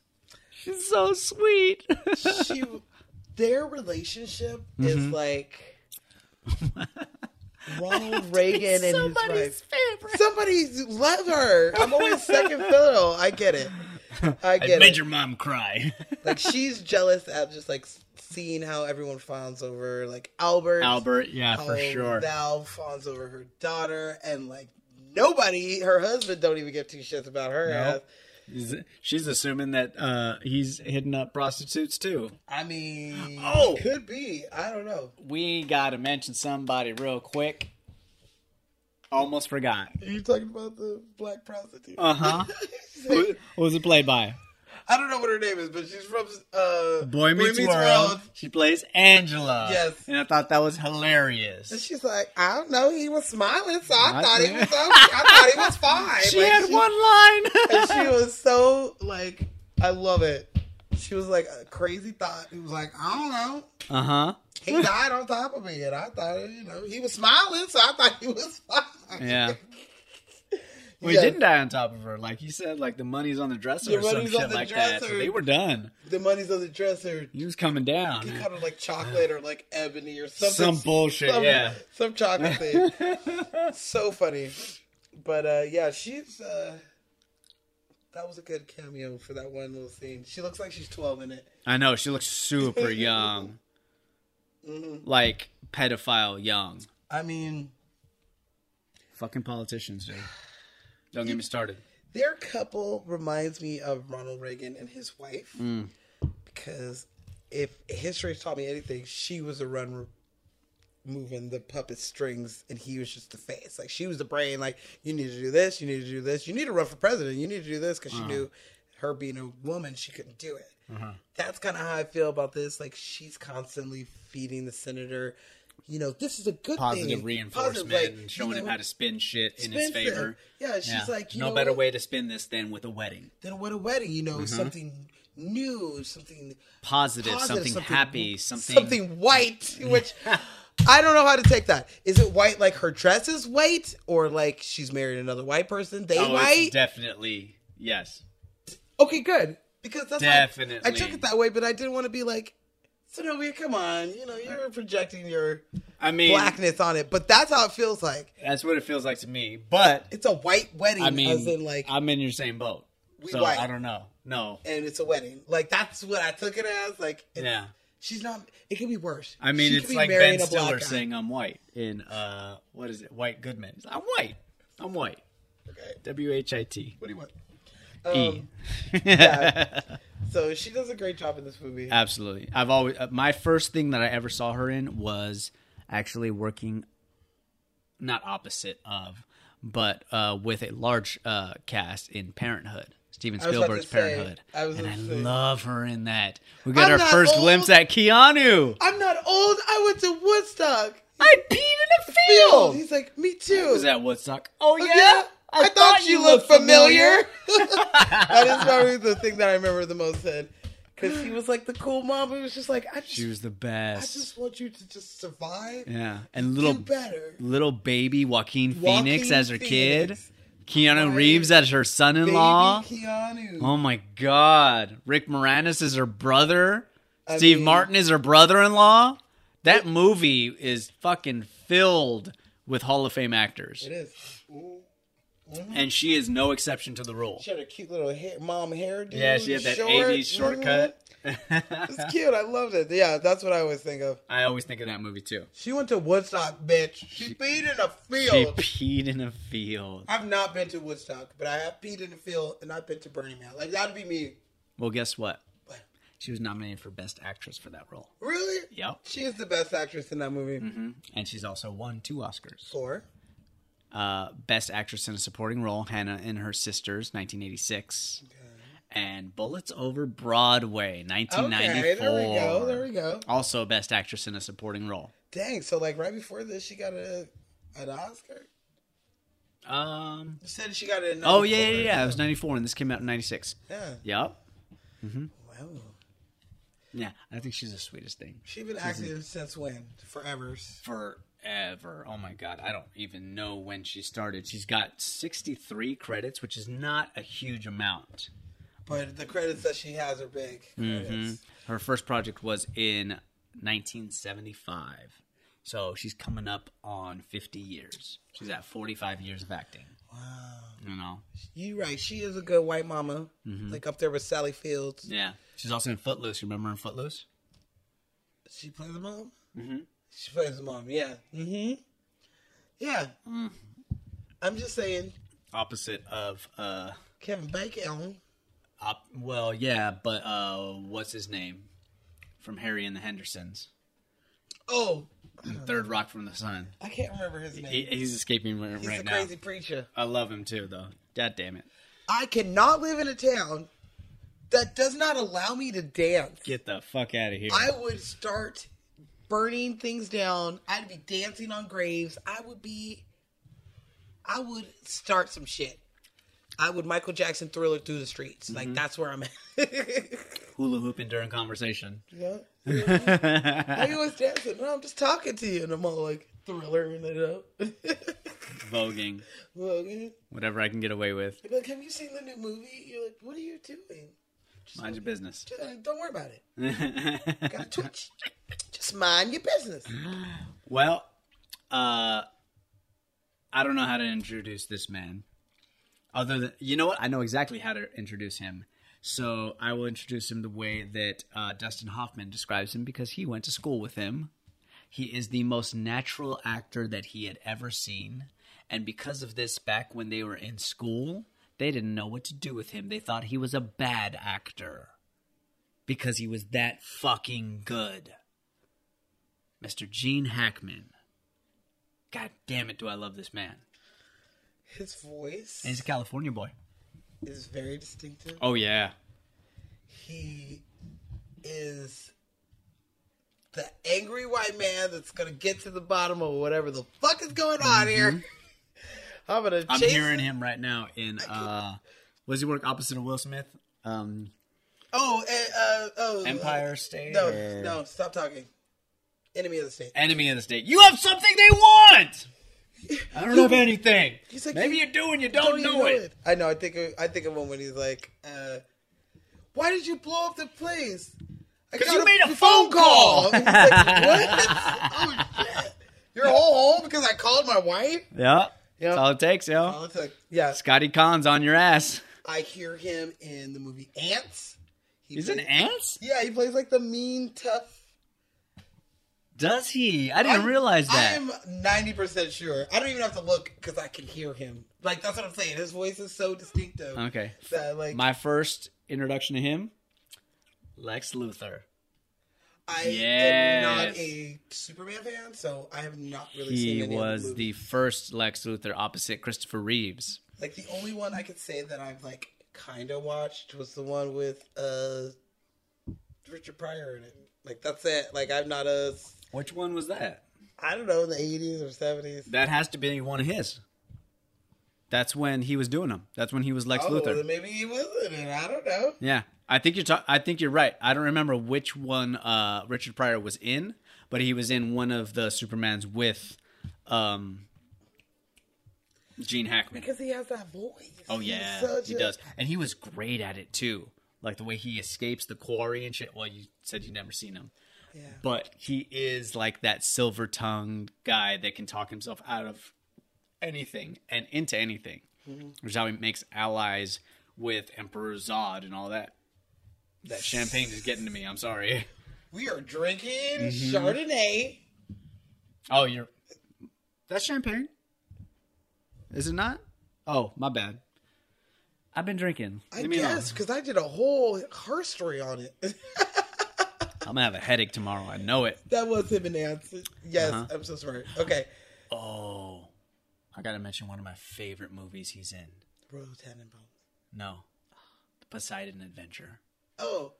[SPEAKER 2] She's so sweet.
[SPEAKER 1] she, their relationship is
[SPEAKER 2] Mm-hmm.
[SPEAKER 1] like Ronald Reagan and his wife.
[SPEAKER 2] favorite.
[SPEAKER 1] Somebody's love her. I'm always second fiddle. I get it. I
[SPEAKER 2] I
[SPEAKER 1] get
[SPEAKER 2] made
[SPEAKER 1] it.
[SPEAKER 2] your mom cry.
[SPEAKER 1] Like she's jealous at just like seeing how everyone fawns over like Albert.
[SPEAKER 2] Albert, yeah, for
[SPEAKER 1] how
[SPEAKER 2] sure.
[SPEAKER 1] Val fawns over her daughter, and like nobody, her husband, don't even give two shits about her. ass.
[SPEAKER 2] Nope. She's assuming that uh, he's hitting up prostitutes too.
[SPEAKER 1] I mean,
[SPEAKER 2] Oh.
[SPEAKER 1] could be. I don't know.
[SPEAKER 2] We gotta mention somebody real quick. Almost forgot.
[SPEAKER 1] Are you talking about the black prostitute?
[SPEAKER 2] Uh huh. Who who was it played by?
[SPEAKER 1] I don't know what her name is, but she's from uh,
[SPEAKER 2] Boy Meets, World. She plays Angela.
[SPEAKER 1] Yes.
[SPEAKER 2] And I thought that was
[SPEAKER 1] And
[SPEAKER 2] hilarious.
[SPEAKER 1] she's like, I don't know. He was smiling, so I
[SPEAKER 2] Not
[SPEAKER 1] thought he
[SPEAKER 2] there.
[SPEAKER 1] was. Okay. I thought he was fine.
[SPEAKER 2] She
[SPEAKER 1] Like,
[SPEAKER 2] had one line.
[SPEAKER 1] And she was so like, I love it. She was like a crazy thought. He was like, I don't know.
[SPEAKER 2] uh huh.
[SPEAKER 1] He died on top of me, and I thought, you know, he was smiling, so I thought he was fine.
[SPEAKER 2] Yeah. We
[SPEAKER 1] Yeah.
[SPEAKER 2] didn't die on top of her. Like you said, like the money's on the dresser
[SPEAKER 1] The
[SPEAKER 2] or some
[SPEAKER 1] money's on
[SPEAKER 2] shit
[SPEAKER 1] the
[SPEAKER 2] like that. So
[SPEAKER 1] dresser.
[SPEAKER 2] they were done.
[SPEAKER 1] The money's on the dresser.
[SPEAKER 2] He was coming
[SPEAKER 1] He
[SPEAKER 2] down.
[SPEAKER 1] called her like chocolate or like ebony or something.
[SPEAKER 2] Some bullshit,
[SPEAKER 1] some,
[SPEAKER 2] yeah.
[SPEAKER 1] some chocolate thing. so funny. But uh, yeah, she's uh, that was a good cameo for that one little scene. She looks like she's twelve in it.
[SPEAKER 2] I know, she looks super young.
[SPEAKER 1] Mm-hmm.
[SPEAKER 2] like pedophile young.
[SPEAKER 1] I mean,
[SPEAKER 2] Fucking politicians, dude. Don't get me started.
[SPEAKER 1] their couple reminds me of Ronald Reagan and his wife
[SPEAKER 2] Mm.
[SPEAKER 1] because if history has taught me anything, she was the one re- moving the puppet strings, and he was just the face. Like she was the brain. Like you need to do this, you need to do this, you need to run for president, you need to do this because
[SPEAKER 2] Uh-huh.
[SPEAKER 1] she knew her being a woman, she couldn't do it. That's kind of how I feel about this. Like she's constantly feeding the senator. You know, this is a good thing.
[SPEAKER 2] Positive
[SPEAKER 1] Positive,
[SPEAKER 2] reinforcement
[SPEAKER 1] like, you
[SPEAKER 2] and showing him
[SPEAKER 1] know,
[SPEAKER 2] how to spin shit in his
[SPEAKER 1] spin stuff.
[SPEAKER 2] favor.
[SPEAKER 1] Yeah, she's
[SPEAKER 2] Yeah.
[SPEAKER 1] like, you
[SPEAKER 2] no
[SPEAKER 1] know
[SPEAKER 2] better
[SPEAKER 1] what?
[SPEAKER 2] way to spin this than with a wedding.
[SPEAKER 1] Then what a wedding, you know,
[SPEAKER 2] Mm-hmm.
[SPEAKER 1] something new, something
[SPEAKER 2] Positive,
[SPEAKER 1] positive,
[SPEAKER 2] something, happy, something.
[SPEAKER 1] something white, which I don't know how to take that. Is it white like her dress is white, or like she's married another white person? They
[SPEAKER 2] Oh,
[SPEAKER 1] white?
[SPEAKER 2] it's definitely yes.
[SPEAKER 1] okay, good because that's why I
[SPEAKER 2] Definitely.
[SPEAKER 1] took it that way, but I didn't want to be like. Zenobia, come on. You know, you're projecting your
[SPEAKER 2] I mean,
[SPEAKER 1] blackness on it, but that's how it feels like.
[SPEAKER 2] that's what it feels like to me. But
[SPEAKER 1] It's a white wedding,
[SPEAKER 2] I mean,
[SPEAKER 1] as in, like,
[SPEAKER 2] I'm in your same boat,
[SPEAKER 1] We
[SPEAKER 2] so
[SPEAKER 1] white.
[SPEAKER 2] I don't know. No,
[SPEAKER 1] and it's a wedding. Like, that's what I took it as. Like, it's,
[SPEAKER 2] yeah.
[SPEAKER 1] She's not. It could be worse.
[SPEAKER 2] I mean,
[SPEAKER 1] She could
[SPEAKER 2] it's
[SPEAKER 1] be
[SPEAKER 2] like
[SPEAKER 1] marrying
[SPEAKER 2] Ben
[SPEAKER 1] a black
[SPEAKER 2] Stiller
[SPEAKER 1] guy.
[SPEAKER 2] saying I'm white in uh, what is it? White Goodman. He's like, I'm white. I'm white.
[SPEAKER 1] Okay.
[SPEAKER 2] W H I T
[SPEAKER 1] What do you want?
[SPEAKER 2] E.
[SPEAKER 1] Um, So she does a great job in this movie.
[SPEAKER 2] Absolutely. I've always uh, my first thing that I ever saw her in was actually working not opposite of, but uh, with a large uh, cast in Parenthood. Steven
[SPEAKER 1] I was about
[SPEAKER 2] Spielberg's
[SPEAKER 1] to say,
[SPEAKER 2] Parenthood.
[SPEAKER 1] I was
[SPEAKER 2] and I
[SPEAKER 1] about to say.
[SPEAKER 2] love her in that. We got
[SPEAKER 1] I'm
[SPEAKER 2] our
[SPEAKER 1] not
[SPEAKER 2] first
[SPEAKER 1] old.
[SPEAKER 2] glimpse at Keanu.
[SPEAKER 1] I'm not old. I went to Woodstock.
[SPEAKER 2] I peed in a
[SPEAKER 1] Field.
[SPEAKER 2] field.
[SPEAKER 1] He's like, me too.
[SPEAKER 2] Was that Woodstock? Oh
[SPEAKER 1] Oh,
[SPEAKER 2] yeah.
[SPEAKER 1] yeah. I, thought, you looked familiar. that is probably the thing that I remember the most. Then because she was like the cool mom who was just like, I just,
[SPEAKER 2] She was the
[SPEAKER 1] I
[SPEAKER 2] best.
[SPEAKER 1] just want you to just survive.
[SPEAKER 2] yeah, and little
[SPEAKER 1] Do better.
[SPEAKER 2] little baby Joaquin Phoenix
[SPEAKER 1] Joaquin
[SPEAKER 2] as her
[SPEAKER 1] Phoenix.
[SPEAKER 2] kid, Keanu Reeves as her
[SPEAKER 1] Baby
[SPEAKER 2] son-in-law.
[SPEAKER 1] Keanu.
[SPEAKER 2] Oh my God! Rick Moranis is her brother.
[SPEAKER 1] I
[SPEAKER 2] Steve
[SPEAKER 1] mean-
[SPEAKER 2] Martin is her brother-in-law. That movie is fucking filled with Hall of Fame actors,
[SPEAKER 1] It is. Ooh. Mhm.
[SPEAKER 2] and she is no exception to the rule.
[SPEAKER 1] She had a cute little hair, mom hairdo.
[SPEAKER 2] Yeah, she had that
[SPEAKER 1] short.
[SPEAKER 2] 80s
[SPEAKER 1] Mhm.
[SPEAKER 2] shortcut.
[SPEAKER 1] It's cute. I loved it. Yeah, that's what I always think of.
[SPEAKER 2] I always think of that movie too.
[SPEAKER 1] She went to Woodstock, bitch. She, peed in a
[SPEAKER 2] She
[SPEAKER 1] field.
[SPEAKER 2] peed in a field.
[SPEAKER 1] I've not been to Woodstock, but I have peed in a field, and I've been to Burning Man. Like that'd be me.
[SPEAKER 2] Well, guess what? She was nominated for Best Actress for that role.
[SPEAKER 1] Really?
[SPEAKER 2] Yep.
[SPEAKER 1] She is the best actress in that movie.
[SPEAKER 2] And she's also won two Oscars.
[SPEAKER 1] Four.
[SPEAKER 2] Uh, Best Actress in a Supporting Role, Hannah and Her Sisters, 1986. And Bullets Over Broadway,
[SPEAKER 1] Okay,
[SPEAKER 2] 1994.
[SPEAKER 1] there we go. There we go.
[SPEAKER 2] Also Best Actress in a Supporting Role.
[SPEAKER 1] Dang. So like right before this, she got a an Oscar.
[SPEAKER 2] Um.
[SPEAKER 1] You said she got an.
[SPEAKER 2] Oh, yeah, yeah, yeah. It was 94, and this came out in 96.
[SPEAKER 1] Yeah.
[SPEAKER 2] Yep.
[SPEAKER 1] Well,
[SPEAKER 2] Yeah, I think she's the sweetest thing.
[SPEAKER 1] she been active since when? Forever.
[SPEAKER 2] forever. Oh my god, I don't even know when she started. She's got 63 credits, which is not a huge amount.
[SPEAKER 1] But the credits that she has are big.
[SPEAKER 2] Mhm.
[SPEAKER 1] credits.
[SPEAKER 2] Her first project was in 1975. So she's coming up on 50 years. She's at 45 years of acting.
[SPEAKER 1] Wow.
[SPEAKER 2] You know.
[SPEAKER 1] You right. She is a good white mama.
[SPEAKER 2] Mhm.
[SPEAKER 1] Like up there with Sally Fields.
[SPEAKER 2] Yeah. She's also in Footloose. You Remember in Footloose?
[SPEAKER 1] She plays the mom.
[SPEAKER 2] Mhm.
[SPEAKER 1] She plays the mom. Yeah. Mm-hmm. Yeah.
[SPEAKER 2] Mm.
[SPEAKER 1] I'm just saying,
[SPEAKER 2] Opposite of uh
[SPEAKER 1] Kevin Bacon.
[SPEAKER 2] op- well, yeah, but uh what's his name? From Harry and the Hendersons.
[SPEAKER 1] Oh,
[SPEAKER 2] Third Rock from the Sun.
[SPEAKER 1] I can't remember his name.
[SPEAKER 2] He, he's escaping right,
[SPEAKER 1] He's
[SPEAKER 2] right
[SPEAKER 1] a
[SPEAKER 2] now.
[SPEAKER 1] crazy preacher.
[SPEAKER 2] I love him too, though. God damn it!
[SPEAKER 1] I cannot live in a town that does not allow me to dance.
[SPEAKER 2] Get the fuck out of here.
[SPEAKER 1] I would start burning things down. I'd be dancing on graves. I would be. I would start some shit. I would Michael Jackson thriller through the streets. Like, that's where I'm at.
[SPEAKER 2] Hula hooping during conversation.
[SPEAKER 1] yeah. Why you always dancing? No, I'm just talking to you. And I'm all like, thrillering it up.
[SPEAKER 2] Voguing,
[SPEAKER 1] Well, you-
[SPEAKER 2] whatever I can get away with.
[SPEAKER 1] you're like, have you seen the new movie? You're like, what are you doing?
[SPEAKER 2] Mind your business.
[SPEAKER 1] Just- uh, Don't worry about it. Got a twitch. Just mind your business.
[SPEAKER 2] well, uh, I don't know how to introduce this man. Other than you know what, I know exactly how to introduce him. So I will introduce him the way that uh, Dustin Hoffman describes him because he went to school with him. He is the most natural actor that he had ever seen. And because of this, back when they were in school, they didn't know what to do with him. They thought he was a bad actor because he was that fucking good. Mr. Gene Hackman. God damn it, do I love this man.
[SPEAKER 1] His voice
[SPEAKER 2] And he's a California boy.
[SPEAKER 1] is very distinctive.
[SPEAKER 2] Oh, yeah.
[SPEAKER 1] He is the angry white man that's gonna get to the bottom of whatever the fuck is going on here. I'm gonna
[SPEAKER 2] Mm-hmm. I'm
[SPEAKER 1] chase.
[SPEAKER 2] hearing him right now in, uh, what does he work opposite of Will Smith? Um,
[SPEAKER 1] Oh, eh, uh, oh,
[SPEAKER 2] Empire State?
[SPEAKER 1] No,
[SPEAKER 2] or-
[SPEAKER 1] no, stop talking. Enemy of the state.
[SPEAKER 2] Enemy of the state. You have something they want! I don't know of anything.
[SPEAKER 1] He's like,
[SPEAKER 2] Maybe
[SPEAKER 1] you
[SPEAKER 2] you do and you don't,
[SPEAKER 1] even
[SPEAKER 2] know it.
[SPEAKER 1] I know. I think. of- I think of him when he's like, uh, "Why did you blow up the place?" Because
[SPEAKER 2] you made a phone call.
[SPEAKER 1] He's like, what? oh shit! You're all home because I called my wife.
[SPEAKER 2] Yeah.
[SPEAKER 1] Yeah.
[SPEAKER 2] That's all it takes, yo.
[SPEAKER 1] Oh, it's like, yeah.
[SPEAKER 2] Scotty Khan's on your ass.
[SPEAKER 1] I hear him in the movie Ants. He
[SPEAKER 2] He's an
[SPEAKER 1] plays-
[SPEAKER 2] ant?
[SPEAKER 1] Yeah, he plays like the mean, tough.
[SPEAKER 2] Does he? I didn't realize
[SPEAKER 1] I
[SPEAKER 2] that.
[SPEAKER 1] am ninety percent sure. I don't even have to look because I can hear him. Like that's what I'm saying. His voice is so distinctive.
[SPEAKER 2] Okay.
[SPEAKER 1] That like
[SPEAKER 2] My first introduction to him, Lex Luthor.
[SPEAKER 1] I am
[SPEAKER 2] Yes.
[SPEAKER 1] not a Superman fan, so I have not really
[SPEAKER 2] He
[SPEAKER 1] seen any
[SPEAKER 2] was
[SPEAKER 1] of the,
[SPEAKER 2] the
[SPEAKER 1] movies.
[SPEAKER 2] first Lex Luthor opposite Christopher Reeves.
[SPEAKER 1] like the only one I could say that I've like kind of watched was the one with uh Richard Pryor in it. Like that's it. Like I'm not a
[SPEAKER 2] Which one was that?
[SPEAKER 1] I don't know in the 80s or 70s.
[SPEAKER 2] That has to be one of his. That's when he was doing them. That's when he was Lex
[SPEAKER 1] Oh,
[SPEAKER 2] Luthor.
[SPEAKER 1] then maybe he wasn't. in it. I don't know.
[SPEAKER 2] Yeah. I think you're. Ta- I think you're right. I don't remember which one uh, Richard Pryor was in, but he was in one of the Supermans with um, Gene Hackman.
[SPEAKER 1] because he has that voice.
[SPEAKER 2] Oh
[SPEAKER 1] He's
[SPEAKER 2] yeah,
[SPEAKER 1] such
[SPEAKER 2] he
[SPEAKER 1] a-
[SPEAKER 2] does, and he was great at it too. Like the way he escapes the quarry and shit. Well, you said you never seen him,
[SPEAKER 1] Yeah.
[SPEAKER 2] but he is like that silver tongued guy that can talk himself out of anything and into anything,
[SPEAKER 1] Mhm.
[SPEAKER 2] which is how he makes allies with Emperor Zod and all that. That champagne is getting to me. I'm sorry.
[SPEAKER 1] We are drinking
[SPEAKER 2] Mhm.
[SPEAKER 1] Chardonnay.
[SPEAKER 2] Oh, you're. That's champagne. Is it not? Oh, my bad. I've been drinking.
[SPEAKER 1] I
[SPEAKER 2] Leave me alone.
[SPEAKER 1] guess because I did a whole her story on it.
[SPEAKER 2] I'm gonna have a headache tomorrow. I know it.
[SPEAKER 1] that was him and Nancy. Yes,
[SPEAKER 2] Uh-huh.
[SPEAKER 1] I'm so sorry. Okay,
[SPEAKER 2] Oh, I gotta mention one of my favorite movies he's in.
[SPEAKER 1] Rose Tannenbaum.
[SPEAKER 2] No, The Poseidon Adventure.
[SPEAKER 1] Oh,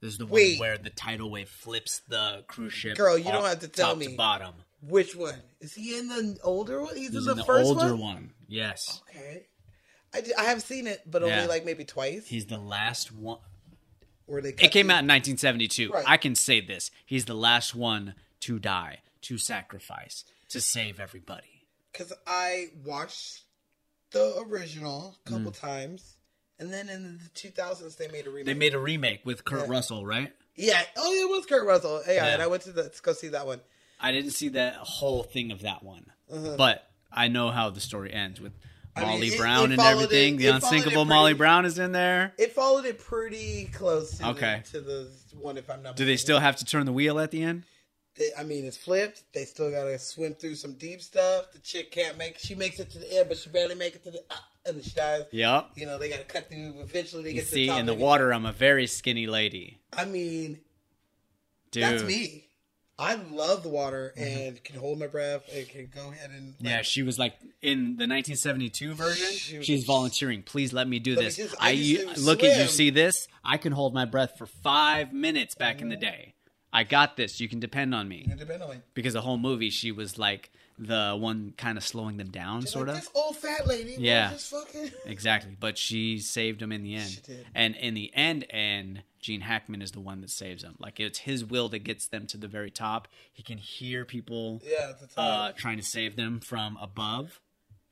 [SPEAKER 2] This is the one
[SPEAKER 1] Wait.
[SPEAKER 2] where the tidal wave flips the cruise ship.
[SPEAKER 1] Girl, you don't
[SPEAKER 2] off
[SPEAKER 1] have to tell
[SPEAKER 2] top
[SPEAKER 1] me.
[SPEAKER 2] To bottom.
[SPEAKER 1] which one is he in? The older one? He's,
[SPEAKER 2] He's
[SPEAKER 1] in the, first
[SPEAKER 2] older one.
[SPEAKER 1] one.
[SPEAKER 2] Yes,
[SPEAKER 1] Okay, I, d- I have seen it, but
[SPEAKER 2] Yeah.
[SPEAKER 1] only like maybe twice.
[SPEAKER 2] he's the last one.
[SPEAKER 1] Where they
[SPEAKER 2] It came out in 1972.
[SPEAKER 1] Right.
[SPEAKER 2] I can say this: he's the last one to die, to sacrifice, to save everybody.
[SPEAKER 1] because I watched the original a couple times, and then in the 2000s they made a remake.
[SPEAKER 2] They made a remake with Kurt
[SPEAKER 1] Yeah.
[SPEAKER 2] Russell, right?
[SPEAKER 1] yeah. Oh, it was Kurt Russell. Yeah,
[SPEAKER 2] Yeah.
[SPEAKER 1] and I went to the, let's go see that one.
[SPEAKER 2] I didn't see that whole thing of that one,
[SPEAKER 1] Uh-huh.
[SPEAKER 2] but I know how the story ends with
[SPEAKER 1] I mean,
[SPEAKER 2] Molly
[SPEAKER 1] it-
[SPEAKER 2] Brown
[SPEAKER 1] it
[SPEAKER 2] and
[SPEAKER 1] followed
[SPEAKER 2] everything.
[SPEAKER 1] it-
[SPEAKER 2] the
[SPEAKER 1] it followed it
[SPEAKER 2] unsinkable Molly
[SPEAKER 1] pretty-
[SPEAKER 2] Brown is in there.
[SPEAKER 1] It followed it pretty close to
[SPEAKER 2] Okay.
[SPEAKER 1] the, to the one. If I'm not,
[SPEAKER 2] Do they
[SPEAKER 1] mistaken.
[SPEAKER 2] still have to turn the wheel at the end?
[SPEAKER 1] They- I mean, it's flipped. They still gotta swim through some deep stuff. The chick can't make. She makes it to the air, but she barely make it to the ah, and then she dies.
[SPEAKER 2] Yep.
[SPEAKER 1] You know, they gotta cut through. Eventually, they
[SPEAKER 2] You
[SPEAKER 1] get to
[SPEAKER 2] see,
[SPEAKER 1] the top.
[SPEAKER 2] in the
[SPEAKER 1] and-
[SPEAKER 2] water, I'm a very skinny lady.
[SPEAKER 1] I mean,
[SPEAKER 2] Dude. Mm-hmm.
[SPEAKER 1] that's me. I love the water and can hold my breath and can go ahead and
[SPEAKER 2] Yeah, she was like in the 1972 version.
[SPEAKER 1] She was-
[SPEAKER 2] She's volunteering. Please let me do
[SPEAKER 1] Let me
[SPEAKER 2] this.
[SPEAKER 1] do this. I
[SPEAKER 2] I,
[SPEAKER 1] used to
[SPEAKER 2] look at you.
[SPEAKER 1] swim.
[SPEAKER 2] See this? I can hold my breath for five minutes back
[SPEAKER 1] Mm.
[SPEAKER 2] in the day. I got this. You can depend on me.
[SPEAKER 1] and depend on it.
[SPEAKER 2] Because the whole movie, she was like the one kind of slowing them down, sort
[SPEAKER 1] like,
[SPEAKER 2] of.
[SPEAKER 1] This old fat lady. Yeah.
[SPEAKER 2] Yeah.
[SPEAKER 1] Just fucking.
[SPEAKER 2] Exactly, but she saved him in the end.
[SPEAKER 1] did.
[SPEAKER 2] And in the end, and Gene Hackman is the one that saves him. Like it's his will that gets them to the very top. He can hear people
[SPEAKER 1] Yeah, at the
[SPEAKER 2] uh,
[SPEAKER 1] top.
[SPEAKER 2] trying to save them from above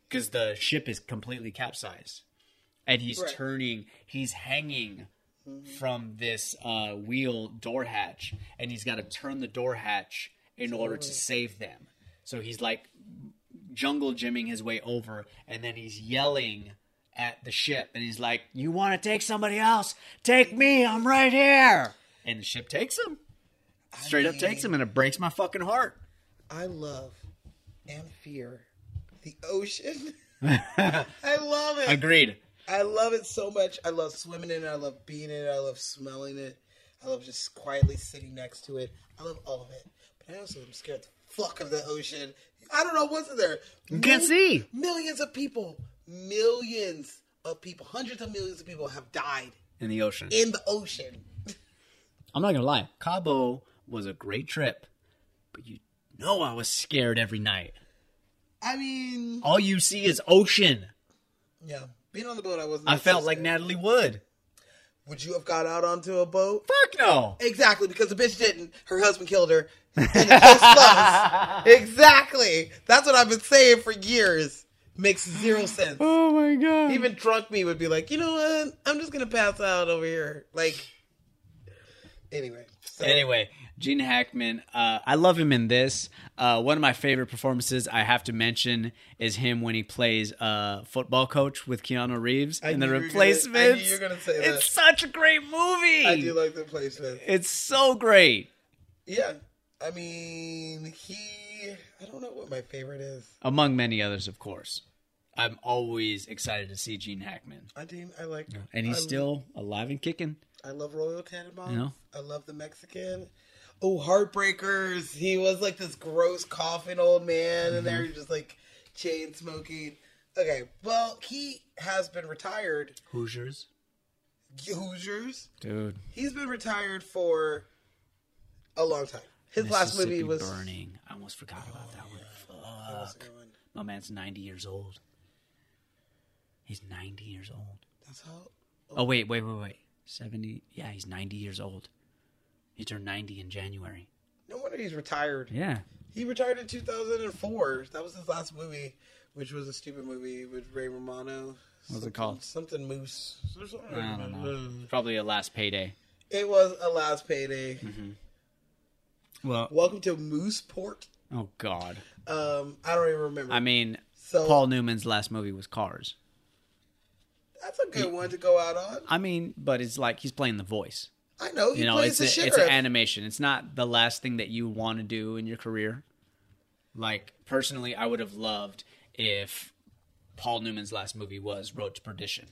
[SPEAKER 2] because the ship is completely capsized, and he's
[SPEAKER 1] Right. Mm-hmm.
[SPEAKER 2] turning. He's hanging from this uh, wheel door hatch, and he's got to turn the door hatch in order to save them. So he's like jungle jimming his way over, and then he's yelling at the ship, and he's like, "You want to take somebody else? Take me! I'm right here!" And the ship takes him, straight up takes him, and it breaks my fucking heart.
[SPEAKER 1] I love and fear the ocean. I love it.
[SPEAKER 2] Agreed.
[SPEAKER 1] I love it so much. I love swimming in it. I love being in it. I love smelling it. I love just quietly sitting next to it. I love all of it. But I also am scared the fuck of the ocean. I don't know what's in there. You
[SPEAKER 2] can't see.
[SPEAKER 1] Millions of people, millions of people, hundreds of millions of people have died
[SPEAKER 2] In the ocean.
[SPEAKER 1] in the ocean.
[SPEAKER 2] I'm not gonna lie, Cabo was a great trip, but you know I was scared every night.
[SPEAKER 1] I mean,
[SPEAKER 2] All you see is ocean.
[SPEAKER 1] yeah, being on the boat, I wasn't.
[SPEAKER 2] I
[SPEAKER 1] so
[SPEAKER 2] felt like
[SPEAKER 1] scared.
[SPEAKER 2] Natalie Wood.
[SPEAKER 1] Would you have got out onto a boat?
[SPEAKER 2] Fuck no.
[SPEAKER 1] Exactly, because the bitch didn't. Her husband killed her. And the case closed. Exactly. That's what I've been saying for years. Makes zero sense.
[SPEAKER 2] Oh my god.
[SPEAKER 1] Even drunk me would be like, you know what? I'm just gonna pass out over here. Like, anyway. So,
[SPEAKER 2] Anyway, Gene Hackman, uh, I love him in this. Uh, one of my favorite performances I have to mention is him when he plays uh, football coach with Keanu Reeves
[SPEAKER 1] I
[SPEAKER 2] in The
[SPEAKER 1] knew you were gonna- I knew you were
[SPEAKER 2] Replacements.
[SPEAKER 1] gonna say that.
[SPEAKER 2] it's such a great movie.
[SPEAKER 1] I do like the placement.
[SPEAKER 2] it's so great.
[SPEAKER 1] Yeah, I mean, he. I don't know what my favorite is.
[SPEAKER 2] among many others, of course. I'm always excited to see Gene Hackman,
[SPEAKER 1] I do. I like.
[SPEAKER 2] and he's
[SPEAKER 1] I-
[SPEAKER 2] still alive and kicking.
[SPEAKER 1] I love Royal Tannenbaum.
[SPEAKER 2] You know?
[SPEAKER 1] I love the Mexican. Oh, Heartbreakers. He was like this gross coughing old man, and there
[SPEAKER 2] Mm-hmm.
[SPEAKER 1] he just like chain smoking. Okay, well, he has been retired.
[SPEAKER 2] Hoosiers,
[SPEAKER 1] Hoosiers.
[SPEAKER 2] dude.
[SPEAKER 1] He's been retired for a long time. His last
[SPEAKER 2] Mississippi
[SPEAKER 1] movie was.
[SPEAKER 2] Burning. I almost forgot about that
[SPEAKER 1] That
[SPEAKER 2] one.
[SPEAKER 1] was a
[SPEAKER 2] Fuck.
[SPEAKER 1] good one.
[SPEAKER 2] My man's 90 years old. He's 90 years old.
[SPEAKER 1] That's how.
[SPEAKER 2] Oh wait, wait, wait, wait. 70. Yeah, he's 90 years old. He turned 90 in January.
[SPEAKER 1] No wonder he's retired.
[SPEAKER 2] Yeah.
[SPEAKER 1] He retired in 2004. That was his last movie, which was a stupid movie with Ray Romano.
[SPEAKER 2] What was it called?
[SPEAKER 1] Something Moose. or something.
[SPEAKER 2] I don't know. Probably a last payday.
[SPEAKER 1] It was a last payday.
[SPEAKER 2] Mm-hmm. Well,
[SPEAKER 1] Welcome to Mooseport.
[SPEAKER 2] oh God.
[SPEAKER 1] Um, I don't even remember.
[SPEAKER 2] I mean,
[SPEAKER 1] So-
[SPEAKER 2] Paul Newman's last movie was Cars.
[SPEAKER 1] That's a good one to go out on.
[SPEAKER 2] I mean, but it's like he's playing the voice.
[SPEAKER 1] I know he
[SPEAKER 2] you know,
[SPEAKER 1] plays
[SPEAKER 2] it's
[SPEAKER 1] the
[SPEAKER 2] a,
[SPEAKER 1] sheriff.
[SPEAKER 2] it's an animation. It's not the last thing that you want to do in your career. Like personally, I would have loved if Paul Newman's last movie was Road to Perdition.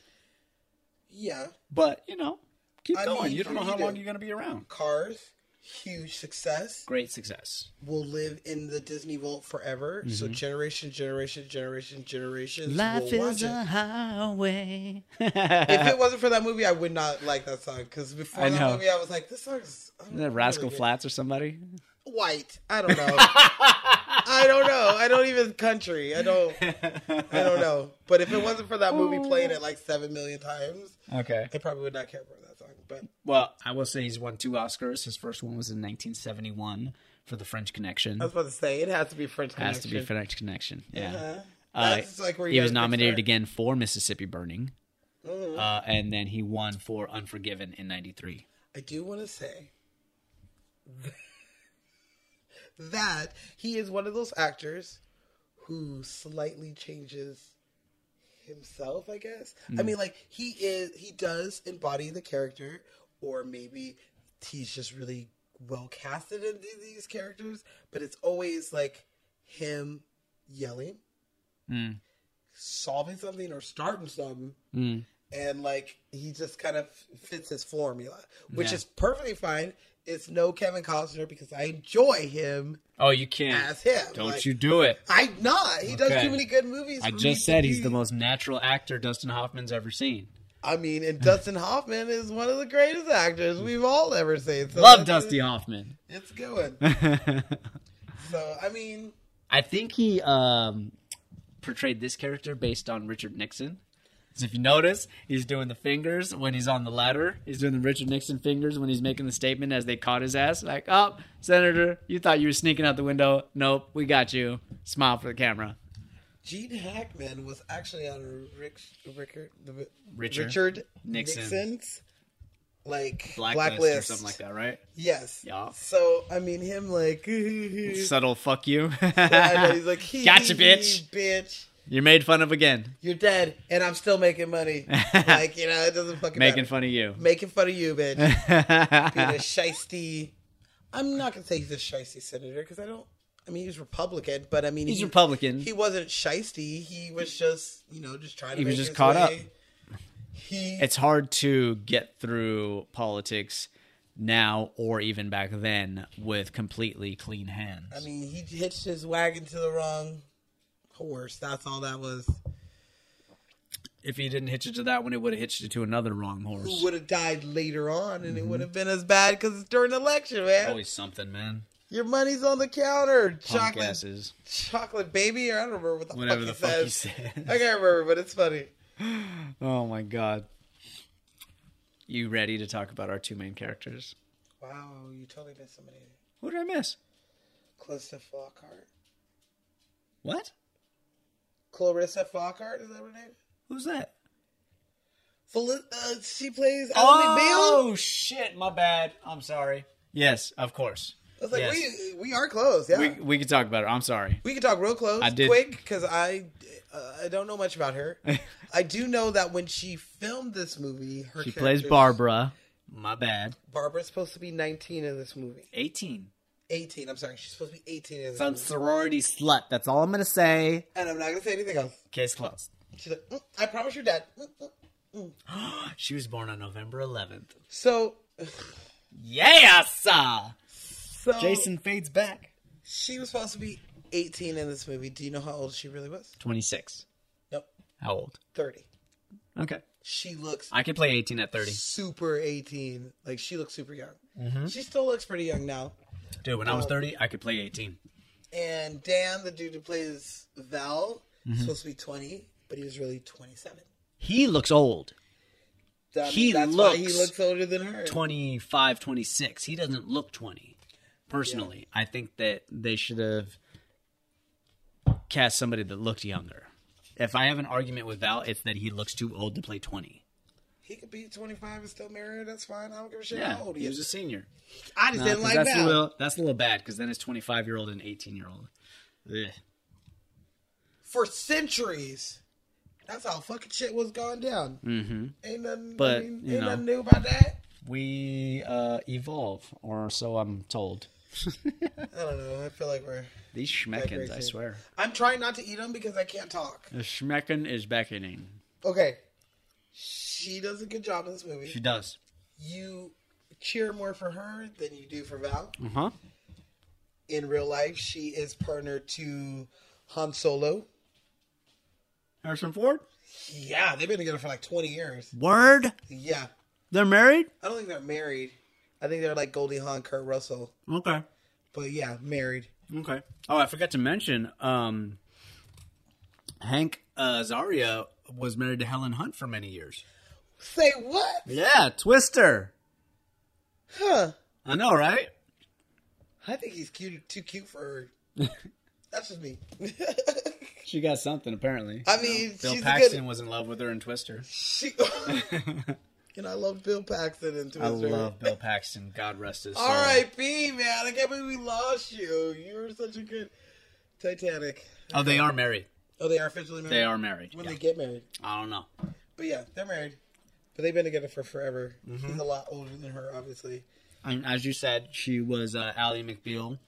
[SPEAKER 1] yeah.
[SPEAKER 2] But you know, keep
[SPEAKER 1] I
[SPEAKER 2] going.
[SPEAKER 1] mean,
[SPEAKER 2] you don't know
[SPEAKER 1] he
[SPEAKER 2] how long
[SPEAKER 1] did.
[SPEAKER 2] you're going to be around.
[SPEAKER 1] Cars, huge success.
[SPEAKER 2] Great success.
[SPEAKER 1] Will live in the Disney Vault forever. So generation, generation, generation, generations
[SPEAKER 2] Mm-hmm. Life
[SPEAKER 1] will watch
[SPEAKER 2] is
[SPEAKER 1] it.
[SPEAKER 2] a highway.
[SPEAKER 1] if it wasn't for that movie, I would not like that song. Because before
[SPEAKER 2] I
[SPEAKER 1] that
[SPEAKER 2] know.
[SPEAKER 1] movie, I was like, this song's I don't
[SPEAKER 2] Isn't that
[SPEAKER 1] really
[SPEAKER 2] Rascal
[SPEAKER 1] get-
[SPEAKER 2] Flats or somebody?
[SPEAKER 1] White. I don't know. I don't know. I don't even country. I don't. I don't know. But if it wasn't for that movie playing it like seven million times,
[SPEAKER 2] Okay.
[SPEAKER 1] I probably would not care for that song. But
[SPEAKER 2] Well, I will say he's won two Oscars. His first one was in 1971 for The French Connection.
[SPEAKER 1] I was about to say it has to be French.
[SPEAKER 2] Has to be
[SPEAKER 1] Connection.
[SPEAKER 2] French Connection. Yeah.
[SPEAKER 1] Uh-huh.
[SPEAKER 2] Uh,
[SPEAKER 1] That's like where you
[SPEAKER 2] he was
[SPEAKER 1] gotta fix
[SPEAKER 2] nominated
[SPEAKER 1] that.
[SPEAKER 2] again for Mississippi Burning,
[SPEAKER 1] Uh-huh.
[SPEAKER 2] uh, and then he won for Unforgiven in '93.
[SPEAKER 1] I do want to say that he is one of those actors who slightly changes himself, I guess. I mean, like he is, he does embody the character, or maybe he's just really well casted in th- these characters. But it's always like him yelling, solving something, or starting something and like he just kind of fits his formula, which
[SPEAKER 2] Yeah.
[SPEAKER 1] is perfectly fine. It's no Kevin Costner because I enjoy him
[SPEAKER 2] Oh, you can't!
[SPEAKER 1] as him.
[SPEAKER 2] Don't
[SPEAKER 1] Like,
[SPEAKER 2] you do it!
[SPEAKER 1] I'm not. He does
[SPEAKER 2] Okay.
[SPEAKER 1] too many good movies.
[SPEAKER 2] I
[SPEAKER 1] for me
[SPEAKER 2] just
[SPEAKER 1] to
[SPEAKER 2] said he's
[SPEAKER 1] be-
[SPEAKER 2] the most natural actor Dustin Hoffman's ever seen.
[SPEAKER 1] I mean, and Dustin Hoffman is one of the greatest actors we've all ever seen. So
[SPEAKER 2] Love
[SPEAKER 1] that's-
[SPEAKER 2] Dusty Hoffman.
[SPEAKER 1] It's good. so I mean,
[SPEAKER 2] I think he um, portrayed this character based on Richard Nixon. 'Cause if you notice, he's doing the fingers when he's on the ladder. He's doing the Richard Nixon fingers when he's making the statement as they caught his ass. Like, oh, Senator, you thought you were sneaking out the window. Nope, we got you. Smile for the camera.
[SPEAKER 1] Gene Hackman was actually on Rick, Rickard, the,
[SPEAKER 2] Richard
[SPEAKER 1] Richard
[SPEAKER 2] Nixon.
[SPEAKER 1] Nixon's like
[SPEAKER 2] Blacklist, or
[SPEAKER 1] Blacklist.
[SPEAKER 2] something like that, right?
[SPEAKER 1] Yes.
[SPEAKER 2] Yeah.
[SPEAKER 1] So I mean, him like
[SPEAKER 2] Subtle fuck you.
[SPEAKER 1] I know, he's like, "Hee,
[SPEAKER 2] Gotcha,
[SPEAKER 1] hee,
[SPEAKER 2] bitch."
[SPEAKER 1] hee, bitch.
[SPEAKER 2] You're made fun of again.
[SPEAKER 1] You're dead, and I'm still making money. like you know, it doesn't fucking
[SPEAKER 2] Making
[SPEAKER 1] matter.
[SPEAKER 2] fun of you.
[SPEAKER 1] making fun of you, bitch. Being a shisty. I'm not gonna say he's a shisty senator because I don't. I mean, he's Republican, but I mean,
[SPEAKER 2] He's Republican.
[SPEAKER 1] He wasn't shisty. He was just, you know, just trying. to
[SPEAKER 2] He was
[SPEAKER 1] make
[SPEAKER 2] just
[SPEAKER 1] his
[SPEAKER 2] caught up.
[SPEAKER 1] way. He
[SPEAKER 2] it's hard to get through politics now or even back then with completely clean hands.
[SPEAKER 1] I mean, he hitched his wagon to the wrong horse. That's all that was.
[SPEAKER 2] if he didn't hitch it to that one, it would have hitched it to another wrong
[SPEAKER 1] Who
[SPEAKER 2] horse.
[SPEAKER 1] would have died later on, and it
[SPEAKER 2] Mm-hmm.
[SPEAKER 1] would have been as bad because it's during the election, man.
[SPEAKER 2] Always something, man.
[SPEAKER 1] Your money's on the counter.
[SPEAKER 2] Oh, Punk
[SPEAKER 1] Chocolate,
[SPEAKER 2] asses.
[SPEAKER 1] chocolate baby, or I don't remember what the
[SPEAKER 2] Whatever the
[SPEAKER 1] fuck,
[SPEAKER 2] fuck
[SPEAKER 1] he,
[SPEAKER 2] he
[SPEAKER 1] says.
[SPEAKER 2] said.
[SPEAKER 1] I can't remember, but it's funny.
[SPEAKER 2] Oh my god. You ready to talk about our two main characters?
[SPEAKER 1] Wow, you totally missed somebody.
[SPEAKER 2] Who did I miss?
[SPEAKER 1] Clarissa Flockhart.
[SPEAKER 2] What?
[SPEAKER 1] Clarissa Flockhart is that her name?
[SPEAKER 2] Who's that?
[SPEAKER 1] Fel- uh, she plays Ally McBeal.
[SPEAKER 2] Oh shit! My bad. I'm sorry. Yes, of course.
[SPEAKER 1] I was like,
[SPEAKER 2] Yes.
[SPEAKER 1] we we are close. Yeah,
[SPEAKER 2] We
[SPEAKER 1] we,
[SPEAKER 2] we can talk about it. I'm sorry.
[SPEAKER 1] can talk real close,
[SPEAKER 2] I did-
[SPEAKER 1] quick, because I uh, I don't know much about her. I do know that when she filmed this movie, her
[SPEAKER 2] She plays
[SPEAKER 1] character-
[SPEAKER 2] Barbara. My bad.
[SPEAKER 1] Barbara's supposed to be 19 in this movie.
[SPEAKER 2] 18.
[SPEAKER 1] 18. I'm sorry, she's supposed to be 18 in this
[SPEAKER 2] Some
[SPEAKER 1] movie.
[SPEAKER 2] sorority slut. That's all I'm gonna say.
[SPEAKER 1] and I'm not gonna say anything else.
[SPEAKER 2] Case closed.
[SPEAKER 1] She's like, "Mm, I promise your dad. Mm, mm."
[SPEAKER 2] She was born on November 11th.
[SPEAKER 1] So,
[SPEAKER 2] Yes.
[SPEAKER 1] so
[SPEAKER 2] fades back.
[SPEAKER 1] she was supposed to be 18 in this movie. Do you know how old she really was?
[SPEAKER 2] 26.
[SPEAKER 1] Nope,
[SPEAKER 2] How old?
[SPEAKER 1] 30.
[SPEAKER 2] Okay.
[SPEAKER 1] She looks
[SPEAKER 2] I can play 18 at 30.
[SPEAKER 1] super 18. Like she looks super young.
[SPEAKER 2] Mm-hmm.
[SPEAKER 1] She still looks pretty young now.
[SPEAKER 2] Dude, when I was 30, I could play 18.
[SPEAKER 1] And Dan, the dude who plays
[SPEAKER 2] Mm-hmm.
[SPEAKER 1] Val, is supposed to be 20, but he was really 27.
[SPEAKER 2] He looks old.
[SPEAKER 1] I mean,
[SPEAKER 2] he
[SPEAKER 1] that's
[SPEAKER 2] looks
[SPEAKER 1] why he looks older than her.
[SPEAKER 2] 25, 26. He doesn't look 20. Personally, I think that they should have cast somebody that looked younger. If I have an argument with Val, it's that he looks too old to play 20.
[SPEAKER 1] He could be 25 and still marry her. That's fine. I don't give a shit
[SPEAKER 2] Yeah,
[SPEAKER 1] how old he
[SPEAKER 2] he was a
[SPEAKER 1] is.
[SPEAKER 2] senior.
[SPEAKER 1] I just
[SPEAKER 2] No,
[SPEAKER 1] didn't
[SPEAKER 2] 'cause
[SPEAKER 1] like
[SPEAKER 2] that's
[SPEAKER 1] Val.
[SPEAKER 2] A little, that's a little bad because then it's 25 year old and 18 year old. Ugh.
[SPEAKER 1] For centuries, that's how fucking shit was going down.
[SPEAKER 2] Mm-hmm.
[SPEAKER 1] Ain't nothing,
[SPEAKER 2] But,
[SPEAKER 1] I mean,
[SPEAKER 2] you
[SPEAKER 1] ain't
[SPEAKER 2] know.
[SPEAKER 1] nothing new about that.
[SPEAKER 2] We uh, evolve, or so I'm told.
[SPEAKER 1] I don't know. I feel like we're.
[SPEAKER 2] These
[SPEAKER 1] Like
[SPEAKER 2] schmeckins,
[SPEAKER 1] racist.
[SPEAKER 2] I swear.
[SPEAKER 1] I'm trying not to eat them because I can't talk.
[SPEAKER 2] The schmeckin is beckoning.
[SPEAKER 1] Okay. She does a good job in this movie.
[SPEAKER 2] She does.
[SPEAKER 1] You cheer more for her than you do for Val.
[SPEAKER 2] Uh huh.
[SPEAKER 1] In real life, she is partner to Han Solo.
[SPEAKER 2] Harrison Ford?
[SPEAKER 1] Yeah, they've been together for like 20 years.
[SPEAKER 2] Word?
[SPEAKER 1] Yeah.
[SPEAKER 2] They're married?
[SPEAKER 1] I don't think they're married. I think they're like Goldie Hawn, Kurt Russell.
[SPEAKER 2] Okay.
[SPEAKER 1] But yeah, married.
[SPEAKER 2] Okay. Oh, I forgot to mention um, Hank uh, Azaria was married to Helen Hunt for many years.
[SPEAKER 1] Say what?
[SPEAKER 2] Yeah, Twister.
[SPEAKER 1] Huh.
[SPEAKER 2] I know, right?
[SPEAKER 1] I think he's cute, too cute for her. That's just me.
[SPEAKER 2] She got something, apparently.
[SPEAKER 1] I mean,
[SPEAKER 2] Bill
[SPEAKER 1] she's a
[SPEAKER 2] Paxton
[SPEAKER 1] good-
[SPEAKER 2] was in love with her in Twister.
[SPEAKER 1] She, and I love Bill Paxton and Twister.
[SPEAKER 2] I love Bill Paxton. God rest his soul.
[SPEAKER 1] R.I.P. Man, I can't believe we lost you. You were such a good Titanic.
[SPEAKER 2] Oh, they are married.
[SPEAKER 1] Oh, they are officially married.
[SPEAKER 2] They are married.
[SPEAKER 1] When they get married,
[SPEAKER 2] I don't know.
[SPEAKER 1] but yeah, they're married. But they've been together for forever.
[SPEAKER 2] Mhm.
[SPEAKER 1] He's a lot older than her, obviously.
[SPEAKER 2] And as you said, she was uh, Ally McBeal.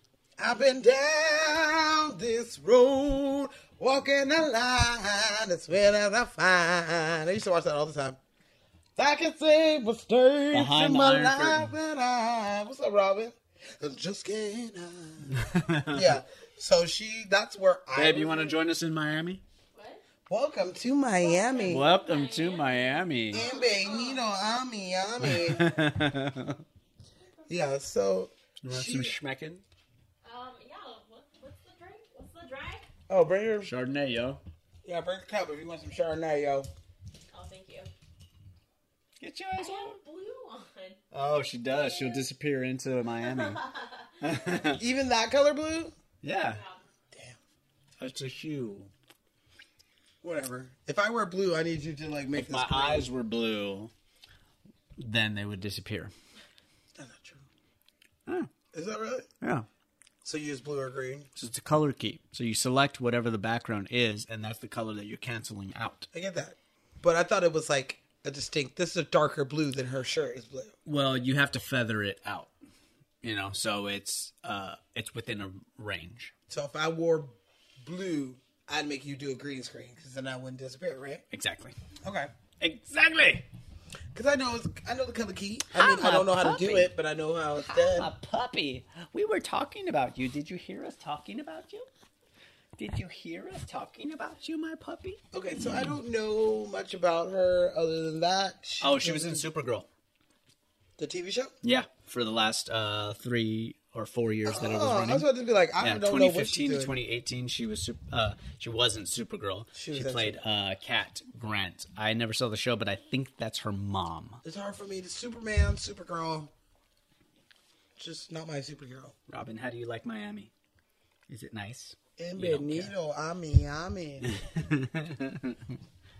[SPEAKER 1] I've been down this road, walking the line as well as I find. I used to watch that all the time. I can say mistakes in
[SPEAKER 2] Behind the
[SPEAKER 1] my
[SPEAKER 2] Iron
[SPEAKER 1] life
[SPEAKER 2] Curtain.
[SPEAKER 1] and I. What's up, Robin? I just can't. I. yeah. So she. That's where I.
[SPEAKER 2] Babe, you want to join us in Miami?
[SPEAKER 1] Welcome to Miami.
[SPEAKER 2] Welcome to Miami.
[SPEAKER 1] Bienvenido a Miami. yeah. So.
[SPEAKER 2] You want some schmeckin?
[SPEAKER 12] Um, yeah, what, what's the drink? What's the drink?
[SPEAKER 1] Oh, bring her.
[SPEAKER 2] Chardonnay, yo.
[SPEAKER 1] Yeah, bring the cup if you want some Chardonnay, yo.
[SPEAKER 12] Oh, thank you.
[SPEAKER 2] Get
[SPEAKER 12] your eyes on. blue on.
[SPEAKER 2] Oh, she does. She'll disappear into Miami.
[SPEAKER 1] Even that color blue.
[SPEAKER 2] yeah. Damn. It's a hue.
[SPEAKER 1] Whatever. If I wear blue, I need you to like make
[SPEAKER 2] If
[SPEAKER 1] this
[SPEAKER 2] my
[SPEAKER 1] blue.
[SPEAKER 2] eyes were blue, then they would disappear.
[SPEAKER 1] That's not true.
[SPEAKER 2] Hmm.
[SPEAKER 1] Is that really?
[SPEAKER 2] Yeah.
[SPEAKER 1] So you use blue or green?
[SPEAKER 2] So it's a color key. So you select whatever the background is, and that's the color that you're canceling out.
[SPEAKER 1] I get that, but I thought it was like a distinct. This is a darker blue than her shirt is blue.
[SPEAKER 2] Well, you have to feather it out. You know, so it's uh it's within a range.
[SPEAKER 1] So if I wore blue, I'd make you do a green screen because then I wouldn't disappear, right?
[SPEAKER 2] Exactly.
[SPEAKER 1] Okay.
[SPEAKER 2] Exactly.
[SPEAKER 1] Because I know it's, I know the color key. I mean, I don't know how to do it, but I know how it's done.
[SPEAKER 2] puppy. We were talking about you. Did you hear us talking about you? Did you hear us talking about you, my puppy?
[SPEAKER 1] Okay, so I don't know much about her other than that.
[SPEAKER 2] Oh, she was in Supergirl.
[SPEAKER 1] the TV show.
[SPEAKER 2] Yeah, for the last uh three or four years that it was
[SPEAKER 1] Oh, I
[SPEAKER 2] running.
[SPEAKER 1] was about to be like, I
[SPEAKER 2] yeah,
[SPEAKER 1] don't know what she's
[SPEAKER 2] 2015 to
[SPEAKER 1] doing.
[SPEAKER 2] 2018, she was sup- uh she wasn't Supergirl. She,
[SPEAKER 1] was that
[SPEAKER 2] played uh Cat Grant. I never saw the show, but I think that's her mom.
[SPEAKER 1] It's hard for me to Superman, Supergirl. Just not my superhero.
[SPEAKER 2] Robin, how do you like Miami? Is it nice?
[SPEAKER 1] Bienvenido a Miami.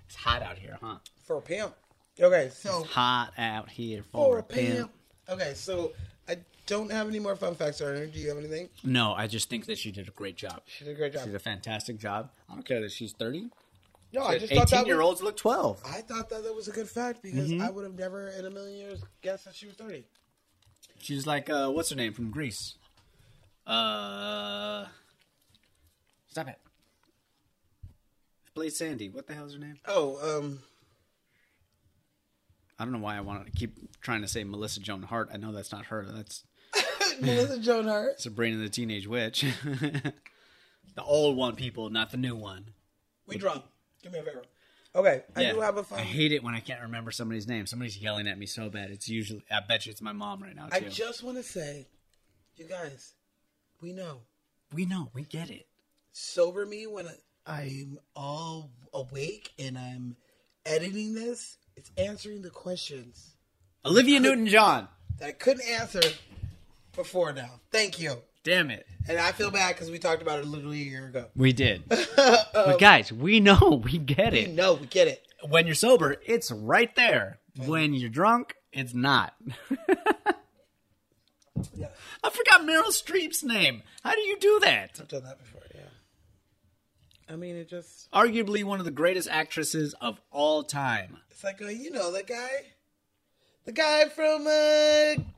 [SPEAKER 2] It's hot out here, huh?
[SPEAKER 1] For a pimp. Okay, so
[SPEAKER 2] Hot out here
[SPEAKER 1] for a
[SPEAKER 2] pimp.
[SPEAKER 1] pimp. Okay, so I don't have any more fun facts on her. Do you have anything?
[SPEAKER 2] No, I just think that she did a great job. She
[SPEAKER 1] did a great job.
[SPEAKER 2] She did a fantastic job. I don't care that she's 30.
[SPEAKER 1] No, I
[SPEAKER 2] Said
[SPEAKER 1] just thought that
[SPEAKER 2] 18 year
[SPEAKER 1] was-
[SPEAKER 2] olds look 12.
[SPEAKER 1] I thought that that was a good fact because
[SPEAKER 2] Mhm.
[SPEAKER 1] I would have never in a million years guessed that she was 30.
[SPEAKER 2] She's like, uh, what's her name from Greece? Uh, stop it. Blade Sandy. What the hell's her name?
[SPEAKER 1] Oh, um,
[SPEAKER 2] I don't know why I want to keep trying to say Melissa Joan Hart. I know that's not her. That's
[SPEAKER 1] Melissa Joan Hart.
[SPEAKER 2] Sabrina the Teenage Witch. the old one, people, not the new one.
[SPEAKER 1] We drunk. Do me a favor. Okay, I do have a fun.
[SPEAKER 2] I hate it when I can't remember somebody's name. Somebody's yelling at me so bad. It's usually I bet you it's my mom right now
[SPEAKER 1] I
[SPEAKER 2] too.
[SPEAKER 1] just want to say, you guys, we know.
[SPEAKER 2] we know, we get it.
[SPEAKER 1] Sober me when I- I'm all awake and I'm editing this. It's answering the questions
[SPEAKER 2] Olivia Newton John.
[SPEAKER 1] that I couldn't answer before now. Thank you.
[SPEAKER 2] Damn it.
[SPEAKER 1] And I feel bad because we talked about it literally a year ago.
[SPEAKER 2] We did. but guys, we know. We get it.
[SPEAKER 1] No, we get it.
[SPEAKER 2] When you're sober, it's right there. When you're drunk, it's not. I forgot Meryl Streep's name. How do you do that?
[SPEAKER 1] I've done that before, yeah. I mean, it just.
[SPEAKER 2] Arguably one of the greatest actresses of all time.
[SPEAKER 1] It's like, uh, you know, that guy. The guy from uh,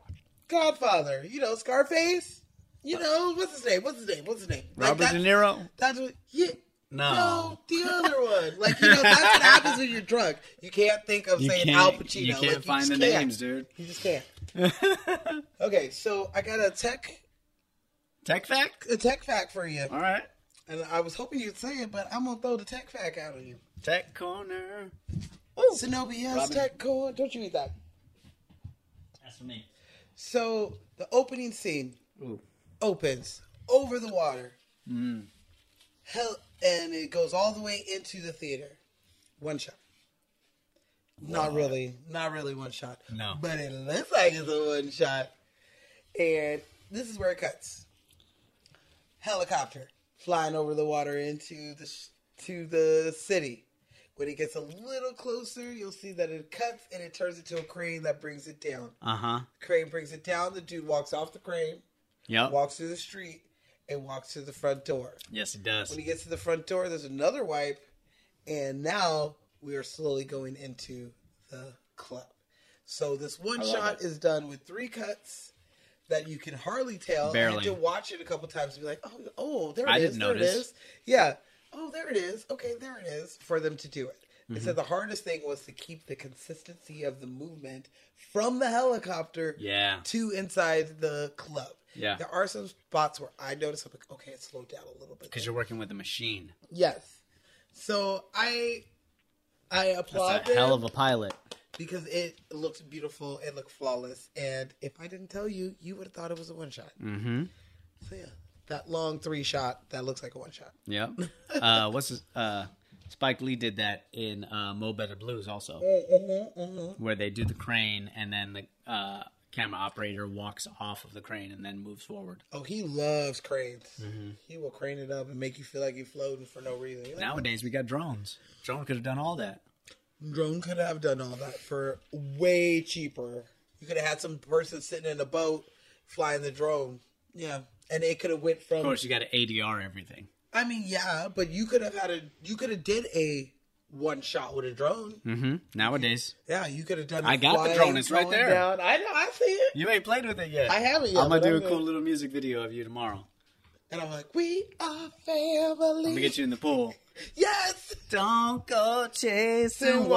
[SPEAKER 1] Godfather. You know, Scarface. You know, what's his name? What's his name? What's his name? Like,
[SPEAKER 2] Robert
[SPEAKER 1] that's-
[SPEAKER 2] De Niro?
[SPEAKER 1] That's what. Yeah.
[SPEAKER 2] No.
[SPEAKER 1] No, the other one. Like, you know, that's what happens when you're drunk. You can't think of
[SPEAKER 2] You
[SPEAKER 1] saying
[SPEAKER 2] can't-
[SPEAKER 1] Al Pacino.
[SPEAKER 2] you
[SPEAKER 1] Like,
[SPEAKER 2] can't find
[SPEAKER 1] just
[SPEAKER 2] the
[SPEAKER 1] can't.
[SPEAKER 2] names, dude.
[SPEAKER 1] You just can't. okay, so I got a tech.
[SPEAKER 2] Tech fact?
[SPEAKER 1] A tech fact for you.
[SPEAKER 2] All right.
[SPEAKER 1] And I was hoping you'd say it, but I'm going to throw the tech fact out on you.
[SPEAKER 2] Tech corner.
[SPEAKER 1] Oh, Shinobi has
[SPEAKER 2] Robin.
[SPEAKER 1] tech corn. Don't you eat that.
[SPEAKER 2] That's for me.
[SPEAKER 1] So the opening scene opens over the water.
[SPEAKER 2] Mm.
[SPEAKER 1] Hell, and it goes all the way into the theater. One shot. Not
[SPEAKER 2] Wow.
[SPEAKER 1] really, not really one shot.
[SPEAKER 2] No.
[SPEAKER 1] but it looks like it's a one shot. And this is where it cuts. Helicopter flying over the water into the sh- to the city. When it gets a little closer, you'll see that it cuts and it turns into a crane that brings it down.
[SPEAKER 2] Uh huh.
[SPEAKER 1] Crane brings it down. The dude walks off the crane,
[SPEAKER 2] Yep.
[SPEAKER 1] walks through the street, and walks to the front door.
[SPEAKER 2] Yes, it does.
[SPEAKER 1] When he gets to the front door, there's another wipe, and now we are slowly going into the club. So this one
[SPEAKER 2] I love
[SPEAKER 1] shot
[SPEAKER 2] it.
[SPEAKER 1] is done with three cuts that you can hardly tell. I
[SPEAKER 2] Barely.
[SPEAKER 1] had to watch it a couple times to be like, oh, oh, there it
[SPEAKER 2] I
[SPEAKER 1] is,
[SPEAKER 2] didn't
[SPEAKER 1] there it
[SPEAKER 2] notice.
[SPEAKER 1] is. Yeah. Oh, there it is. Okay, there it is. For them to do it. They
[SPEAKER 2] Mm-hmm.
[SPEAKER 1] said the hardest thing was to keep the consistency of the movement from the helicopter
[SPEAKER 2] Yeah.
[SPEAKER 1] to inside the club.
[SPEAKER 2] Yeah.
[SPEAKER 1] There are some spots where I noticed, I'm like, okay, it slowed down a little bit.
[SPEAKER 2] Because you're working with a machine.
[SPEAKER 1] Yes. So I I applaud
[SPEAKER 2] That's a hell
[SPEAKER 1] them
[SPEAKER 2] of a pilot.
[SPEAKER 1] because it looked beautiful, it looked flawless, and if I didn't tell you, you would have thought it was a one shot.
[SPEAKER 2] Mm-hmm.
[SPEAKER 1] So yeah, that long three shot that looks like a one shot.
[SPEAKER 2] Yep. Uh, what's his, uh, Spike Lee did that in uh, Mo Better Blues also, where they do the crane and then the uh, camera operator walks off of the crane and then moves forward.
[SPEAKER 1] Oh, he loves cranes.
[SPEAKER 2] Mm-hmm.
[SPEAKER 1] He will crane it up and make you feel like you're floating for no reason. You're like,
[SPEAKER 2] Nowadays we got drones. Drone could have done all that.
[SPEAKER 1] Drone could have done all that for way cheaper. You could have had some person sitting in a boat flying the drone. Yeah, and it could have went from.
[SPEAKER 2] Of course, you got to ADR everything.
[SPEAKER 1] I mean, yeah, but you could have had a you could have did a one shot with a drone.
[SPEAKER 2] Mm-hmm. Nowadays,
[SPEAKER 1] Yeah, you could have done.
[SPEAKER 2] I
[SPEAKER 1] it
[SPEAKER 2] got the
[SPEAKER 1] flying,
[SPEAKER 2] drone. It's right
[SPEAKER 1] going
[SPEAKER 2] there.
[SPEAKER 1] down. I know. I see it.
[SPEAKER 2] You ain't played with it yet.
[SPEAKER 1] I haven't yet,
[SPEAKER 2] I'm gonna
[SPEAKER 1] but
[SPEAKER 2] do
[SPEAKER 1] I'm
[SPEAKER 2] a cool
[SPEAKER 1] gonna-
[SPEAKER 2] little music video of you tomorrow.
[SPEAKER 1] And I'm like, we are
[SPEAKER 2] I'm gonna
[SPEAKER 1] family.
[SPEAKER 2] get you in the pool.
[SPEAKER 1] Yes.
[SPEAKER 2] Don't go chasing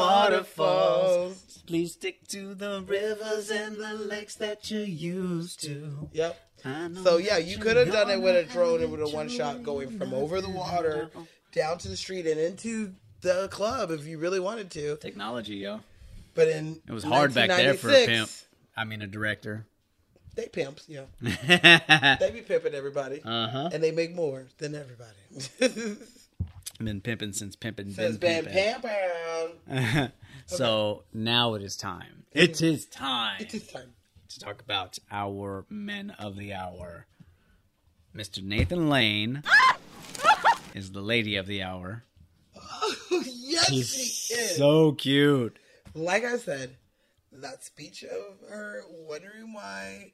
[SPEAKER 1] waterfalls.
[SPEAKER 2] Please stick to the rivers and the lakes that you're used to.
[SPEAKER 1] Yep.
[SPEAKER 2] I know
[SPEAKER 1] So yeah,
[SPEAKER 2] that
[SPEAKER 1] you
[SPEAKER 2] you're
[SPEAKER 1] could have done it
[SPEAKER 2] gonna
[SPEAKER 1] with a drone and
[SPEAKER 2] have
[SPEAKER 1] with a one shot going from over the water down to the street and into the club if you really wanted to.
[SPEAKER 2] Technology, yo.
[SPEAKER 1] But in
[SPEAKER 2] It was hard back there for a
[SPEAKER 1] 1996,
[SPEAKER 2] pimp. I mean, a director.
[SPEAKER 1] They pimps, yeah.
[SPEAKER 2] and
[SPEAKER 1] They be pimping everybody,
[SPEAKER 2] Uh-huh.
[SPEAKER 1] and they make more than everybody.
[SPEAKER 2] been pimping since pimping
[SPEAKER 1] Says
[SPEAKER 2] been
[SPEAKER 1] been
[SPEAKER 2] pimping.
[SPEAKER 1] pimping.
[SPEAKER 2] so now it is time. It is time
[SPEAKER 1] It is time.
[SPEAKER 2] to talk about our men of the hour. Mr. Nathan Lane
[SPEAKER 1] Ah!
[SPEAKER 2] is the lady of the hour.
[SPEAKER 1] oh, yes,
[SPEAKER 2] He's
[SPEAKER 1] she is.
[SPEAKER 2] so cute.
[SPEAKER 1] like I said, that speech of her wondering why,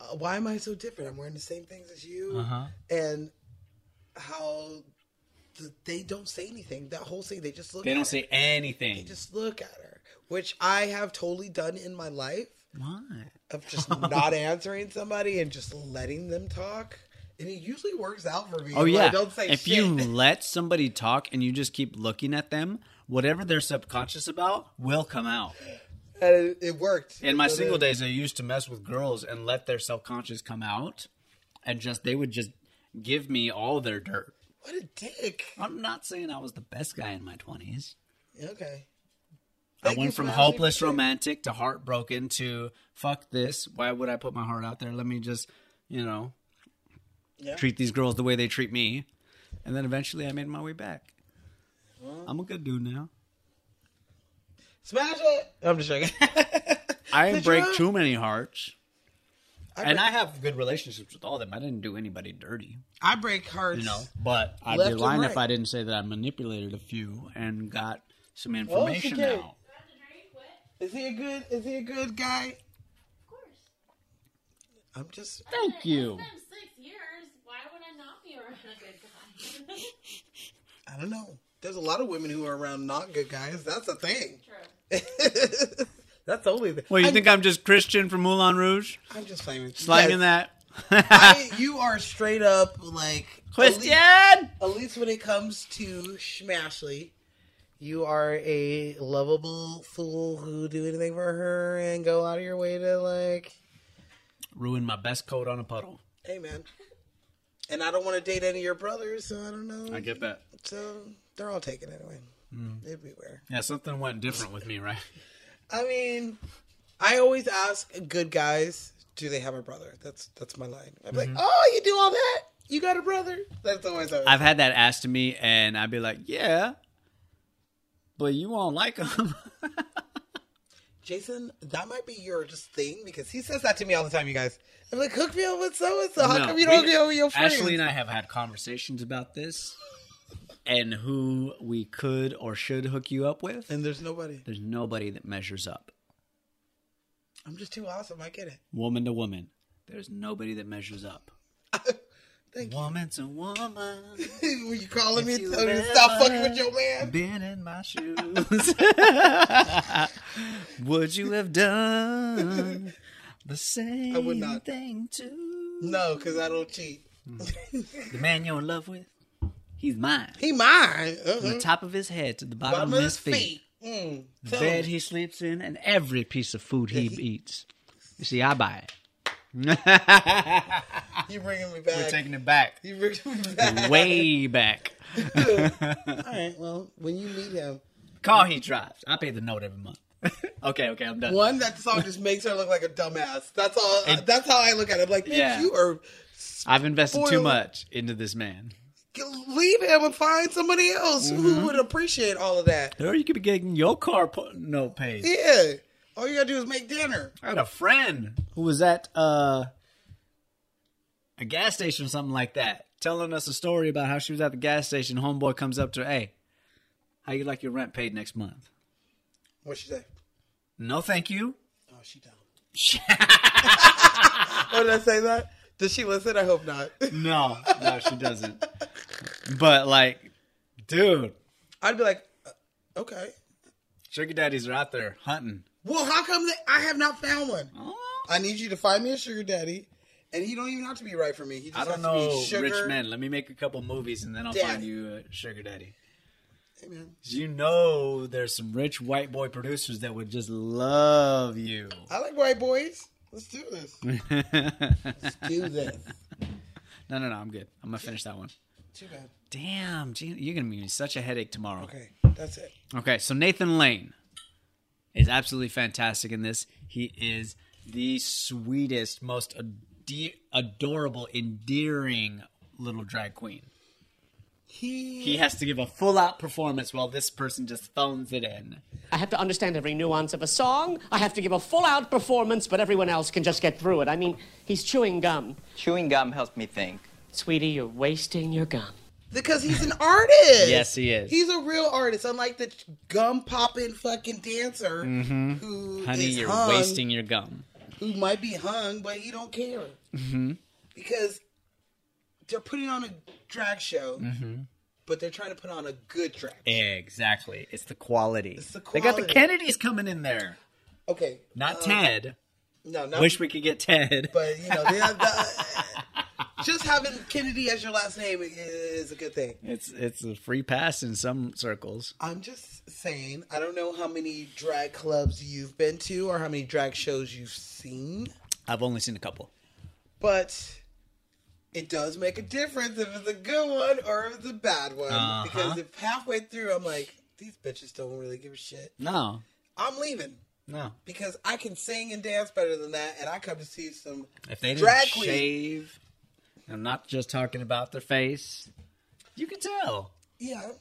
[SPEAKER 1] uh, why am I so different? I'm wearing the same things as you,
[SPEAKER 2] Uh-huh.
[SPEAKER 1] and how th- they don't say anything. That whole thing, they just look.
[SPEAKER 2] They
[SPEAKER 1] at
[SPEAKER 2] don't
[SPEAKER 1] her.
[SPEAKER 2] say anything.
[SPEAKER 1] Just look at her, which I have totally done in my life
[SPEAKER 2] Why?
[SPEAKER 1] of just not answering somebody and just letting them talk. And it usually works out for me.
[SPEAKER 2] Oh
[SPEAKER 1] Like,
[SPEAKER 2] yeah.
[SPEAKER 1] don't say
[SPEAKER 2] if
[SPEAKER 1] shit.
[SPEAKER 2] you let somebody talk and you just keep looking at them, whatever they're subconscious about will come out.
[SPEAKER 1] And it, it worked.
[SPEAKER 2] In my
[SPEAKER 1] It
[SPEAKER 2] single
[SPEAKER 1] worked.
[SPEAKER 2] days, I used to mess with girls and let their subconscious come out, and just they would just give me all their dirt.
[SPEAKER 1] What a dick.
[SPEAKER 2] I'm not saying I was the best guy in my twenties.
[SPEAKER 1] Okay.
[SPEAKER 2] I
[SPEAKER 1] Thank you
[SPEAKER 2] went from
[SPEAKER 1] for asking
[SPEAKER 2] hopeless
[SPEAKER 1] for-
[SPEAKER 2] romantic to heartbroken to fuck this. Why would I put my heart out there? Let me just, you know,
[SPEAKER 1] Yeah.
[SPEAKER 2] treat these girls the way they treat me. And then eventually I made my way back. I'm a good dude now.
[SPEAKER 1] Smash it. I'm just joking.
[SPEAKER 2] I didn't
[SPEAKER 1] Did
[SPEAKER 2] break
[SPEAKER 1] you?
[SPEAKER 2] too many hearts.
[SPEAKER 1] I
[SPEAKER 2] and
[SPEAKER 1] break-
[SPEAKER 2] I have good relationships with all of them. I didn't do anybody dirty.
[SPEAKER 1] I break hearts.
[SPEAKER 2] You know, but I'd
[SPEAKER 1] left
[SPEAKER 2] be
[SPEAKER 1] and
[SPEAKER 2] lying
[SPEAKER 1] right.
[SPEAKER 2] if I didn't say that I manipulated a few and got some
[SPEAKER 1] Well, it's
[SPEAKER 2] information
[SPEAKER 1] okay.
[SPEAKER 2] out.
[SPEAKER 1] Is he a good? Is he a good guy? Of course. I'm just.
[SPEAKER 2] Thank you.
[SPEAKER 12] It's been six years. Why would I not be around a good guy?
[SPEAKER 1] I don't know. There's a lot of women who are around not good guys. That's a thing. That's the only thing.
[SPEAKER 2] Well, you
[SPEAKER 1] I'm,
[SPEAKER 2] think I'm just Christian from Moulin Rouge?
[SPEAKER 1] I'm just playing with you.
[SPEAKER 2] Slanging that?
[SPEAKER 1] I, you are straight up like
[SPEAKER 2] Christian!
[SPEAKER 1] At least, at least when it comes to Schmashley, you are a lovable fool who do anything for her and go out of your way to like.
[SPEAKER 2] Ruined my best coat on a puddle.
[SPEAKER 1] Hey, man. And I don't want to date any of your brothers, so I don't know.
[SPEAKER 2] I get that.
[SPEAKER 1] So they're all taken anyway. Everywhere.
[SPEAKER 2] Yeah, something went different with me, right?
[SPEAKER 1] I mean, I always ask good guys, do they have a brother? That's that's my line. I'm like,
[SPEAKER 2] Mhm.
[SPEAKER 1] oh, you do all that? You got a brother? That's always how
[SPEAKER 2] I've had that asked to me, and I'd be like, yeah, but you won't like them.
[SPEAKER 1] Jason, that might be your just thing because he says that to me all the time, you guys. I'm like, hook me up with so and so. How
[SPEAKER 2] No,
[SPEAKER 1] come you don't
[SPEAKER 2] we-
[SPEAKER 1] hook me up with your friends?
[SPEAKER 2] Ashley and I have had conversations about this and who we could or should hook you up with.
[SPEAKER 1] And there's nobody.
[SPEAKER 2] There's nobody that measures up.
[SPEAKER 1] I'm just too awesome. I get it.
[SPEAKER 2] Woman to woman. There's nobody that measures up.
[SPEAKER 1] Thank
[SPEAKER 2] Woman's a woman.
[SPEAKER 1] you. Were you calling me
[SPEAKER 2] If
[SPEAKER 1] to
[SPEAKER 2] you
[SPEAKER 1] tell me to stop
[SPEAKER 2] ever
[SPEAKER 1] fucking with your man?
[SPEAKER 2] Been in my shoes. Would you have done the same
[SPEAKER 1] I would not.
[SPEAKER 2] thing too?
[SPEAKER 1] No, because I don't cheat.
[SPEAKER 2] The man you're in love with, he's mine.
[SPEAKER 1] He mine.
[SPEAKER 2] From the
[SPEAKER 1] Mhm.
[SPEAKER 2] top of his head to the bottom, of his feet.
[SPEAKER 1] Mm.
[SPEAKER 2] The
[SPEAKER 1] Tell
[SPEAKER 2] bed
[SPEAKER 1] him.
[SPEAKER 2] he sleeps in and every piece of food he eats. You see, I buy it.
[SPEAKER 1] You bringing me back?
[SPEAKER 2] We're taking it back.
[SPEAKER 1] You bringing me back?
[SPEAKER 2] Way back.
[SPEAKER 1] All right. Well, when you meet him,
[SPEAKER 2] Car he drives. I pay the note every month. okay, okay, I'm done.
[SPEAKER 1] one that song just makes her look like a dumbass. That's all.
[SPEAKER 2] It-
[SPEAKER 1] that's how I look at it. I'm like, bitch,
[SPEAKER 2] Yeah.
[SPEAKER 1] you are.
[SPEAKER 2] I've invested too
[SPEAKER 1] Spoiler.
[SPEAKER 2] much into this man.
[SPEAKER 1] Leave him and find somebody else
[SPEAKER 2] Mhm.
[SPEAKER 1] who would appreciate all of that.
[SPEAKER 2] Or you could be getting your car po- note paid.
[SPEAKER 1] Yeah. All you gotta do is make dinner.
[SPEAKER 2] I had a friend who was at uh, a gas station or something like that, telling us a story about how she was at the gas station. Homeboy comes up to her, hey, how you like your rent paid next month?
[SPEAKER 1] What she say?
[SPEAKER 2] No, thank you.
[SPEAKER 1] Oh, she don't. oh, did I say that? Does she listen? I hope not.
[SPEAKER 2] No, no, she doesn't. But like, dude,
[SPEAKER 1] I'd be like, uh, okay.
[SPEAKER 2] sugar daddies are out there hunting.
[SPEAKER 1] Well, how come that I have not found one?
[SPEAKER 2] Oh.
[SPEAKER 1] I need you to find me a sugar daddy, and he don't even have to be right for me. He just
[SPEAKER 2] I don't
[SPEAKER 1] has to be
[SPEAKER 2] know,
[SPEAKER 1] sugar.
[SPEAKER 2] rich man. Let me make a couple movies and then I'll find
[SPEAKER 1] daddy.
[SPEAKER 2] you a sugar daddy.
[SPEAKER 1] Hey, man.
[SPEAKER 2] You know, there's some rich white boy producers that would just love you.
[SPEAKER 1] I like white boys. Let's do this.
[SPEAKER 2] Let's
[SPEAKER 1] do this.
[SPEAKER 2] No, no, no. I'm good. I'm gonna finish that one.
[SPEAKER 1] Too bad.
[SPEAKER 2] Damn, Gina, you're gonna be in such a headache tomorrow.
[SPEAKER 1] Okay, that's it.
[SPEAKER 2] Okay, so Nathan Lane is absolutely fantastic in this. He is the sweetest, most ade- adorable, endearing little drag queen.
[SPEAKER 1] He
[SPEAKER 2] He has to give a full out performance while this person just phones it in.
[SPEAKER 3] I have to understand every nuance of a song. I have to give a full out performance, but everyone else can just get through it. I mean, he's chewing gum.
[SPEAKER 8] Chewing gum helps me think.
[SPEAKER 3] Sweetie, you're wasting your gum.
[SPEAKER 1] Because he's an artist.
[SPEAKER 2] Yes, he is.
[SPEAKER 1] He's a real artist, unlike the gum popping fucking dancer
[SPEAKER 2] Mhm.
[SPEAKER 1] who
[SPEAKER 2] Honey,
[SPEAKER 1] is
[SPEAKER 2] you're
[SPEAKER 1] hung,
[SPEAKER 2] wasting your gum.
[SPEAKER 1] who might be hung, but he don't care
[SPEAKER 2] Mm-hmm.
[SPEAKER 1] because they're putting on a drag show,
[SPEAKER 2] Mm-hmm.
[SPEAKER 1] but they're trying to put on a good drag.
[SPEAKER 2] Exactly. It's the quality. Uh,
[SPEAKER 1] It's the
[SPEAKER 2] They got the
[SPEAKER 1] quality.
[SPEAKER 2] Kennedys coming in there.
[SPEAKER 1] Okay,
[SPEAKER 2] Not
[SPEAKER 1] um,
[SPEAKER 2] Ted.
[SPEAKER 1] No, not
[SPEAKER 2] Wish we could get Ted.
[SPEAKER 1] But you know, they have the, just having Kennedy as your last name is a good thing.
[SPEAKER 2] It's it's a free pass in some circles.
[SPEAKER 1] I'm just saying, I don't know how many drag clubs you've been to or how many drag shows you've seen.
[SPEAKER 2] I've only seen a couple.
[SPEAKER 1] but it does make a difference if it's a good one or if it's a bad one.
[SPEAKER 2] Uh-huh.
[SPEAKER 1] Because if halfway through I'm like, these bitches don't really give a shit,
[SPEAKER 2] No,
[SPEAKER 1] I'm leaving
[SPEAKER 2] no.
[SPEAKER 1] because I can sing and dance better than that, and I come to see some
[SPEAKER 2] If they didn't
[SPEAKER 1] drag queen.
[SPEAKER 2] shave, I'm not just talking about their face. You can tell.
[SPEAKER 1] Yeah,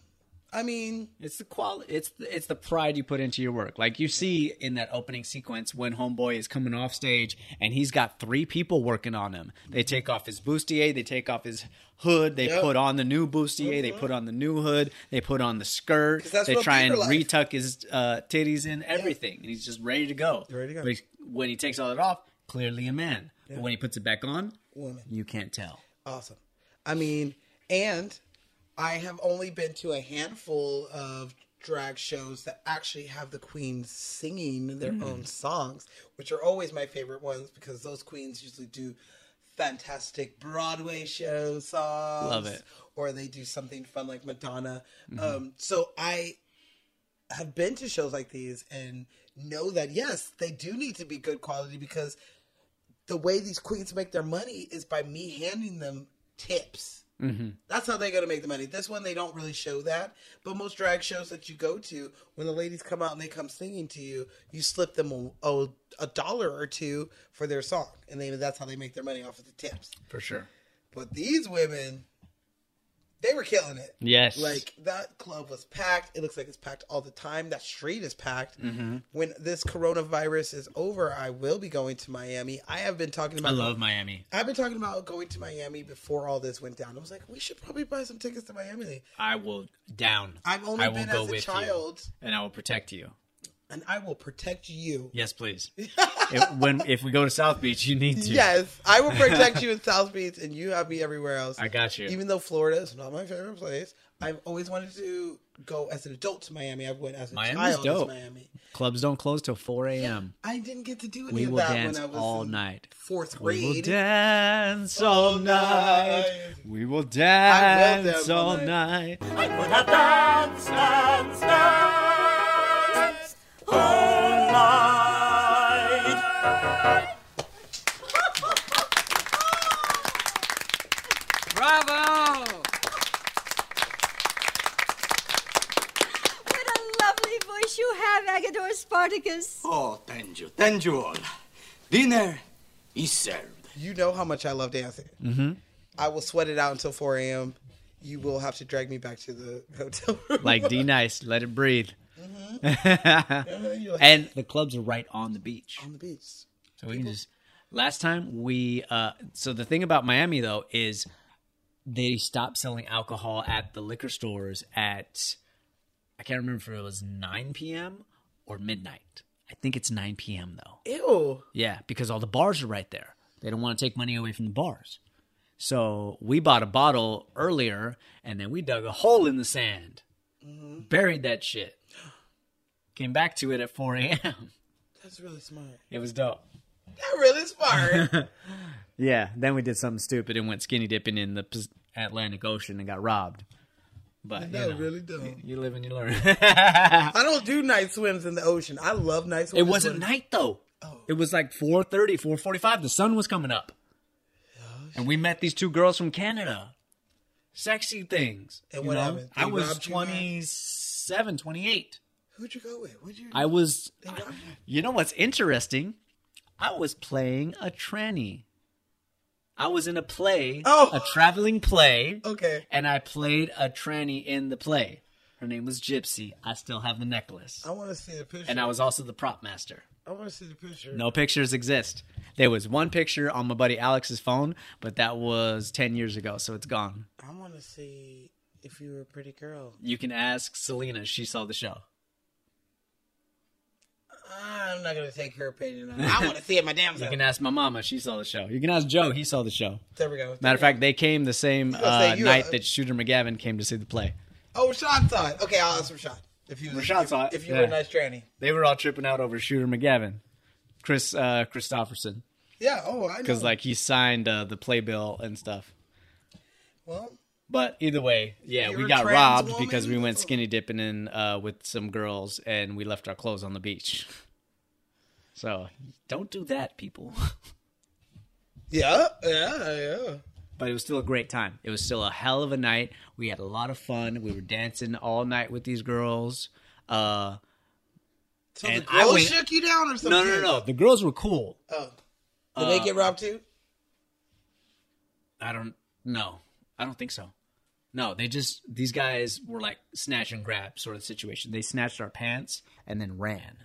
[SPEAKER 1] I mean,
[SPEAKER 2] it's the quality. It's the, it's the pride you put into your work. Like you see in that opening sequence when Homeboy is coming off stage and he's got three people working on him. They take off his bustier, they take off his hood, they
[SPEAKER 1] Yep. Uh-huh.
[SPEAKER 2] put on the new bustier, they put on the new hood, they put on the skirt,
[SPEAKER 1] 'Cause that's
[SPEAKER 2] they
[SPEAKER 1] what
[SPEAKER 2] try and
[SPEAKER 1] people like.
[SPEAKER 2] retuck his uh, titties in everything, and he's just ready to go. Ready to go. But he- when he takes all that off, clearly a man.
[SPEAKER 1] Yeah.
[SPEAKER 2] But when he puts it back on,
[SPEAKER 1] Woman.
[SPEAKER 2] you can't tell.
[SPEAKER 1] Awesome. I mean, and I have only been to a handful of drag shows that actually have the queens singing their
[SPEAKER 2] Mm-hmm.
[SPEAKER 13] Mm.
[SPEAKER 1] own songs, which are always my favorite ones because those queens usually do fantastic Broadway show songs.
[SPEAKER 2] Love it.
[SPEAKER 1] Or they do something fun like Madonna.
[SPEAKER 2] Mhm.
[SPEAKER 1] Um, so I have been to shows like these and know that yes, they do need to be good quality because the way these queens make their money is by me handing them tips.
[SPEAKER 2] Mm-hmm.
[SPEAKER 1] That's how they're going to make the money. This one, they don't really show that. But most drag shows that you go to, when the ladies come out and they come singing to you, you slip them a, a, a dollar or two for their song. And they, that's how they make their money off of the tips.
[SPEAKER 2] For sure.
[SPEAKER 1] But these women, they were killing it.
[SPEAKER 2] Yes.
[SPEAKER 1] Like that club was packed. It looks like it's packed all the time. That street is packed.
[SPEAKER 2] Mm-hmm.
[SPEAKER 1] When this coronavirus is over, I will be going to Miami. I have been talking
[SPEAKER 2] I
[SPEAKER 1] about
[SPEAKER 2] love Miami.
[SPEAKER 1] I've been talking about going to Miami before all this went down. I was like, we should probably buy some tickets to Miami.
[SPEAKER 2] I will down.
[SPEAKER 1] I've only
[SPEAKER 2] I will
[SPEAKER 1] been
[SPEAKER 2] go
[SPEAKER 1] as a
[SPEAKER 2] with you,
[SPEAKER 1] child,
[SPEAKER 2] and I will protect you.
[SPEAKER 1] and I will protect you.
[SPEAKER 2] Yes, please. if, when if we go to South Beach, you need to.
[SPEAKER 1] Yes, I will protect you in South Beach, and you have me everywhere else.
[SPEAKER 2] I got you.
[SPEAKER 1] Even though Florida is not my favorite place, I've always wanted to go as an adult to Miami. I've went as a
[SPEAKER 2] Miami's
[SPEAKER 1] child
[SPEAKER 2] dope.
[SPEAKER 1] to Miami.
[SPEAKER 2] Clubs don't close till four a.m.
[SPEAKER 1] I didn't get to do any
[SPEAKER 2] We
[SPEAKER 1] of
[SPEAKER 2] will
[SPEAKER 1] that
[SPEAKER 2] dance
[SPEAKER 1] when I was
[SPEAKER 2] all
[SPEAKER 1] in
[SPEAKER 2] night.
[SPEAKER 1] fourth
[SPEAKER 2] We
[SPEAKER 1] grade.
[SPEAKER 2] will dance all night. We will
[SPEAKER 1] dance
[SPEAKER 2] dance all night.
[SPEAKER 13] I could have danced, danced, danced all night.
[SPEAKER 7] Bravo!
[SPEAKER 14] What a lovely voice you have, Agador Spartacus.
[SPEAKER 6] Oh, thank you, thank you all. Dinner is served.
[SPEAKER 1] You know how much I love dancing.
[SPEAKER 2] Mm-hmm.
[SPEAKER 1] I will sweat it out until 4 a.m. You will have to drag me back to the hotel room.
[SPEAKER 2] Like D nice, let it breathe.
[SPEAKER 1] you're like-
[SPEAKER 2] Mm-hmm. and the clubs are right on the beach.
[SPEAKER 1] on the beach.
[SPEAKER 2] So we can just. Last time we, uh, so the thing about Miami though is they stopped selling alcohol at the liquor stores at, I can't remember if it was 9 p.m. or midnight. I think it's 9 p.m. though.
[SPEAKER 1] Ew.
[SPEAKER 2] Yeah, because all the bars are right there. They don't want to take money away from the bars. So we bought a bottle earlier and then we dug a hole in the sand, buried that shit, came back to it at 4 a.m.
[SPEAKER 1] That's really smart.
[SPEAKER 2] It was dope.
[SPEAKER 1] That really smart.
[SPEAKER 2] Yeah, then we did something stupid and went skinny dipping in the Pas- Atlantic Ocean and got robbed. But
[SPEAKER 1] No,
[SPEAKER 2] you know,
[SPEAKER 1] really don't.
[SPEAKER 2] You live and you learn.
[SPEAKER 1] I don't do night swims in the ocean. I love night
[SPEAKER 2] it
[SPEAKER 1] swims.
[SPEAKER 2] wasn't night though.
[SPEAKER 1] Oh.
[SPEAKER 2] It was like 4:30, 4:45. The sun was coming up, and we met these two girls from Canada. Sexy things.
[SPEAKER 1] And
[SPEAKER 2] you
[SPEAKER 1] what
[SPEAKER 2] know?
[SPEAKER 1] happened? They
[SPEAKER 2] I was
[SPEAKER 1] robbed you guys?
[SPEAKER 2] 27, 28.
[SPEAKER 1] Who'd you go with? What'd you?
[SPEAKER 2] I was.
[SPEAKER 1] They robbed you.
[SPEAKER 2] You know what's interesting? I was playing a tranny. I was in a play, a traveling play.
[SPEAKER 1] Oh. Okay.
[SPEAKER 2] And I played a tranny in the play. Her name was Gypsy. I still have the necklace.
[SPEAKER 1] I want to see the picture.
[SPEAKER 2] And I was also the prop master.
[SPEAKER 1] I want to see the picture.
[SPEAKER 2] No pictures exist. There was one picture on my buddy Alex's phone, but that was 10 years ago, so it's gone.
[SPEAKER 1] I want to see if you were a pretty girl.
[SPEAKER 2] You can ask Selena. She saw the show.
[SPEAKER 1] I'm not gonna take her opinion. on it. I want to see it my damn
[SPEAKER 2] You
[SPEAKER 1] self.
[SPEAKER 2] can ask my mama. She saw the show. You can ask Joe. He saw the show.
[SPEAKER 1] There we go.
[SPEAKER 2] Matter of fact, they came the same
[SPEAKER 1] gonna say
[SPEAKER 2] uh,
[SPEAKER 1] you-
[SPEAKER 2] night that Shooter McGavin came to see the play.
[SPEAKER 1] Oh, Rashad saw it. Okay, I'll ask Rashad. If you was,
[SPEAKER 2] Rashad
[SPEAKER 1] if,
[SPEAKER 2] saw it,
[SPEAKER 1] If you
[SPEAKER 2] yeah.
[SPEAKER 1] were a nice tranny.
[SPEAKER 2] They were all tripping out over Shooter McGavin, Chris uh, Christopherson,
[SPEAKER 1] Yeah. Oh, I know.
[SPEAKER 2] because like he signed uh, the playbill and stuff.
[SPEAKER 1] well,
[SPEAKER 2] But either way, yeah,
[SPEAKER 1] You're
[SPEAKER 2] we
[SPEAKER 1] a
[SPEAKER 2] got
[SPEAKER 1] trans
[SPEAKER 2] robbed
[SPEAKER 1] woman?
[SPEAKER 2] because we went skinny dipping in uh, with some girls and we left our clothes on the beach. So don't do that, people.
[SPEAKER 1] yeah, yeah, yeah.
[SPEAKER 2] But it was still a great time. It was still a hell of a night. We had a lot of fun. We were dancing all night with these girls. Uh,
[SPEAKER 1] So
[SPEAKER 2] and
[SPEAKER 1] the girls
[SPEAKER 2] went-
[SPEAKER 1] shook you down or something?
[SPEAKER 2] No, no, no, no. The girls were cool.
[SPEAKER 1] Oh, did they
[SPEAKER 2] Uh,
[SPEAKER 1] get robbed too?
[SPEAKER 2] I don't know. I don't think so. No, they just these guys were like snatch and grab sort of situation. They snatched our pants and then ran.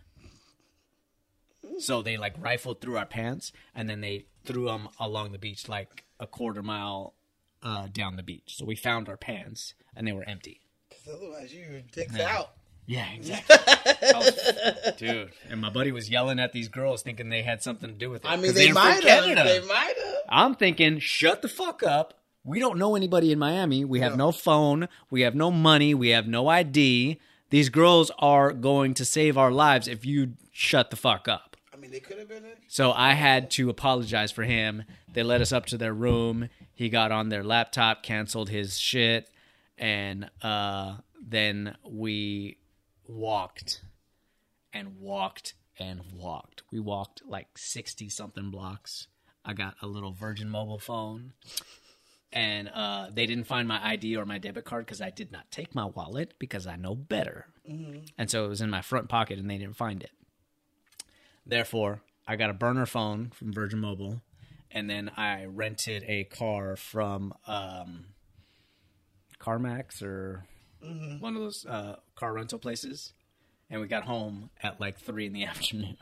[SPEAKER 2] So they like rifled through our pants and then they threw them along the beach like a quarter mile uh, down the beach. So we found our pants and they were empty.
[SPEAKER 1] Because otherwise, you dicks
[SPEAKER 2] Yeah.
[SPEAKER 1] out.
[SPEAKER 2] Yeah, exactly. I was- dude, and my buddy was yelling at these girls, thinking they had something to do with it.
[SPEAKER 1] I
[SPEAKER 2] 'Cause
[SPEAKER 1] mean, they
[SPEAKER 2] were from
[SPEAKER 1] might have.
[SPEAKER 2] Canada.
[SPEAKER 1] They might have.
[SPEAKER 2] I'm thinking, shut the fuck up. We don't know anybody in Miami. We have no phone. We have no money. We have no ID. These girls are going to save our lives if you shut the fuck up.
[SPEAKER 1] I mean, they could have been. in-
[SPEAKER 2] So I had to apologize for him. They led us up to their room. He got on their laptop, canceled his shit, and uh, then we walked and walked and walked. We walked like 60 something blocks. I got a little Virgin mobile phone. And uh, they didn't find my ID or my debit card because I did not take my wallet because I know better.
[SPEAKER 13] Mhm.
[SPEAKER 2] And so it was in my front pocket and they didn't find it. Therefore, I got a burner phone from Virgin Mobile, and then I rented a car from um, CarMax or
[SPEAKER 13] Mhm.
[SPEAKER 2] one of those uh, car rental places. And we got home at like three in the afternoon.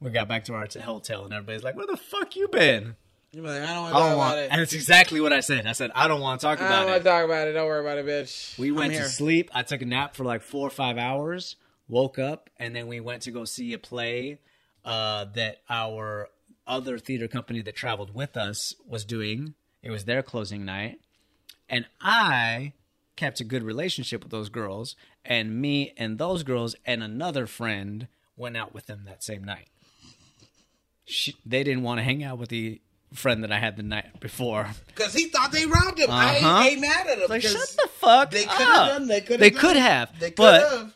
[SPEAKER 2] We got back to our t- hotel, and everybody's like, "Where the fuck you been?"
[SPEAKER 1] You're like, I don't
[SPEAKER 2] I
[SPEAKER 1] want to talk
[SPEAKER 2] don't
[SPEAKER 1] about
[SPEAKER 2] want.
[SPEAKER 1] it.
[SPEAKER 2] And it's exactly what I said. I said, "I don't want to talk
[SPEAKER 1] Oh, I don't
[SPEAKER 2] about
[SPEAKER 1] want
[SPEAKER 2] it."
[SPEAKER 1] to talk about it. Don't worry about it, bitch.
[SPEAKER 2] We
[SPEAKER 1] I'm
[SPEAKER 2] went to
[SPEAKER 1] here.
[SPEAKER 2] sleep. I took a nap for like four or five hours, woke up, and then we went to go see a play uh, that our other theater company that traveled with us was doing. It was their closing night. And I kept a good relationship with those girls. And me and those girls and another friend went out with them that same night. She, they didn't want to hang out with the friend that I had the night before.
[SPEAKER 1] Because he thought they robbed him. I ain't,
[SPEAKER 2] Uh-huh.
[SPEAKER 1] ain't mad at him.
[SPEAKER 2] Like,
[SPEAKER 1] 'cause
[SPEAKER 2] shut the fuck
[SPEAKER 1] They could
[SPEAKER 2] up.
[SPEAKER 1] have done. They could have.
[SPEAKER 2] They
[SPEAKER 1] done-
[SPEAKER 2] could have,
[SPEAKER 1] They could
[SPEAKER 2] but-
[SPEAKER 1] have.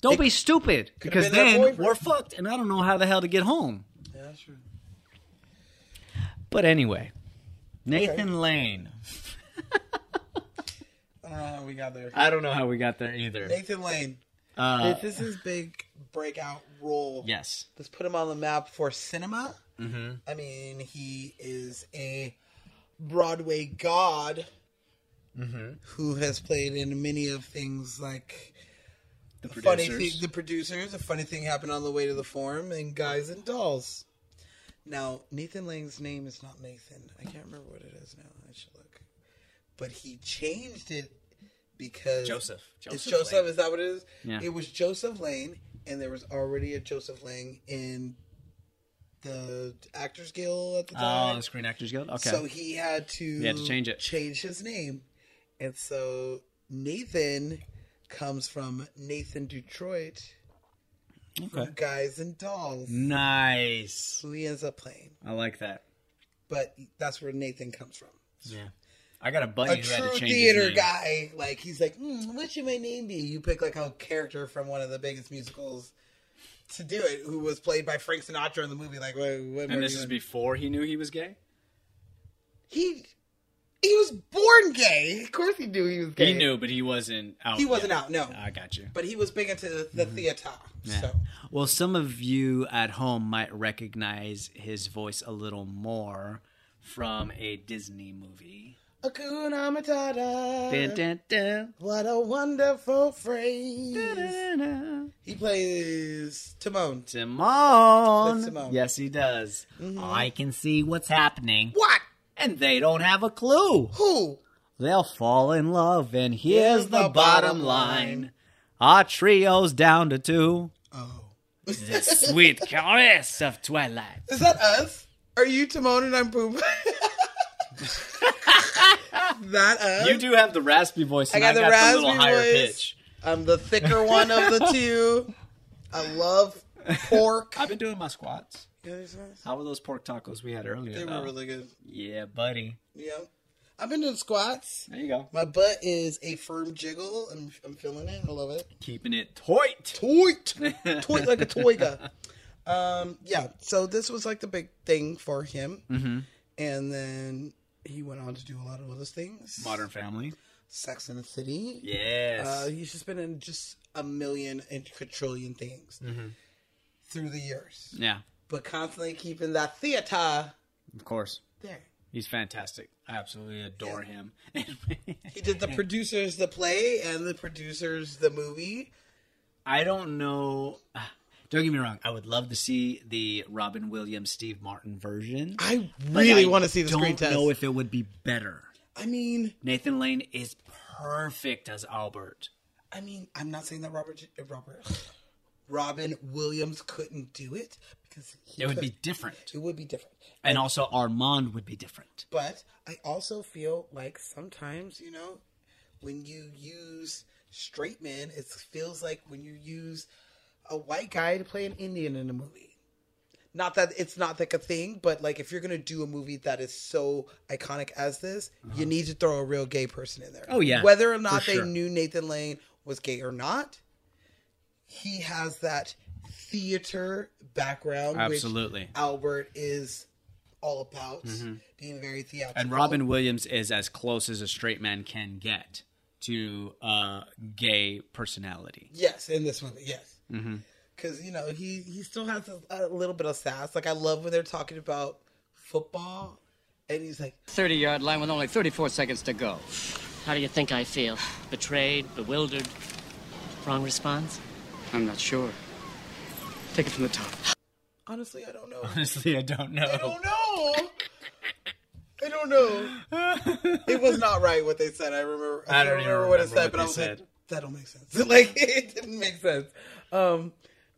[SPEAKER 2] Don't be stupid because
[SPEAKER 1] been their
[SPEAKER 2] then
[SPEAKER 1] boyfriend.
[SPEAKER 2] we're fucked and I don't know how the hell to get home.
[SPEAKER 1] Yeah, that's true.
[SPEAKER 2] But anyway, Nathan Lane.
[SPEAKER 1] Uh, we got there.
[SPEAKER 2] I don't know how we got there either.
[SPEAKER 1] Nathan Lane.
[SPEAKER 2] Uh,
[SPEAKER 1] this is his big breakout role.
[SPEAKER 2] Yes.
[SPEAKER 1] Let's put him on the map for cinema.
[SPEAKER 2] Mm-hmm.
[SPEAKER 1] I mean, he is a Broadway god
[SPEAKER 2] Mm-hmm.
[SPEAKER 1] who has played in many of things like
[SPEAKER 2] The
[SPEAKER 1] funny thing,
[SPEAKER 2] Producers.
[SPEAKER 1] the producers, a funny thing happened on the way to the forum, and Guys and Dolls. Now, Nathan Lang's name is not Nathan. I can't remember what it is now. I should look. But he changed it because
[SPEAKER 2] Joseph.
[SPEAKER 1] It's
[SPEAKER 2] Joseph
[SPEAKER 1] Joseph.
[SPEAKER 2] Lang.
[SPEAKER 1] Is that what it is?
[SPEAKER 2] Yeah.
[SPEAKER 1] It was Joseph Lane, and there was already a Joseph Lang in the Actors Guild at the time.
[SPEAKER 2] Oh, the Screen Actors Guild. Okay.
[SPEAKER 1] Uh, So he had to
[SPEAKER 2] He had to change it.
[SPEAKER 1] change his name, and so Nathan comes from Nathan Detroit from
[SPEAKER 2] Okay.
[SPEAKER 1] Guys and Dolls.
[SPEAKER 2] Nice.
[SPEAKER 1] Who he ends up playing,
[SPEAKER 2] I like that.
[SPEAKER 1] but that's where Nathan comes from.
[SPEAKER 2] Yeah. I got a buddy who
[SPEAKER 1] a
[SPEAKER 2] Oh, had
[SPEAKER 1] true
[SPEAKER 2] to change his
[SPEAKER 1] theater
[SPEAKER 2] name.
[SPEAKER 1] guy, like he's like, mm, what should my name be? You pick like a character from one of the biggest musicals to do it, who was played by Frank Sinatra in the movie. Like, what? what more
[SPEAKER 2] And this is
[SPEAKER 1] do you want?
[SPEAKER 2] before he knew he was gay.
[SPEAKER 1] he he was born gay. Of course, he knew he was gay.
[SPEAKER 2] He knew, but he wasn't out.
[SPEAKER 1] He wasn't
[SPEAKER 2] yet.
[SPEAKER 1] out, no.
[SPEAKER 2] I got you.
[SPEAKER 1] but he was big into the, the theater.
[SPEAKER 2] Mm-hmm. Yeah.
[SPEAKER 1] So
[SPEAKER 2] Well, some of you at home might recognize his voice a little more from a Disney movie.
[SPEAKER 1] Akuna Matata.
[SPEAKER 2] Dun, dun, dun.
[SPEAKER 1] What a wonderful phrase. He plays Timon.
[SPEAKER 2] Timon.
[SPEAKER 1] That's Simone.
[SPEAKER 2] Yes, he does.
[SPEAKER 1] Mhm.
[SPEAKER 2] I can see what's happening.
[SPEAKER 1] What?
[SPEAKER 2] And they don't have a clue.
[SPEAKER 1] Who?
[SPEAKER 2] They'll fall in love, and here's the, bottom line. Our trio's down to two. Oh. the sweet chorus of Twilight.
[SPEAKER 1] Is that us? Are you Timon and I'm Pumbaa? that us?
[SPEAKER 2] You do have the raspy voice,
[SPEAKER 1] I
[SPEAKER 2] and
[SPEAKER 1] got
[SPEAKER 2] I
[SPEAKER 1] the
[SPEAKER 2] got, the, little
[SPEAKER 1] raspy
[SPEAKER 2] higher
[SPEAKER 1] voice.
[SPEAKER 2] pitch.
[SPEAKER 1] I'm the thicker one of the two. I love pork.
[SPEAKER 2] I've been doing my squats.
[SPEAKER 1] They
[SPEAKER 2] How were those pork tacos we had earlier?
[SPEAKER 1] were
[SPEAKER 2] though?
[SPEAKER 1] really good.
[SPEAKER 2] Yeah, buddy.
[SPEAKER 1] Yeah. I've been doing squats.
[SPEAKER 2] There you go.
[SPEAKER 1] My butt is a firm jiggle. I'm, I'm feeling it. I love it.
[SPEAKER 2] Keeping it toit.
[SPEAKER 1] Toit. Toit like a toiga. Um, yeah. So this was like the big thing for him.
[SPEAKER 2] Mm-hmm.
[SPEAKER 1] And then he went on to do a lot of other things.
[SPEAKER 2] Modern Family.
[SPEAKER 1] Sex and the City.
[SPEAKER 2] Yes.
[SPEAKER 1] Uh, he's just been in just a million and quadrillion things
[SPEAKER 2] Mhm.
[SPEAKER 1] through the years.
[SPEAKER 2] Yeah,
[SPEAKER 1] But constantly keeping that theater
[SPEAKER 2] of course.
[SPEAKER 1] there.
[SPEAKER 2] He's fantastic. I absolutely adore him.
[SPEAKER 1] He did the producers the play and the producers the movie.
[SPEAKER 2] I don't know. Don't get me wrong. I would love to see the Robin Williams, Steve Martin version.
[SPEAKER 1] I
[SPEAKER 2] But
[SPEAKER 1] really
[SPEAKER 2] I
[SPEAKER 1] want to see the screen
[SPEAKER 2] Don't
[SPEAKER 1] test.
[SPEAKER 2] know if it would be better.
[SPEAKER 1] I mean,
[SPEAKER 2] Nathan Lane is perfect as Albert.
[SPEAKER 1] I mean, I'm not saying that Robert uh, Robert Robin Williams couldn't do it because he
[SPEAKER 2] It would
[SPEAKER 1] could.
[SPEAKER 2] be different,
[SPEAKER 1] It would be different.
[SPEAKER 2] and also Armand would be different.
[SPEAKER 1] But I also feel like sometimes, you know, when you use straight men, it feels like when you use a white guy to play an Indian in a movie. Not that it's not like a thing, but like if you're gonna do a movie that is so iconic as this, you need to throw a real gay person in there.
[SPEAKER 2] Uh-huh. Oh, yeah,
[SPEAKER 1] whether or
[SPEAKER 2] for
[SPEAKER 1] not they
[SPEAKER 2] sure.
[SPEAKER 1] knew Nathan Lane was gay or not, he has that theater background.
[SPEAKER 2] Absolutely.
[SPEAKER 1] which Albert is all about
[SPEAKER 2] Mhm.
[SPEAKER 1] being very theatrical.
[SPEAKER 2] And Robin Williams is as close as a straight man can get to uh, gay personality.
[SPEAKER 1] Yes, in this movie, yes,
[SPEAKER 2] Mm-hmm.
[SPEAKER 1] because you know he he still has a, a little bit of sass. Like I love when they're talking about football, and he's like,
[SPEAKER 15] 30 yard line with only 34 seconds to go. How do you think I feel? Betrayed, bewildered? Wrong response? I'm not sure. Take it from the top.
[SPEAKER 1] "Honestly, I don't know.
[SPEAKER 2] Honestly, I don't know.
[SPEAKER 1] I don't know. I don't know. it was not right what they said. I remember. I,
[SPEAKER 2] I
[SPEAKER 1] don't
[SPEAKER 2] don't even
[SPEAKER 1] remember, what it
[SPEAKER 2] remember
[SPEAKER 1] said,
[SPEAKER 2] what
[SPEAKER 1] but
[SPEAKER 2] they
[SPEAKER 1] I was
[SPEAKER 2] said.
[SPEAKER 1] like, that don't make sense. like it didn't make sense. Um,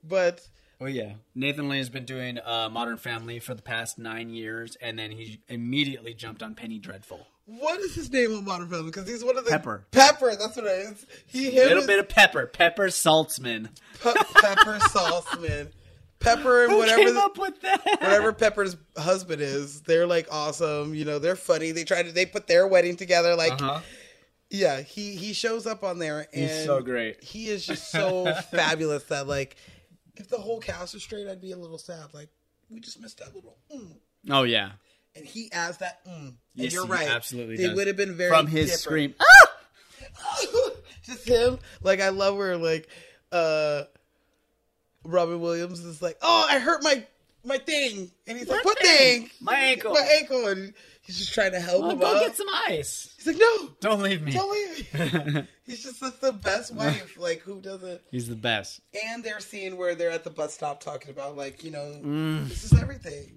[SPEAKER 1] but
[SPEAKER 2] Oh yeah, Nathan Lane has been doing uh, Modern Family for the past nine years, and then he immediately jumped on Penny Dreadful.
[SPEAKER 1] what is his name on Modern Family? Because he's one of the
[SPEAKER 2] Pepper.
[SPEAKER 1] Pepper. That's what it is. He
[SPEAKER 2] A
[SPEAKER 1] him
[SPEAKER 2] little
[SPEAKER 1] is
[SPEAKER 2] bit of Pepper, Pepper Saltzman.
[SPEAKER 1] Pe- Pepper Saltzman. Pepper and
[SPEAKER 2] Who
[SPEAKER 1] whatever
[SPEAKER 2] came
[SPEAKER 1] the-
[SPEAKER 2] up with that?
[SPEAKER 1] whatever Pepper's husband is, they're like awesome. You know, they're funny. They try to they put their wedding together. Like,
[SPEAKER 2] Uh-huh.
[SPEAKER 1] yeah, he he shows up on there and
[SPEAKER 2] He's so great.
[SPEAKER 1] He is just so fabulous that like, if the whole cast was straight, I'd be a little sad. Like, we just missed that little. Mm.
[SPEAKER 2] Oh yeah,
[SPEAKER 1] And he adds that. Mm. and
[SPEAKER 2] Yes,
[SPEAKER 1] you're
[SPEAKER 2] he
[SPEAKER 1] right.
[SPEAKER 2] absolutely
[SPEAKER 1] They
[SPEAKER 2] does.
[SPEAKER 1] would have been very
[SPEAKER 2] From his
[SPEAKER 1] different. Oh,
[SPEAKER 2] scream,
[SPEAKER 1] just him. Like I love where like uh Robin Williams is like, Oh, I hurt my my thing and he's like, What thing?
[SPEAKER 2] My ankle.
[SPEAKER 1] My ankle and he's just trying to help
[SPEAKER 2] Oh,
[SPEAKER 1] him
[SPEAKER 2] go
[SPEAKER 1] up.
[SPEAKER 2] get some ice.
[SPEAKER 1] He's like, No
[SPEAKER 2] Don't leave me.
[SPEAKER 1] Don't leave me. He's just that's the best wife, like who doesn't
[SPEAKER 2] He's the best.
[SPEAKER 1] and their scene where they're at the bus stop talking about like, you know,
[SPEAKER 2] Mm.
[SPEAKER 1] this is everything.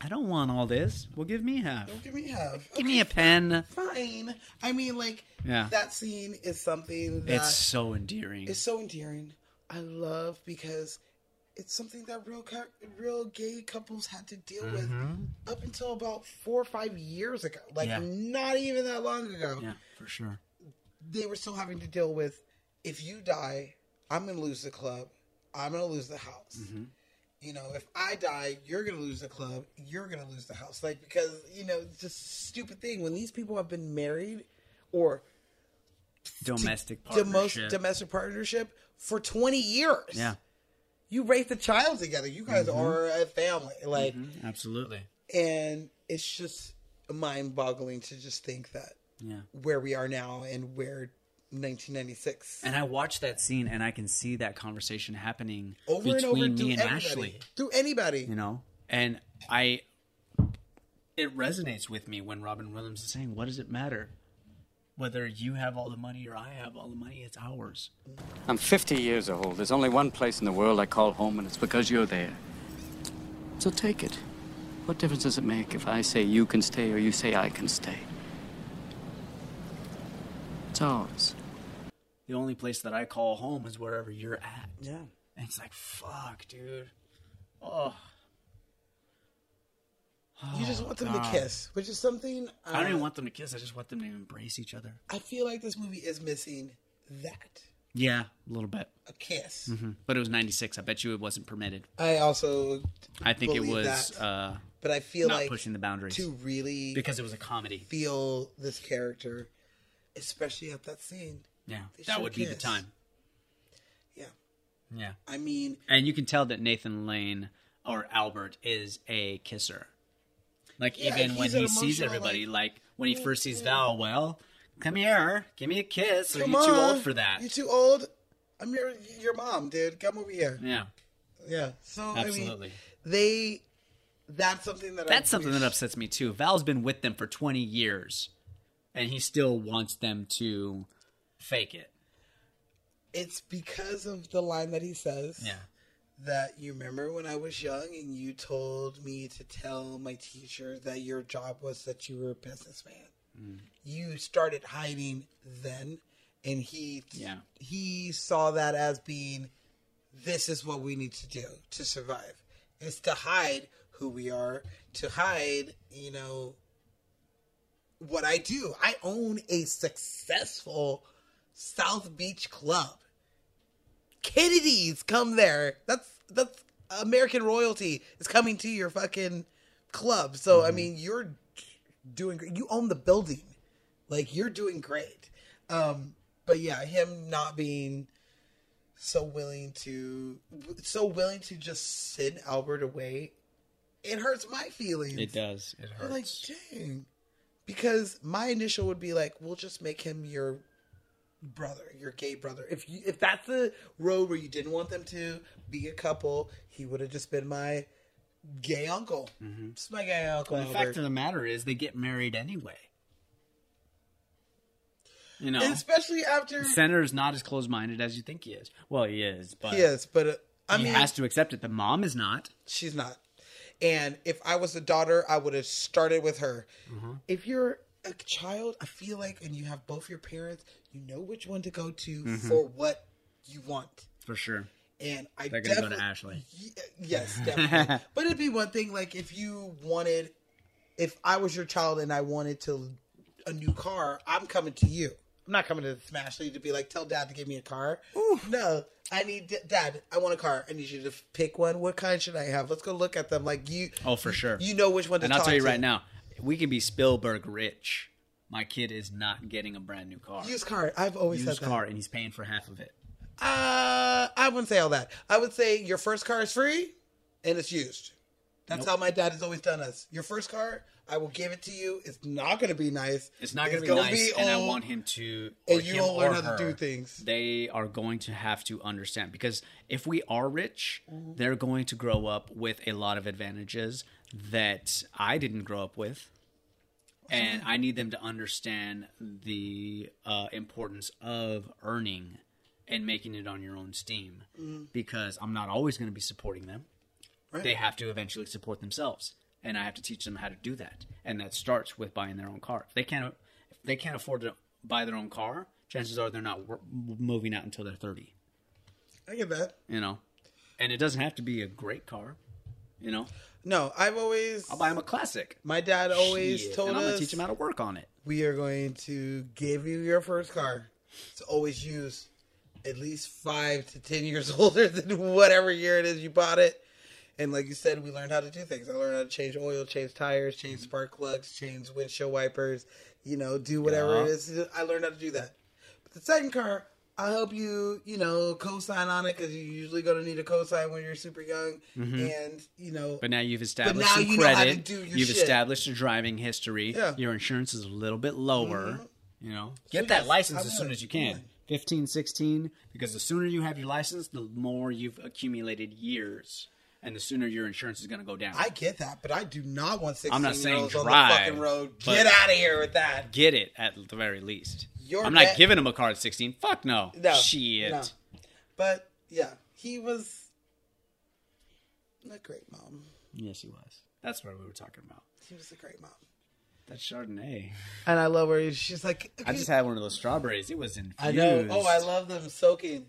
[SPEAKER 2] I don't want all this. Well, give me half.
[SPEAKER 1] Don't give me half.
[SPEAKER 2] Give me a pen.
[SPEAKER 1] Fine. I mean like
[SPEAKER 2] Yeah.
[SPEAKER 1] that scene is something that
[SPEAKER 2] It's so endearing.
[SPEAKER 1] It's so endearing. I love because it's something that real cou- real gay couples had to deal
[SPEAKER 2] Mhm.
[SPEAKER 1] with up until about four or five years ago. Like
[SPEAKER 2] Yeah.
[SPEAKER 1] not even that long ago,
[SPEAKER 2] yeah, for sure.
[SPEAKER 1] they were still having to deal with if you die, I'm gonna lose the club, I'm gonna lose the house.
[SPEAKER 2] Mm-hmm.
[SPEAKER 1] You know, if I die, you're gonna lose the club, you're gonna lose the house. Like because you know, it's just a stupid thing when these people have been married or
[SPEAKER 2] Domestic
[SPEAKER 1] the most
[SPEAKER 2] partnership.
[SPEAKER 1] domestic partnership for 20 years.
[SPEAKER 2] Yeah.
[SPEAKER 1] You raised a child together. You guys
[SPEAKER 2] Mhm.
[SPEAKER 1] are a family. Like,
[SPEAKER 2] Mhm, absolutely.
[SPEAKER 1] and it's just mind boggling to just think that
[SPEAKER 2] Yeah.
[SPEAKER 1] where we are now and where 1996.
[SPEAKER 2] And I watched that scene, and I can see that conversation happening
[SPEAKER 1] over
[SPEAKER 2] between
[SPEAKER 1] and over through
[SPEAKER 2] me and
[SPEAKER 1] everybody,
[SPEAKER 2] Ashley.
[SPEAKER 1] Through anybody.
[SPEAKER 2] You know, and I, it resonates with me when Robin Williams is saying, "What does it matter whether you have all the money or I have all the money? It's ours."
[SPEAKER 15] I'm 50 years old. There's only one place in the world I call home, and it's because you're there. So take it. What difference does it make if I say you can stay or you say I can stay? It's ours.
[SPEAKER 2] The only place that I call home is wherever you're at.
[SPEAKER 1] Yeah.
[SPEAKER 2] And it's like, fuck, dude. Oh.
[SPEAKER 1] You just want them
[SPEAKER 2] God.
[SPEAKER 1] to kiss, which is something
[SPEAKER 2] I don't
[SPEAKER 1] uh,
[SPEAKER 2] even want them to kiss. I just want them to embrace each other.
[SPEAKER 1] I feel like this movie is missing that
[SPEAKER 2] Yeah, a little bit.
[SPEAKER 1] a kiss.
[SPEAKER 2] hmm But it was 96. I bet you it wasn't permitted.
[SPEAKER 1] I also
[SPEAKER 2] I think it
[SPEAKER 1] believe
[SPEAKER 2] was.
[SPEAKER 1] that,
[SPEAKER 2] Uh,
[SPEAKER 1] but I feel
[SPEAKER 2] not
[SPEAKER 1] like
[SPEAKER 2] pushing the boundaries
[SPEAKER 1] to really
[SPEAKER 2] because it was a comedy.
[SPEAKER 1] feel this character, especially at that scene.
[SPEAKER 2] Yeah,
[SPEAKER 1] They
[SPEAKER 2] that
[SPEAKER 1] should
[SPEAKER 2] would be the
[SPEAKER 1] kiss.
[SPEAKER 2] time.
[SPEAKER 1] Yeah.
[SPEAKER 2] Yeah,
[SPEAKER 1] I mean,
[SPEAKER 2] and you can tell that Nathan Lane or Albert is a kisser. Like
[SPEAKER 1] Yeah,
[SPEAKER 2] even when
[SPEAKER 1] he's an
[SPEAKER 2] he sees
[SPEAKER 1] emotional,
[SPEAKER 2] everybody, like, when he first sees Val, well, come here, give me a kiss. Or
[SPEAKER 1] Come
[SPEAKER 2] you too
[SPEAKER 1] on.
[SPEAKER 2] old for that?
[SPEAKER 1] You're too old. I'm your your mom, dude. Come over here.
[SPEAKER 2] Yeah,
[SPEAKER 1] Yeah. So I mean,
[SPEAKER 2] absolutely.
[SPEAKER 1] they That's something that
[SPEAKER 2] That's
[SPEAKER 1] I
[SPEAKER 2] something that upsets me too. Val's been with them for 20 years and he still wants them to fake it.
[SPEAKER 1] It's because of the line that he says.
[SPEAKER 2] Yeah.
[SPEAKER 1] That you remember when I was young and you told me to tell my teacher that your job was that you were a businessman.
[SPEAKER 2] Mm.
[SPEAKER 1] You started hiding then, and he
[SPEAKER 2] Yeah.
[SPEAKER 1] he saw that as being this is what we need to do to survive. It's to hide who we are, to hide, you know, what I do. I own a successful South Beach club. Kennedys come there. That's that's American royalty is coming to your fucking club. So I mean, you're doing great. You own the building. Like you're doing great. Um but yeah, him not being so willing to so willing to just send Albert away, it hurts my feelings.
[SPEAKER 2] It does. It
[SPEAKER 1] I'm
[SPEAKER 2] hurts.
[SPEAKER 1] like, dang. Because my initial would be like, we'll just make him your brother, your gay brother. If you, if that's the road where you didn't want them to be a couple, he would have just been my gay uncle. Just my gay uncle.
[SPEAKER 2] Mm-hmm. Well, the fact
[SPEAKER 1] Albert.
[SPEAKER 2] of the matter is, they get married anyway. You know,
[SPEAKER 1] Especially after
[SPEAKER 2] Senator's not as closed-minded as you think he is. Well, he is, but
[SPEAKER 1] He is, but uh, I
[SPEAKER 2] he
[SPEAKER 1] mean-
[SPEAKER 2] has to accept it. The mom is not.
[SPEAKER 1] She's not. And if I was a daughter, I would have started with her.
[SPEAKER 2] Mm-hmm.
[SPEAKER 1] If you're a child, I feel like, and you have both your parents, you know which one to go to
[SPEAKER 2] Mhm.
[SPEAKER 1] for what you want.
[SPEAKER 2] for sure.
[SPEAKER 1] And I
[SPEAKER 2] They're gonna go to
[SPEAKER 1] definitely- uh,
[SPEAKER 2] Ashley.
[SPEAKER 1] Yes, definitely. but it'd be one thing like if you wanted, if I was your child and I wanted to a new car, I'm coming to you. I'm not coming to Smash Lee to be like, tell dad to give me a car. No, I need dad. I want a car. I need you to pick one. What kind should I have? Let's go look at them. Like you,
[SPEAKER 2] Oh, for sure.
[SPEAKER 1] you know which one to
[SPEAKER 2] And I'll
[SPEAKER 1] talk
[SPEAKER 2] tell you
[SPEAKER 1] to.
[SPEAKER 2] right now, we can be Spielberg rich. My kid is not getting a brand new car.
[SPEAKER 1] Used car. I've always
[SPEAKER 2] used
[SPEAKER 1] said that.
[SPEAKER 2] car, and he's paying for half of it.
[SPEAKER 1] Uh, I wouldn't say all that. I would say your first car is free and it's used. That's
[SPEAKER 2] Nope.
[SPEAKER 1] how my dad has always done us. Your first car, I will give it to you. It's not going to be nice.
[SPEAKER 2] It's not going to be
[SPEAKER 1] gonna
[SPEAKER 2] nice, and I
[SPEAKER 1] old.
[SPEAKER 2] want him to.
[SPEAKER 1] and
[SPEAKER 2] or
[SPEAKER 1] you
[SPEAKER 2] him
[SPEAKER 1] don't learn
[SPEAKER 2] or
[SPEAKER 1] how to do
[SPEAKER 2] her, They are going to have to understand because if we are rich,
[SPEAKER 1] Mhm.
[SPEAKER 2] they're going to grow up with a lot of advantages that I didn't grow up with, and I need them to understand the uh, importance of earning and making it on your own steam
[SPEAKER 1] Mm.
[SPEAKER 2] because I'm not always going to be supporting them.
[SPEAKER 1] Right.
[SPEAKER 2] They have to eventually support themselves, and I have to teach them how to do that. And that starts with buying their own car. If they can't, if they can't afford to buy their own car, chances are they're not wor- moving out until they're 30.
[SPEAKER 1] I get that.
[SPEAKER 2] You know, and it doesn't have to be a great car. You know,
[SPEAKER 1] No, I've always. I'll buy
[SPEAKER 2] him a classic.
[SPEAKER 1] My dad always
[SPEAKER 2] Shit,
[SPEAKER 1] told
[SPEAKER 2] and I'm
[SPEAKER 1] us.
[SPEAKER 2] gonna teach them how to work on it.
[SPEAKER 1] We are going to give you your first car. It's always used at least five to ten years older than whatever year it is you bought it. And like you said, we learned how to do things. I learned how to change oil, change tires,
[SPEAKER 2] Mm-hmm.
[SPEAKER 1] change spark plugs, change windshield wipers, you know, do whatever it
[SPEAKER 2] Yeah.
[SPEAKER 1] is. I learned how to do that. But the second car, I'll help you, you know, co-sign on it because you're usually going to need a co-sign when you're super young.
[SPEAKER 2] Mhm.
[SPEAKER 1] And, you know,
[SPEAKER 2] But now you've established
[SPEAKER 1] now
[SPEAKER 2] some
[SPEAKER 1] you know how to
[SPEAKER 2] credit.
[SPEAKER 1] do your
[SPEAKER 2] you've
[SPEAKER 1] shit.
[SPEAKER 2] established a driving history.
[SPEAKER 1] Yeah. Mm-hmm.
[SPEAKER 2] Your insurance is a little bit lower. You know, get
[SPEAKER 1] yes,
[SPEAKER 2] that license
[SPEAKER 1] I
[SPEAKER 2] as soon
[SPEAKER 1] would.
[SPEAKER 2] as you can. 15, 16, because the sooner you have your license, the more you've accumulated years, and the sooner your insurance is going to go down.
[SPEAKER 1] I get that, but I do not want 16
[SPEAKER 2] I'm not
[SPEAKER 1] year
[SPEAKER 2] saying
[SPEAKER 1] olds on the
[SPEAKER 2] drive,
[SPEAKER 1] fucking road.
[SPEAKER 2] but-
[SPEAKER 1] Get out of here with that.
[SPEAKER 2] get it at the very least.
[SPEAKER 1] Your
[SPEAKER 2] I'm not
[SPEAKER 1] bet-
[SPEAKER 2] giving him a car at 16. Fuck no.
[SPEAKER 1] No,
[SPEAKER 2] Shit.
[SPEAKER 1] no. But yeah, he was a great mom.
[SPEAKER 2] Yes, he was. That's what we were talking about.
[SPEAKER 1] He was a great mom.
[SPEAKER 2] That Chardonnay.
[SPEAKER 1] And I love her. She's like,
[SPEAKER 2] I just had one of those strawberries. It was infused.
[SPEAKER 1] I know. Oh, I love them soaking.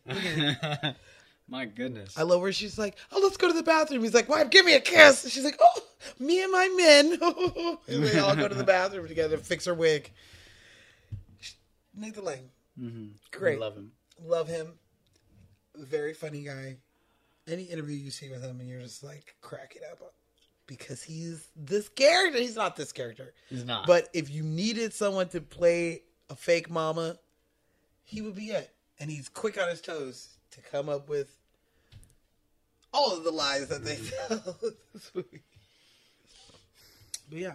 [SPEAKER 2] My goodness.
[SPEAKER 1] I love her. She's like, oh, let's go to the bathroom. He's like, wife, give me a kiss. And she's like, oh, me and my men. and they all go to the bathroom together, fix her wig. Nathan Lane,
[SPEAKER 2] Mm-hmm.
[SPEAKER 1] Great.
[SPEAKER 2] love him.
[SPEAKER 1] love him. Very funny guy. Any interview you see with him, and you're just like cracking up because he's this character. He's not this character.
[SPEAKER 2] He's not.
[SPEAKER 1] But if you needed someone to play a fake mama, he would be it. And he's quick on his toes to come up with all of the lies that they tell in this movie. But yeah.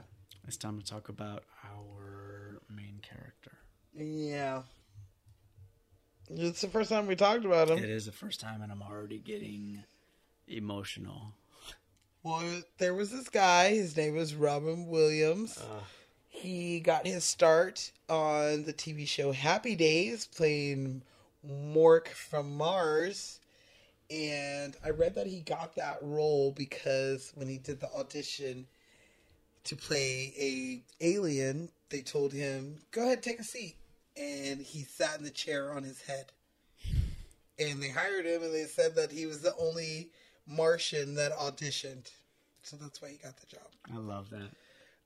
[SPEAKER 2] It's time to talk about our main character.
[SPEAKER 1] Yeah. It's the first time we talked about him.
[SPEAKER 2] It is the first time, and I'm already getting emotional.
[SPEAKER 1] Well, there was this guy. His name was Robin Williams. he got his start on the TV show Happy Days, playing Mork from Mars. And I read that he got that role because when he did the audition to play a alien, they told him, "Go ahead, take a seat." And he sat in the chair on his head. And they hired him, and they said that he was the only Martian that auditioned. So that's why he got the job.
[SPEAKER 2] I love that.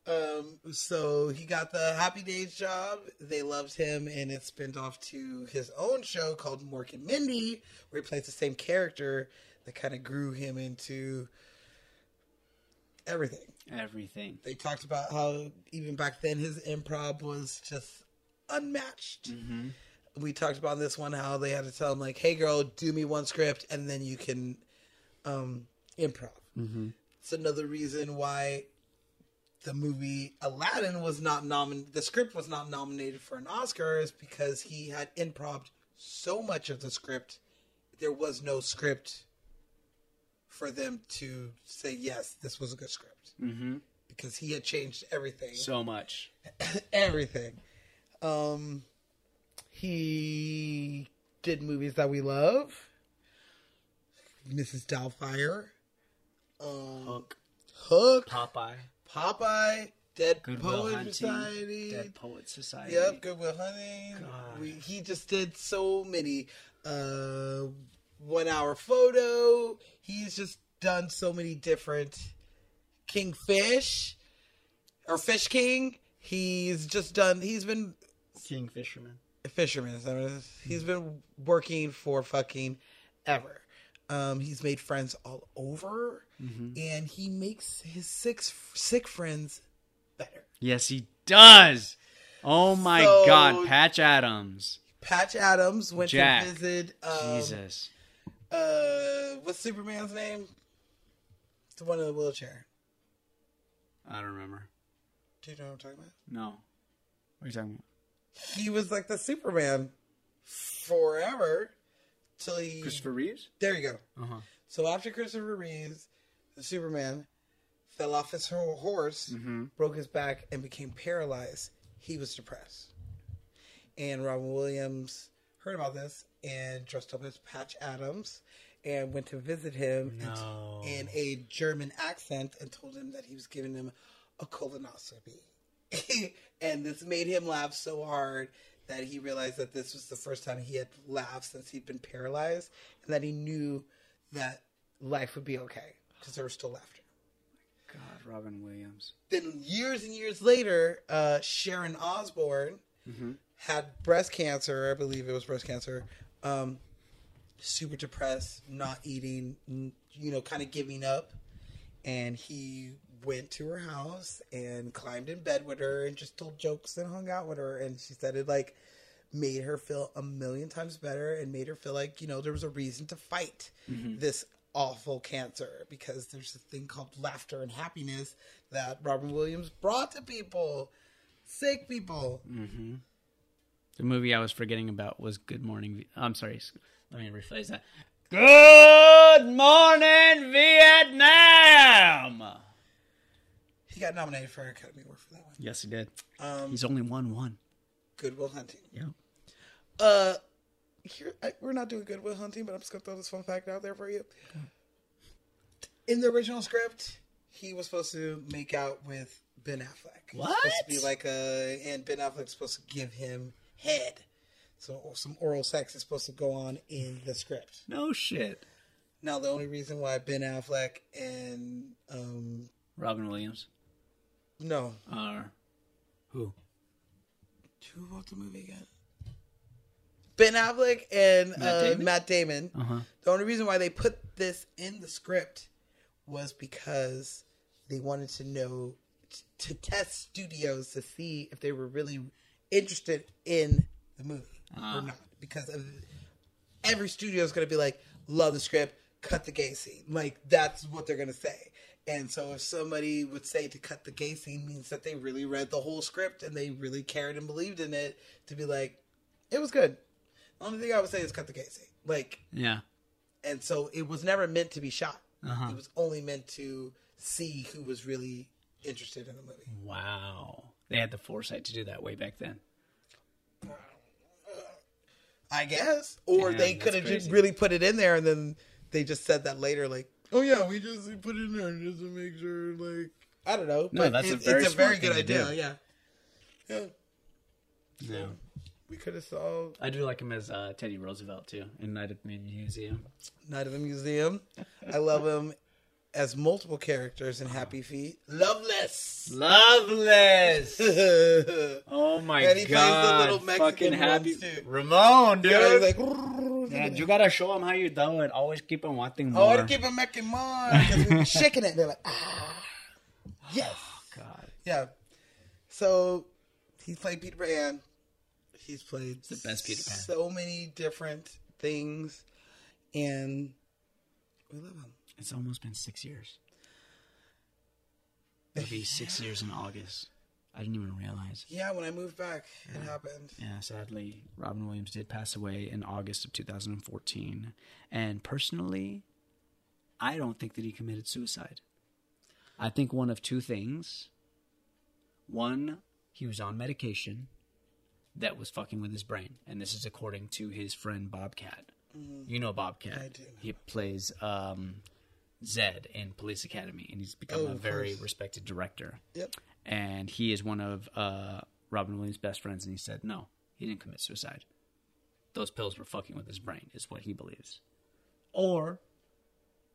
[SPEAKER 1] Um, so he got the Happy Days job. They loved him, and it spinned off to his own show called Mork and Mindy, where he plays the same character that kind of grew him into everything.
[SPEAKER 2] Everything.
[SPEAKER 1] They talked about how even back then his improv was just unmatched.
[SPEAKER 2] Mm-hmm.
[SPEAKER 1] We talked about this one how they had to tell him like, "Hey, girl, do me one script, and then you can um, improv."
[SPEAKER 2] Mm-hmm.
[SPEAKER 1] It's another reason why the movie Aladdin was not nominated. The script was not nominated for an Oscar is because he had improv so much of the script, there was no script for them to say yes, this was a good script
[SPEAKER 2] Mm-hmm.
[SPEAKER 1] because he had changed everything.
[SPEAKER 2] So much.
[SPEAKER 1] everything. Um, he did movies that we love. Mrs. Doubtfire. Um, Hook. Hook.
[SPEAKER 2] Popeye.
[SPEAKER 1] Popeye. Dead
[SPEAKER 2] Goodwill
[SPEAKER 1] Poet
[SPEAKER 2] Hunting,
[SPEAKER 1] Society.
[SPEAKER 2] Dead Poet Society.
[SPEAKER 1] Yep. Goodwill Hunting. We, he just did so many. Uh, one hour photo. He's just done so many different. Kingfish or Fish King. He's just done. He's been
[SPEAKER 2] King Fisherman.
[SPEAKER 1] fisherman. I mean,
[SPEAKER 2] Hmm.
[SPEAKER 1] He's been working for fucking ever. Um, he's made friends all over,
[SPEAKER 2] Mm-hmm.
[SPEAKER 1] and he makes his six sick friends.
[SPEAKER 2] Yes, he does. Oh my
[SPEAKER 1] So-
[SPEAKER 2] God, Patch Adams,
[SPEAKER 1] Patch Adams went
[SPEAKER 2] Jack.
[SPEAKER 1] to visit. Um,
[SPEAKER 2] Jesus,
[SPEAKER 1] Uh, what's Superman's name? The one in the wheelchair.
[SPEAKER 2] I don't remember.
[SPEAKER 1] Do you know what I'm talking about?
[SPEAKER 2] No, what are you talking
[SPEAKER 1] He was like the Superman forever till he.
[SPEAKER 2] about? Christopher Reeves.
[SPEAKER 1] There you go.
[SPEAKER 2] Uh huh.
[SPEAKER 1] So after Christopher Reeves, the Superman, fell off his ho- horse,
[SPEAKER 2] Mm-hmm.
[SPEAKER 1] broke his back, and became paralyzed, he was depressed. And Robin Williams heard about this and dressed up as Patch Adams and went to visit him and-
[SPEAKER 2] No.
[SPEAKER 1] in a German accent and told him that he was giving him a colonoscopy. and this made him laugh so hard that he realized that this was the first time he had laughed since he'd been paralyzed and that he knew that life would be okay because there was still laughter.
[SPEAKER 2] God, Robin Williams.
[SPEAKER 1] Then years and years later, uh, Sharon Osbourne
[SPEAKER 2] Mm-hmm.
[SPEAKER 1] had breast cancer. I believe it was breast cancer. Um, super depressed, not eating, n- you know, kind of giving up. And he went to her house and climbed in bed with her and just told jokes and hung out with her. And she said it like made her feel a million times better and made her feel like, you know, there was a reason to fight
[SPEAKER 2] Mhm.
[SPEAKER 1] this awful cancer because there's a thing called laughter and happiness that Robin Williams brought to people, sick people.
[SPEAKER 2] Mm-hmm. The movie I was forgetting about was Good Morning. V- I'm sorry. s- Let me rephrase that. Good morning, Vietnam.
[SPEAKER 1] He got nominated for an Academy Award for that one.
[SPEAKER 2] Yes, he did.
[SPEAKER 1] Um,
[SPEAKER 2] He's only won one.
[SPEAKER 1] Goodwill Hunting.
[SPEAKER 2] Yeah.
[SPEAKER 1] Uh, here I, we're not doing Goodwill Hunting, but I'm just gonna throw this fun fact out there for you. In the original script, he was supposed to make out with Ben Affleck. He was supposed to be like a, and Ben Affleck's supposed to give him head. So some oral sex is supposed to go on in the script.
[SPEAKER 2] No shit.
[SPEAKER 1] Now the only reason why Ben Affleck and um
[SPEAKER 2] Robin Williams.
[SPEAKER 1] no
[SPEAKER 2] Uh, who?
[SPEAKER 1] who wrote the movie again? Ben Affleck and
[SPEAKER 2] Matt
[SPEAKER 1] uh,
[SPEAKER 2] Damon?
[SPEAKER 1] Matt Damon.
[SPEAKER 2] Uh huh.
[SPEAKER 1] The only reason why they put this in the script was because they wanted to know t- to test studios to see if they were really interested in the movie
[SPEAKER 2] Ah.
[SPEAKER 1] or not. Because of, every studio is going to be like, love the script, cut the gay scene. Like that's what they're going to say. And so if somebody would say to cut the gay scene means that they really read the whole script and they really cared and believed in it to be like, it was good. The only thing I would say is cut the gay scene. Like
[SPEAKER 2] Yeah.
[SPEAKER 1] and so it was never meant to be shot.
[SPEAKER 2] Uh-huh.
[SPEAKER 1] It was only meant to see who was really interested in the movie.
[SPEAKER 2] Wow. They had the foresight to do that way back then.
[SPEAKER 1] I guess, or
[SPEAKER 2] Damn,
[SPEAKER 1] they
[SPEAKER 2] that's
[SPEAKER 1] could have
[SPEAKER 2] crazy.
[SPEAKER 1] just really put it in there, and then they just said that later, like, "Oh yeah, we just put it in there just to make sure." Like, I don't know.
[SPEAKER 2] No, that's a
[SPEAKER 1] it-
[SPEAKER 2] very
[SPEAKER 1] it's a very
[SPEAKER 2] smart thing
[SPEAKER 1] good
[SPEAKER 2] to do.
[SPEAKER 1] idea. Yeah, yeah.
[SPEAKER 2] Yeah.
[SPEAKER 1] We could have saw
[SPEAKER 2] I do like him as uh, Teddy Roosevelt too in Night at the Museum.
[SPEAKER 1] Night of the Museum. I love him as multiple characters in Happy Feet. Loveless.
[SPEAKER 2] Loveless. oh my
[SPEAKER 1] And he plays the
[SPEAKER 2] god!
[SPEAKER 1] little Mexican
[SPEAKER 2] Fucking happy
[SPEAKER 1] ones, too.
[SPEAKER 2] Ramon, dude.
[SPEAKER 1] Yeah, he's like,
[SPEAKER 2] Man, you gotta show him how you do it. Always keep him wanting
[SPEAKER 1] Oh,
[SPEAKER 2] more.
[SPEAKER 1] to keep him making more 'cause we were shaking it. They're like, ah, yes.
[SPEAKER 2] Oh, God.
[SPEAKER 1] Yeah. So he's played Peter Pan. He's played
[SPEAKER 2] the best Peter Pan.
[SPEAKER 1] So many different things, and we love him.
[SPEAKER 2] It's almost been six years. It'll be six years in August. I didn't even realize.
[SPEAKER 1] Yeah, when I moved back, it happened.
[SPEAKER 2] Yeah, sadly, Robin Williams did pass away in August of 2014. And personally, I don't think that he committed suicide. I think one of two things. One, he was on medication that was fucking with his brain. And this is according to his friend Bobcat. You know Bobcat.
[SPEAKER 1] Mm-hmm. I do know.
[SPEAKER 2] He plays um, Zed in Police Academy, and he's become
[SPEAKER 1] Oh,
[SPEAKER 2] a
[SPEAKER 1] of
[SPEAKER 2] very
[SPEAKER 1] course.
[SPEAKER 2] respected director
[SPEAKER 1] Yep.
[SPEAKER 2] and he is one of uh, Robin Williams' best friends, and he said no, he didn't commit suicide. Those pills were fucking with his brain, is what he believes. Or,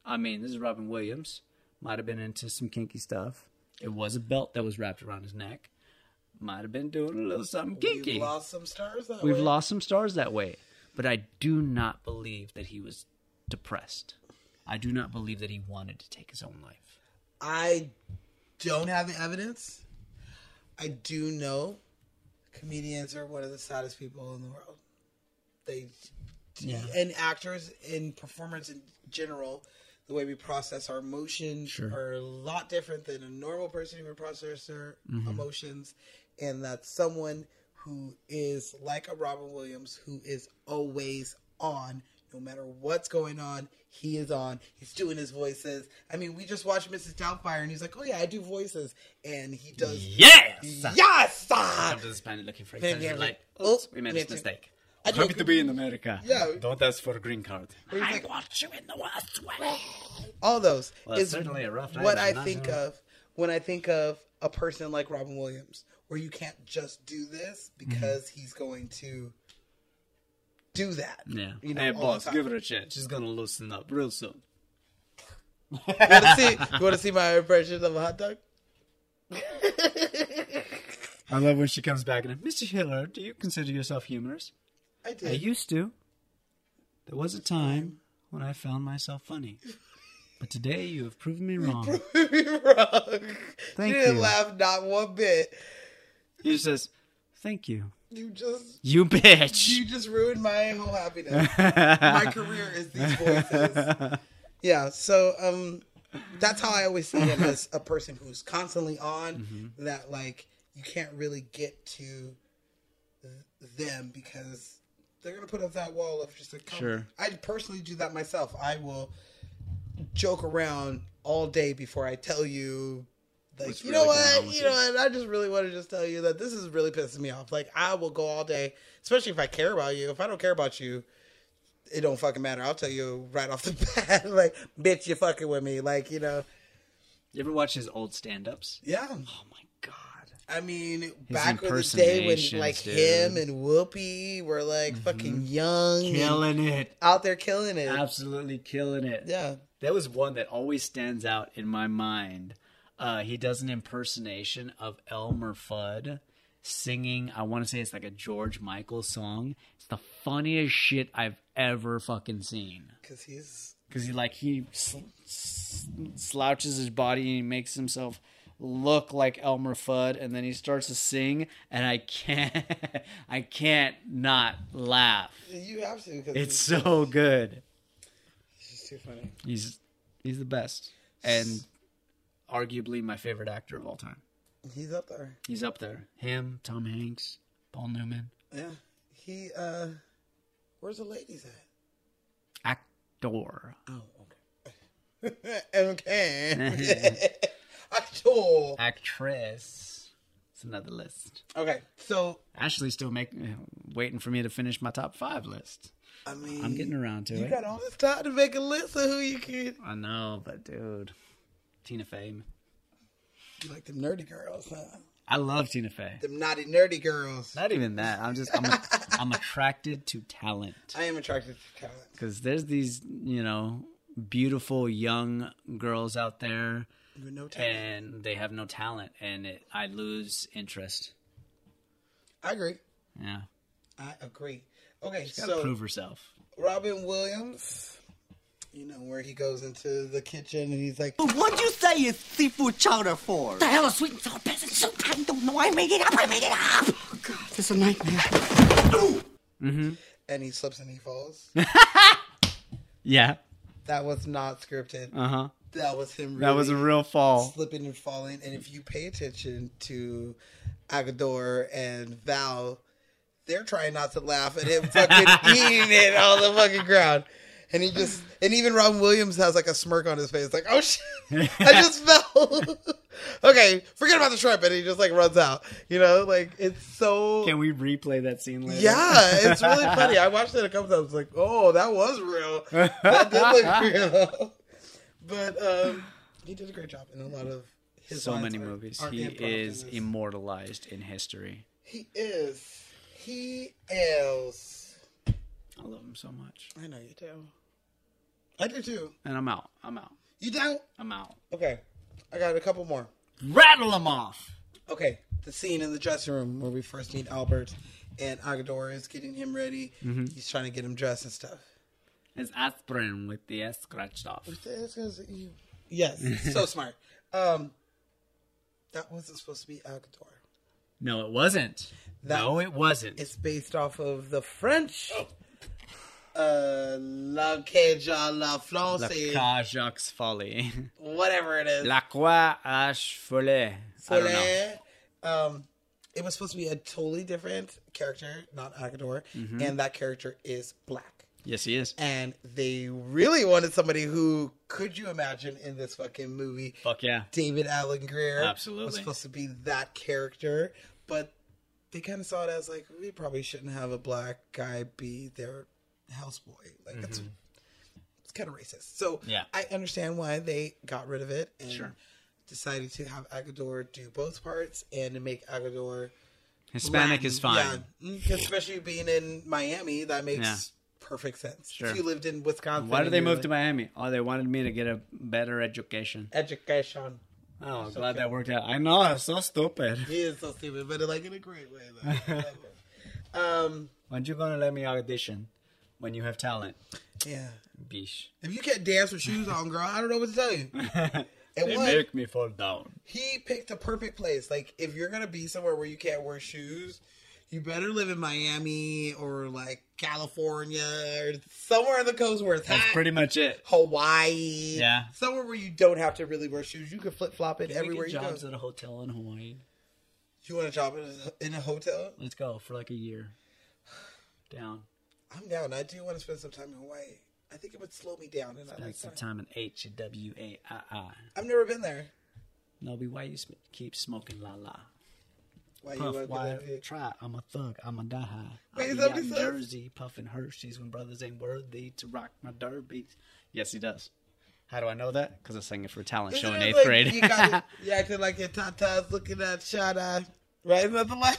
[SPEAKER 2] I mean, this is Robin Williams. Might have been into some kinky stuff. It was a belt that was wrapped around his neck. Might have been doing a little something kinky.
[SPEAKER 1] We've lost some stars that
[SPEAKER 2] We've
[SPEAKER 1] way.
[SPEAKER 2] lost some stars that way. But I do not believe that he was depressed. I do not believe that he wanted to take his own life.
[SPEAKER 1] I don't have the evidence. I do know comedians are one of the saddest people in the world. They
[SPEAKER 2] Yeah.
[SPEAKER 1] and actors and performers in general, the way we process our emotions
[SPEAKER 2] Sure.
[SPEAKER 1] are a lot different than a normal person who would process their
[SPEAKER 2] Mhm.
[SPEAKER 1] emotions, and that's someone who is like a Robin Williams who is always on. No matter what's going on, he is on. He's doing his voices. I mean, we just watched Mrs. Doubtfire, and he's like, "Oh yeah, I do voices," and he does.
[SPEAKER 2] Yes!
[SPEAKER 1] yes.
[SPEAKER 2] Come to this planet looking for
[SPEAKER 1] Then
[SPEAKER 2] extension.
[SPEAKER 1] you're
[SPEAKER 2] like,
[SPEAKER 1] like,
[SPEAKER 2] oops,
[SPEAKER 1] oh,
[SPEAKER 2] we made
[SPEAKER 1] me
[SPEAKER 2] this
[SPEAKER 1] too.
[SPEAKER 2] mistake.
[SPEAKER 1] I do-
[SPEAKER 2] Happy to be in America.
[SPEAKER 1] Yeah.
[SPEAKER 2] Don't ask for a green card.
[SPEAKER 1] Where he's
[SPEAKER 2] I
[SPEAKER 1] like-
[SPEAKER 2] want you in the West.
[SPEAKER 1] all those
[SPEAKER 2] Well,
[SPEAKER 1] is
[SPEAKER 2] certainly a rough night
[SPEAKER 1] what
[SPEAKER 2] was
[SPEAKER 1] I
[SPEAKER 2] not
[SPEAKER 1] think
[SPEAKER 2] rough.
[SPEAKER 1] of when I think of a person like Robin Williams, where you can't just do this
[SPEAKER 2] Mm-hmm.
[SPEAKER 1] because he's going to do that.
[SPEAKER 2] Yeah.
[SPEAKER 1] You know,
[SPEAKER 2] hey,
[SPEAKER 1] all the
[SPEAKER 2] boss,
[SPEAKER 1] time.
[SPEAKER 2] give her a chance. She's going to loosen up real soon.
[SPEAKER 1] You want to see? You want to see my impression of a hot dog?
[SPEAKER 2] I love when she comes back and, Mr. Hiller, do you consider yourself humorous?
[SPEAKER 1] I
[SPEAKER 2] I used to. There was a time when I found myself funny. But today you have proven me wrong.
[SPEAKER 1] You're wrong.
[SPEAKER 2] Thank
[SPEAKER 1] you didn't
[SPEAKER 2] you.
[SPEAKER 1] laugh not one bit.
[SPEAKER 2] He says, thank you.
[SPEAKER 1] You just
[SPEAKER 2] You bitch.
[SPEAKER 1] You just ruined my whole happiness. my career is these voices. Yeah, so um, that's how I always see him as a person who's constantly on. That like you can't really get to th- them because they're gonna put up that wall of just like.
[SPEAKER 2] Sure.
[SPEAKER 1] I personally do that myself. I will joke around all day before I tell you. Like
[SPEAKER 2] What's
[SPEAKER 1] you
[SPEAKER 2] really
[SPEAKER 1] know
[SPEAKER 2] going on
[SPEAKER 1] what
[SPEAKER 2] with
[SPEAKER 1] you
[SPEAKER 2] you.
[SPEAKER 1] know what I just really want to just tell you that this is really pissing me off. Like I will go all day, especially if I care about you. If I don't care about you, it don't fucking matter. I'll tell you right off the bat, like, bitch, you fucking with me. Like, you know,
[SPEAKER 2] You ever watch his old stand ups?
[SPEAKER 1] yeah. Oh
[SPEAKER 2] my god.
[SPEAKER 1] I mean,
[SPEAKER 2] His
[SPEAKER 1] back in the day when
[SPEAKER 2] impersonations,
[SPEAKER 1] like
[SPEAKER 2] dude. Mm-hmm.
[SPEAKER 1] him and Whoopi were like fucking young, and
[SPEAKER 2] Killing it.
[SPEAKER 1] out there killing it.
[SPEAKER 2] absolutely killing it.
[SPEAKER 1] Yeah.
[SPEAKER 2] That was one that always stands out in my mind. Uh, he does an impersonation of Elmer Fudd singing, I want to say it's like a George Michael song. It's the funniest shit I've ever fucking seen.
[SPEAKER 1] Because he's
[SPEAKER 2] Because he like, he sl- s- slouches his body and he makes himself look like Elmer Fudd and then he starts to sing and I can't, I can't not laugh.
[SPEAKER 1] you have to because
[SPEAKER 2] It's so good.
[SPEAKER 1] it's just too funny.
[SPEAKER 2] He's he's the best and arguably my favorite actor of all time.
[SPEAKER 1] He's up there.
[SPEAKER 2] He's up there. Him, Tom Hanks, Paul Newman,
[SPEAKER 1] Yeah. He uh where's the ladies at?
[SPEAKER 2] actor.
[SPEAKER 1] okay. okay. cool.
[SPEAKER 2] Actress. It's another list.
[SPEAKER 1] Okay, so
[SPEAKER 2] Ashley's still making, waiting for me to finish my top five list.
[SPEAKER 1] I mean,
[SPEAKER 2] I'm getting around to
[SPEAKER 1] you
[SPEAKER 2] it.
[SPEAKER 1] got all this time to make a list of who you could.
[SPEAKER 2] I know, but dude, Tina Fey.
[SPEAKER 1] You like the nerdy girls, huh?
[SPEAKER 2] I love Tina Fey.
[SPEAKER 1] Them naughty nerdy girls.
[SPEAKER 2] Not even that. I'm just I'm I'm attracted to talent
[SPEAKER 1] I am attracted to talent.
[SPEAKER 2] because there's these you know beautiful young girls out there,
[SPEAKER 1] With no talent.
[SPEAKER 2] and they have no talent, and it, I lose interest. Eh.
[SPEAKER 1] I agree.
[SPEAKER 2] Yeah,
[SPEAKER 1] I agree. Okay,
[SPEAKER 2] she's gotta
[SPEAKER 1] so
[SPEAKER 2] prove herself.
[SPEAKER 1] Robin Williams, you know where he goes into the kitchen and he's like,
[SPEAKER 8] But what'd you say is seafood chowder for?
[SPEAKER 4] The hell is sweet and sour peasant soup? I don't know. I made it up. I made it up. Oh, God, this is a nightmare.
[SPEAKER 2] Mm-hmm.
[SPEAKER 1] and he slips and he falls.
[SPEAKER 2] Yeah.
[SPEAKER 1] that was not scripted.
[SPEAKER 2] Uh huh.
[SPEAKER 1] That was him. Really
[SPEAKER 2] That was a real fall.
[SPEAKER 1] Slipping and falling, and if you pay attention to Agador and Val, they're trying not to laugh at him fucking eating it all the fucking ground. And he just, and even Robin Williams has like a smirk on his face, like, oh shit, I just fell. okay, forget about the shrimp. And he just like runs out. You know, like it's so.
[SPEAKER 2] Can we replay that scene later?
[SPEAKER 1] Yeah, it's really funny. I watched it a couple times. Like, oh, that was real. That did look real. But um, he did a great job in a lot of his
[SPEAKER 2] so
[SPEAKER 1] lines
[SPEAKER 2] many
[SPEAKER 1] are-
[SPEAKER 2] movies.
[SPEAKER 1] are
[SPEAKER 2] He
[SPEAKER 1] improv in
[SPEAKER 2] is
[SPEAKER 1] this.
[SPEAKER 2] immortalized in history.
[SPEAKER 1] He is. He is.
[SPEAKER 2] I love him so much.
[SPEAKER 1] I know you do. I do too.
[SPEAKER 2] And I'm out. I'm out.
[SPEAKER 1] You don't?
[SPEAKER 2] I'm out.
[SPEAKER 1] Okay, I got a couple more.
[SPEAKER 2] Rattle him off.
[SPEAKER 1] Okay, the scene in the dressing room where we first meet Albert and Agador is getting him ready.
[SPEAKER 2] Mhm.
[SPEAKER 1] He's trying to get him dressed and stuff.
[SPEAKER 2] His aspirin with the S scratched off.
[SPEAKER 1] Yes, so smart. Um, that wasn't supposed to be Agador.
[SPEAKER 2] No, it wasn't. no, it Oh. wasn't.
[SPEAKER 1] It's based off of the French. Uh, La Cage à la
[SPEAKER 2] La
[SPEAKER 1] France,
[SPEAKER 2] Cajax Folly.
[SPEAKER 1] whatever it is.
[SPEAKER 2] La Croix Ash Follet. I don't know.
[SPEAKER 1] Soleil. Um, it was supposed to be a totally different character, not Agador,
[SPEAKER 2] Mhm.
[SPEAKER 1] and that character is black.
[SPEAKER 2] Yes, he is.
[SPEAKER 1] And they really wanted somebody who could you imagine in this fucking movie?
[SPEAKER 2] Fuck yeah.
[SPEAKER 1] David Allen Greer was
[SPEAKER 2] Absolutely.
[SPEAKER 1] supposed to be that character, but they kind of saw it as like we probably shouldn't have a black guy be their houseboy. Like it's
[SPEAKER 2] Mhm.
[SPEAKER 1] it's kind of racist. So
[SPEAKER 2] Yeah.
[SPEAKER 1] I understand why they got rid of it and
[SPEAKER 2] Sure.
[SPEAKER 1] decided to have Agador do both parts and to make Agador
[SPEAKER 2] Hispanic
[SPEAKER 1] Latin.
[SPEAKER 2] is fine.
[SPEAKER 1] Yeah. Mm, 'cause especially being in Miami, that makes
[SPEAKER 2] Yeah.
[SPEAKER 1] perfect sense.
[SPEAKER 2] Sure.
[SPEAKER 1] If you lived in Wisconsin,
[SPEAKER 2] Why did
[SPEAKER 1] and
[SPEAKER 2] they
[SPEAKER 1] you're
[SPEAKER 2] move
[SPEAKER 1] like,
[SPEAKER 2] to Miami? Oh, they wanted me to get a better education.
[SPEAKER 1] Education.
[SPEAKER 2] Oh, I'm glad that worked out. I know, I'm so stupid.
[SPEAKER 1] He is so stupid, but like in a great way though. um,
[SPEAKER 2] When you gonna let me audition? When you have talent.
[SPEAKER 1] yeah.
[SPEAKER 2] Bish.
[SPEAKER 1] If you can't dance with shoes on, girl, I don't know what to tell you. And
[SPEAKER 2] They
[SPEAKER 1] one,
[SPEAKER 2] make me fall down.
[SPEAKER 1] he picked the perfect place. Like, if you're gonna be somewhere where you can't wear shoes, you better live in Miami or like California or somewhere on the coast where it's
[SPEAKER 2] That's
[SPEAKER 1] hot.
[SPEAKER 2] pretty much it.
[SPEAKER 1] Hawaii,
[SPEAKER 2] Yeah.
[SPEAKER 1] somewhere where you don't have to really wear shoes. You can flip flop it everywhere you
[SPEAKER 2] jobs
[SPEAKER 1] go.
[SPEAKER 2] at a hotel in Hawaii.
[SPEAKER 1] You want a job in a- in a hotel?
[SPEAKER 2] Let's go for like a year. Down.
[SPEAKER 1] I'm down. I do want to spend some time in Hawaii. I think it would slow me down, and I like
[SPEAKER 2] That's the
[SPEAKER 1] that.
[SPEAKER 2] time in H W A I I.
[SPEAKER 1] I've never been there.
[SPEAKER 2] Nobi, why you sm- keep smoking la la?
[SPEAKER 1] Why
[SPEAKER 2] Puff,
[SPEAKER 1] wanna go
[SPEAKER 2] why
[SPEAKER 1] there?
[SPEAKER 2] try? I'm a thug. I'm a die high.
[SPEAKER 1] Wait,
[SPEAKER 2] I
[SPEAKER 1] is
[SPEAKER 2] be
[SPEAKER 1] that
[SPEAKER 2] out
[SPEAKER 1] what
[SPEAKER 2] in
[SPEAKER 1] he says?
[SPEAKER 2] Jersey puffing Hershey's when brothers ain't worthy to rock my derbies. Yes, he does. How do I know that? Because I sang it for a talent show in
[SPEAKER 1] Isn't it
[SPEAKER 2] eighth
[SPEAKER 1] like
[SPEAKER 2] grade.
[SPEAKER 1] You, got it- you acting like your tata's looking at shot eye, right? Nothing like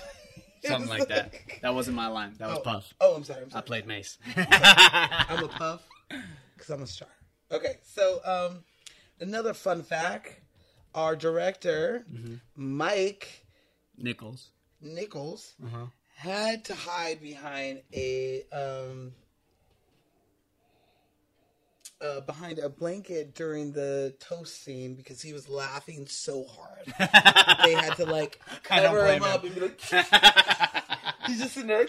[SPEAKER 2] Something like that. That wasn't my line. That was
[SPEAKER 1] oh,
[SPEAKER 2] Puff.
[SPEAKER 1] Oh, I'm sorry. I'm
[SPEAKER 2] I
[SPEAKER 1] sorry.
[SPEAKER 2] played Mace.
[SPEAKER 1] I'm a puff because I'm a star. Okay, so um, another fun fact: our director Mike
[SPEAKER 2] Nichols.
[SPEAKER 1] Nichols
[SPEAKER 2] Uh huh.
[SPEAKER 1] had to hide behind a um. Uh, behind a blanket during the toast scene because he was laughing so hard. they had to like
[SPEAKER 2] I don't
[SPEAKER 1] cover him,
[SPEAKER 2] blame
[SPEAKER 1] up and be like, he's just in there.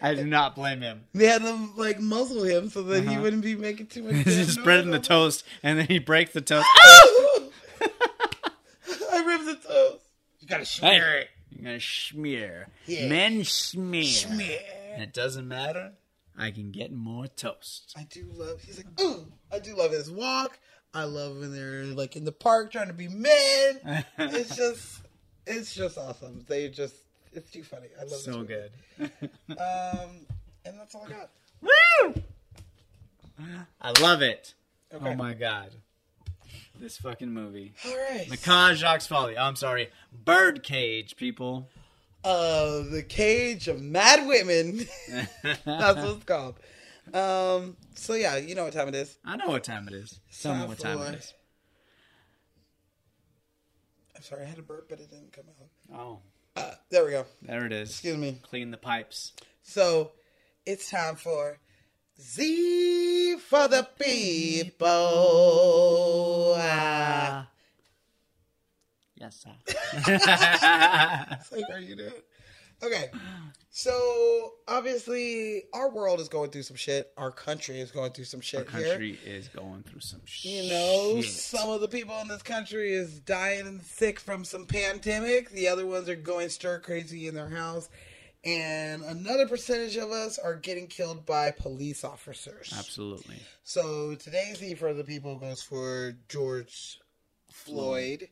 [SPEAKER 2] I do not blame him.
[SPEAKER 1] They had to like muzzle him so that he
[SPEAKER 2] Uh-huh.
[SPEAKER 1] wouldn't be making too much.
[SPEAKER 2] He's
[SPEAKER 1] damn
[SPEAKER 2] just spreading the
[SPEAKER 1] noise.
[SPEAKER 2] toast, and then he breaks the toast.
[SPEAKER 1] Oh! I ripped the toast. You gotta smear it.
[SPEAKER 2] You're gonna smear.
[SPEAKER 1] Yeah.
[SPEAKER 2] Men smear.
[SPEAKER 1] Smear.
[SPEAKER 2] And it doesn't matter. I can get more toast.
[SPEAKER 1] I do love. He's like, ooh, I do love his walk. I love when they're like in the park trying to be men. it's just, it's just awesome. They just, it's too funny. I love this
[SPEAKER 2] so
[SPEAKER 1] movie.
[SPEAKER 2] good.
[SPEAKER 1] Um, and that's all I got.
[SPEAKER 2] Woo! I love it.
[SPEAKER 1] Okay.
[SPEAKER 2] Oh my god. This fucking movie.
[SPEAKER 1] All right.
[SPEAKER 2] Macan Jacques Folly. I'm sorry. Birdcage, people.
[SPEAKER 1] Uh, the cage of mad women. That's what it's called. Um, so yeah, you know what time it is.
[SPEAKER 2] I know what time it is. Tell me
[SPEAKER 1] Time
[SPEAKER 2] what time
[SPEAKER 1] for-
[SPEAKER 2] it is.
[SPEAKER 1] I'm sorry, I had a burp, but it didn't come out.
[SPEAKER 2] Oh.
[SPEAKER 1] Uh, there we go.
[SPEAKER 2] There it is. Excuse
[SPEAKER 1] me.
[SPEAKER 2] Clean the pipes.
[SPEAKER 1] So it's time for Z for the people. Ah.
[SPEAKER 2] Yes, sir.
[SPEAKER 1] it's like, are you doing? Okay. So obviously, our world is going through some shit. Our country is going through some shit
[SPEAKER 2] Our
[SPEAKER 1] here.
[SPEAKER 2] country is going through some shit.
[SPEAKER 1] You know,
[SPEAKER 2] Shit.
[SPEAKER 1] some of the people in this country is dying and sick from some pandemic. The other ones are going stir crazy in their house. And another percentage of us are getting killed by police officers.
[SPEAKER 2] Absolutely.
[SPEAKER 1] So today's E for the People goes for George Floyd,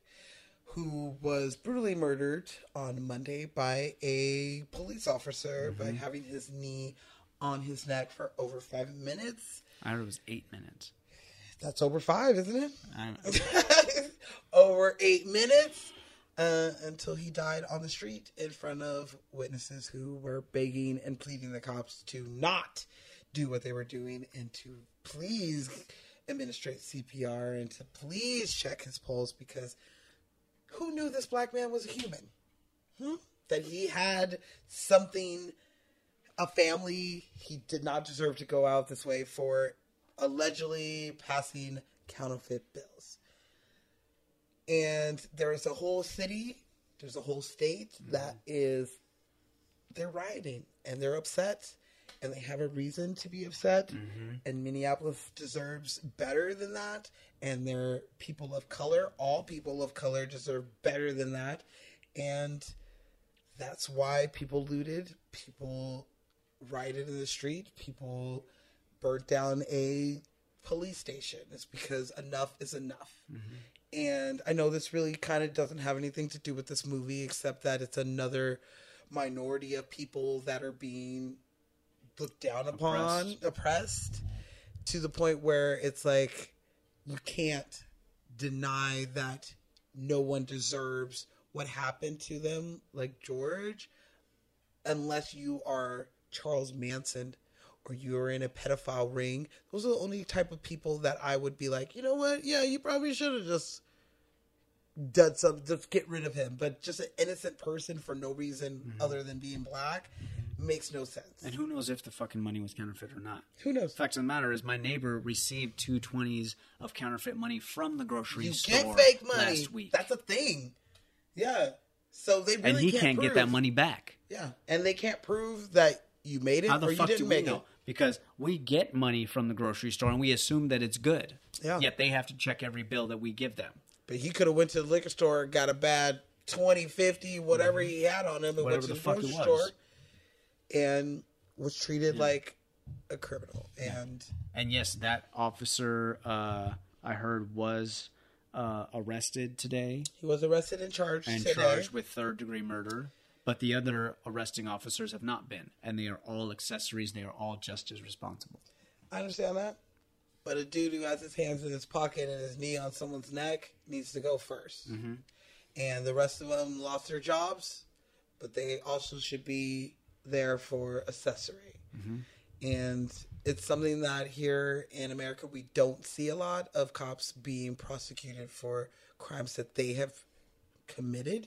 [SPEAKER 1] who was brutally murdered on Monday by a police officer by
[SPEAKER 2] Mhm.
[SPEAKER 1] having his knee on his neck for over five minutes.
[SPEAKER 2] I heard it was eight minutes.
[SPEAKER 1] That's over five, isn't it?
[SPEAKER 2] I don't
[SPEAKER 1] over eight minutes uh, until he died on the street in front of witnesses who were begging and pleading the cops to not do what they were doing and to please administrate CPR and to please check his pulse because who knew this black man was a human? Hmm? That he had something, a family he did not deserve to go out this way for allegedly passing counterfeit bills and there's a whole city, there's a whole state that is they're rioting and they're upset and they have a reason to be upset and Minneapolis deserves better than that and they're people of color, all people of color deserve better than that and that's why people looted, people rioted in the street, people burnt down a police station. It's because enough is enough. And I know this really kind of doesn't have anything to do with this movie, except that it's another minority of people that are being looked down upon, oppressed, to the point where it's like you can't deny that no one deserves what happened to them, like George, unless you are Charles Manson or you are in a pedophile ring. Those are the only type of people that I would be like, you know what? Yeah, you probably should have just done some, just get rid of him. But just an innocent person for no reason other than being black makes no sense.
[SPEAKER 2] And who knows if the fucking money was counterfeit or not?
[SPEAKER 1] Who knows?
[SPEAKER 2] Fact of the matter is, my neighbor received two twenties of counterfeit money from the grocery
[SPEAKER 1] You
[SPEAKER 2] store
[SPEAKER 1] get fake money.
[SPEAKER 2] last week,
[SPEAKER 1] That's a thing. Yeah. So they really
[SPEAKER 2] and he
[SPEAKER 1] can't,
[SPEAKER 2] can't, get that
[SPEAKER 1] prove-
[SPEAKER 2] money back.
[SPEAKER 1] Yeah, and they can't prove that you made it
[SPEAKER 2] How the
[SPEAKER 1] or
[SPEAKER 2] fuck
[SPEAKER 1] you
[SPEAKER 2] do
[SPEAKER 1] didn't
[SPEAKER 2] we
[SPEAKER 1] make
[SPEAKER 2] know?
[SPEAKER 1] it.
[SPEAKER 2] Because we get money from the grocery store and we assume that it's good.
[SPEAKER 1] Yeah.
[SPEAKER 2] Yet they have to check every bill that we give them.
[SPEAKER 1] But he could have went to the liquor store, got a bad 20, 50, whatever he had on him, and
[SPEAKER 2] Mm-hmm. Whatever
[SPEAKER 1] went to
[SPEAKER 2] the
[SPEAKER 1] the,
[SPEAKER 2] fuck it
[SPEAKER 1] grocery
[SPEAKER 2] was.
[SPEAKER 1] store, and was treated like a criminal. And
[SPEAKER 2] And yes, that officer uh, I heard was uh, arrested today
[SPEAKER 1] he was arrested and charged
[SPEAKER 2] and
[SPEAKER 1] today.
[SPEAKER 2] charged with third degree murder. But the other arresting officers have not been, and they are all accessories. They are all just as responsible.
[SPEAKER 1] I understand that, but a dude who has his hands in his pocket and his knee on someone's neck needs to go first.
[SPEAKER 2] Mm-hmm.
[SPEAKER 1] and the rest of them lost their jobs, but they also should be there for accessory.
[SPEAKER 13] Mhm.
[SPEAKER 1] And it's something that here in America we don't see a lot of cops being prosecuted for crimes that they have committed.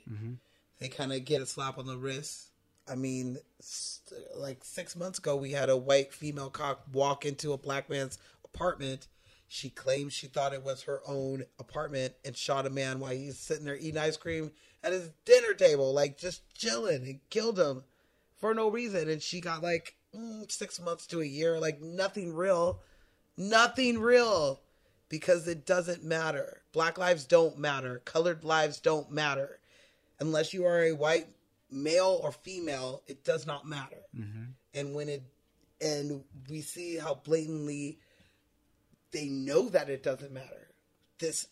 [SPEAKER 1] They kind of get a slap on the wrist. I mean, st- like six months ago, we had a white female cop walk into a black man's apartment. She claimed she thought it was her own apartment and shot a man while he's sitting there eating ice cream at his dinner table, like just chilling and killed him for no reason. And she got like mm, six months to a year, like nothing real, nothing real because it doesn't matter. Black lives don't matter, colored lives don't matter. Unless you are a white male or female, it does not matter. And when it and we see how blatantly they know that it doesn't matter. this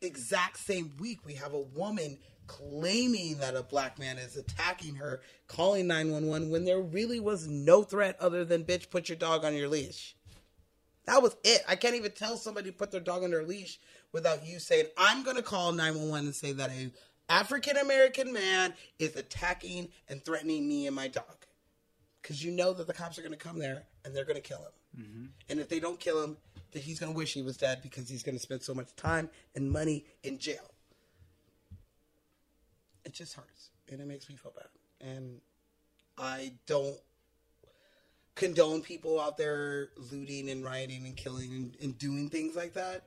[SPEAKER 1] exact same week, we have a woman claiming that a black man is attacking her, calling 911 when there really was no threat other than, bitch, put your dog on your leash. That was it. I can't even tell somebody to put their dog on their leash without you saying, I'm going to call 911 and say that a African American man is attacking and threatening me and my dog. Because you know that the cops are going to come there and they're going to kill him.
[SPEAKER 13] Mm-hmm.
[SPEAKER 1] And if they don't kill him, then he's going to wish he was dead because he's going to spend so much time and money in jail. It just hurts and it makes me feel bad. And I don't condone people out there looting and rioting and killing and, and doing things like that.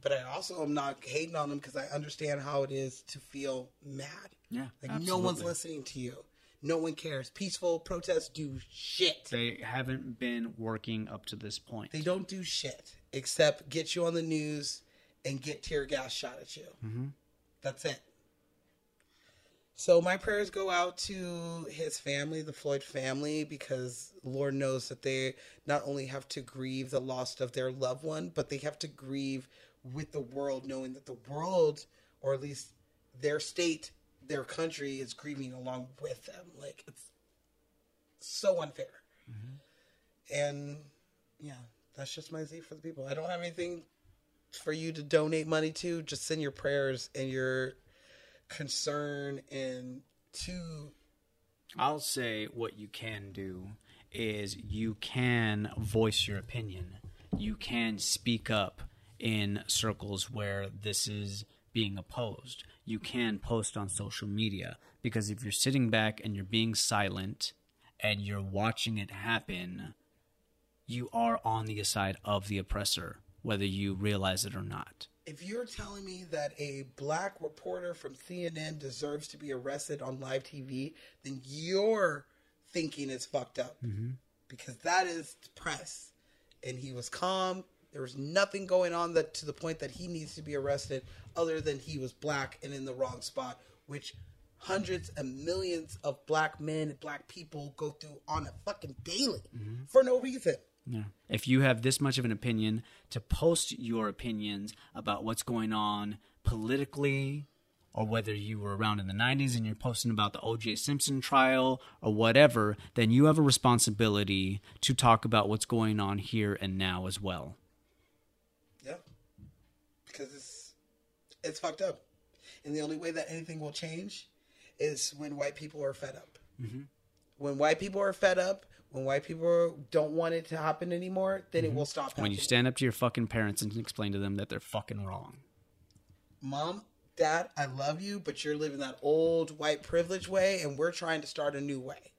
[SPEAKER 1] But I also am not hating on them because I understand how it is to feel mad.
[SPEAKER 2] Yeah.
[SPEAKER 1] Like no one's
[SPEAKER 2] absolutely.
[SPEAKER 1] listening to you. No one cares. Peaceful protests do shit.
[SPEAKER 2] They haven't been working up to this point.
[SPEAKER 1] They don't do shit except get you on the news and get tear gas shot at you.
[SPEAKER 2] Mm-hmm.
[SPEAKER 1] That's it. So my prayers go out to his family, the Floyd family, because Lord knows that they not only have to grieve the loss of their loved one, but they have to grieve with the world, knowing that the world, or at least their state, their country, is grieving along with them. Like it's so unfair.
[SPEAKER 2] Mm-hmm.
[SPEAKER 1] And yeah, that's just my Z for the people. I don't have anything for you to donate money to. Just send your prayers and your concern and to
[SPEAKER 2] I'll say what you can do is you can voice your opinion. You can speak up in circles where this is being opposed. You can post on social media because if you're sitting back and you're being silent and you're watching it happen, you are on the side of the oppressor, whether you realize it or not.
[SPEAKER 1] if you're telling me that a black reporter from CNN deserves to be arrested on live TV, then your thinking is fucked up because that is press. And he was calm. There was nothing going on that to the point that he needs to be arrested, other than he was black and in the wrong spot, which hundreds and millions of black men, and black people go through on a fucking daily for no reason.
[SPEAKER 2] Yeah. If you have this much of an opinion, to post your opinions about what's going on politically, or whether you were around in the 90s and you're posting about the O.J. Simpson trial or whatever, then you have a responsibility to talk about what's going on here and now as well.
[SPEAKER 1] Yeah, because it's it's fucked up, and the only way that anything will change is when white people are fed up.
[SPEAKER 2] Mm-hmm.
[SPEAKER 1] When white people are fed up, when white people don't want it to happen anymore, then it will stop.
[SPEAKER 2] Mm-hmm. When you stand up to your fucking parents and explain to them that they're fucking wrong.
[SPEAKER 1] Mom, Dad, I love you, but you're living that old white privilege way, and we're trying to start a new way.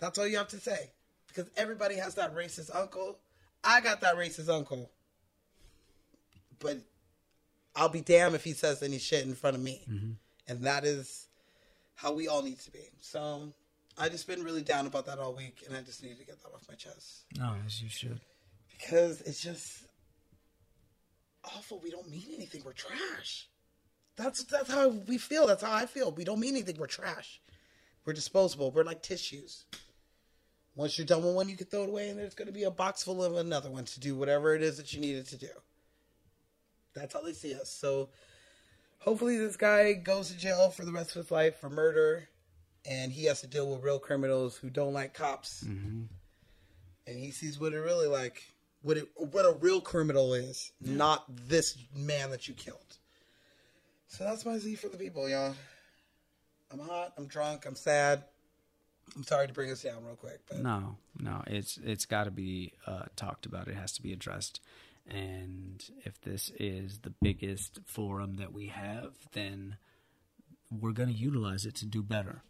[SPEAKER 1] That's all you have to say, because everybody has that racist uncle. I got that racist uncle, but I'll be damned if he says any shit in front of me. and that is how we all need to be. So I just been really down about that all week, and I just needed to get that off my chest
[SPEAKER 2] No, as you should.
[SPEAKER 1] because it's just awful. We don't mean anything. We're trash. That's that's how we feel. That's how I feel. We don't mean anything. We're trash. We're disposable. We're like tissues. Once you're done with one, you can throw it away, and there's going to be a box full of another one to do whatever it is that you needed to do. That's how they see us. So hopefully, this guy goes to jail for the rest of his life for murder, and he has to deal with real criminals who don't like cops and he sees what it really like what it, what a real criminal is not this man that you killed so that's my z for the people y'all i'm hot i'm drunk i'm sad i'm sorry to bring us down real quick but
[SPEAKER 2] No, no, it's it's got to be uh, talked about. It has to be addressed. And if this is the biggest forum that we have, then we're going to utilize it to do better.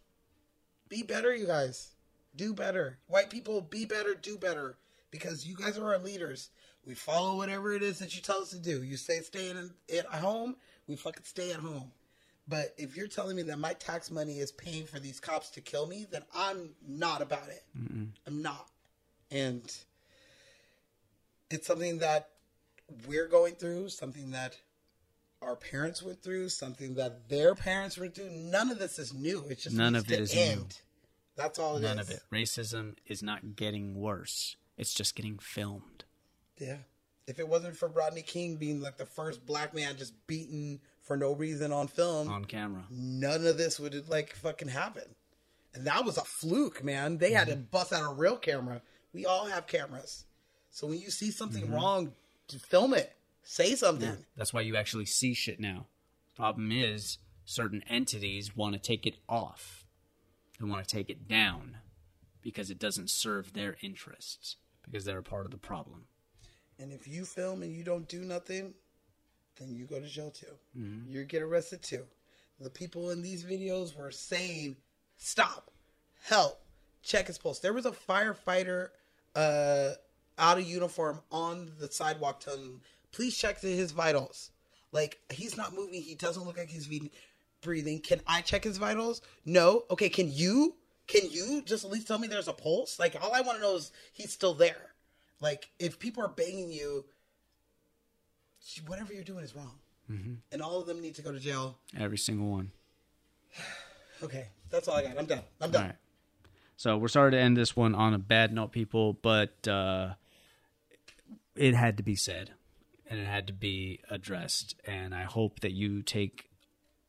[SPEAKER 1] be better you guys do better white people be better do better because you guys are our leaders we follow whatever it is that you tell us to do you say staying in, at home we fucking stay at home but if you're telling me that my tax money is paying for these cops to kill me then i'm not about it
[SPEAKER 2] Mm-mm.
[SPEAKER 1] I'm not. And it's something that we're going through, something that our parents went through, something that their parents went through. None of this is new. It's just
[SPEAKER 2] None
[SPEAKER 1] needs
[SPEAKER 2] of it
[SPEAKER 1] to
[SPEAKER 2] is
[SPEAKER 1] end.
[SPEAKER 2] new.
[SPEAKER 1] That's all it is.
[SPEAKER 2] None of it. Racism is not getting worse. It's just getting filmed.
[SPEAKER 1] Yeah. If it wasn't for Rodney King being like the first black man just beaten for no reason on film,
[SPEAKER 2] on camera.
[SPEAKER 1] none of this would like fucking happen. And that was a fluke, man. They had to bust out a real camera. We all have cameras. So when you see something wrong, to film it. Say something.
[SPEAKER 2] That's why you actually see shit now. Problem is, certain entities want to take it off. They want to take it down because it doesn't serve their interests because they're a part of the problem.
[SPEAKER 1] And if you film and you don't do nothing, then you go to jail too. You get arrested too. The people in these videos were saying, "Stop, help, check his pulse." There was a firefighter uh, out of uniform on the sidewalk telling, him, "Please check his vitals. Like he's not moving. He doesn't look like he's be- breathing. Can I check his vitals? No. Okay. Can you? Can you just at least tell me there's a pulse? Like all I want to know is he's still there. Like if people are banging you, whatever you're doing is wrong,
[SPEAKER 2] Mhm.
[SPEAKER 1] and all of them need to go to jail.
[SPEAKER 2] Every single one.
[SPEAKER 1] Okay, that's all I got. I'm done. I'm done.
[SPEAKER 2] All right. So we're sorry to end this one on a bad note, people, but uh, it had to be said and it had to be addressed. And I hope that you take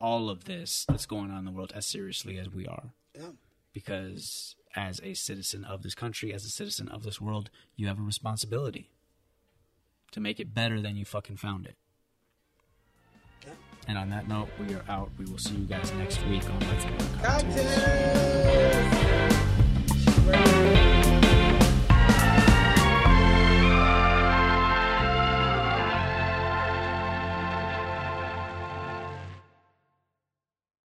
[SPEAKER 2] all of this that's going on in the world as seriously as we are.
[SPEAKER 1] Yeah.
[SPEAKER 2] Because as a citizen of this country, as a citizen of this world, you have a responsibility to make it better than you fucking found it. And on that note, we are out. We will see you guys next week on Let's Get Cocktail.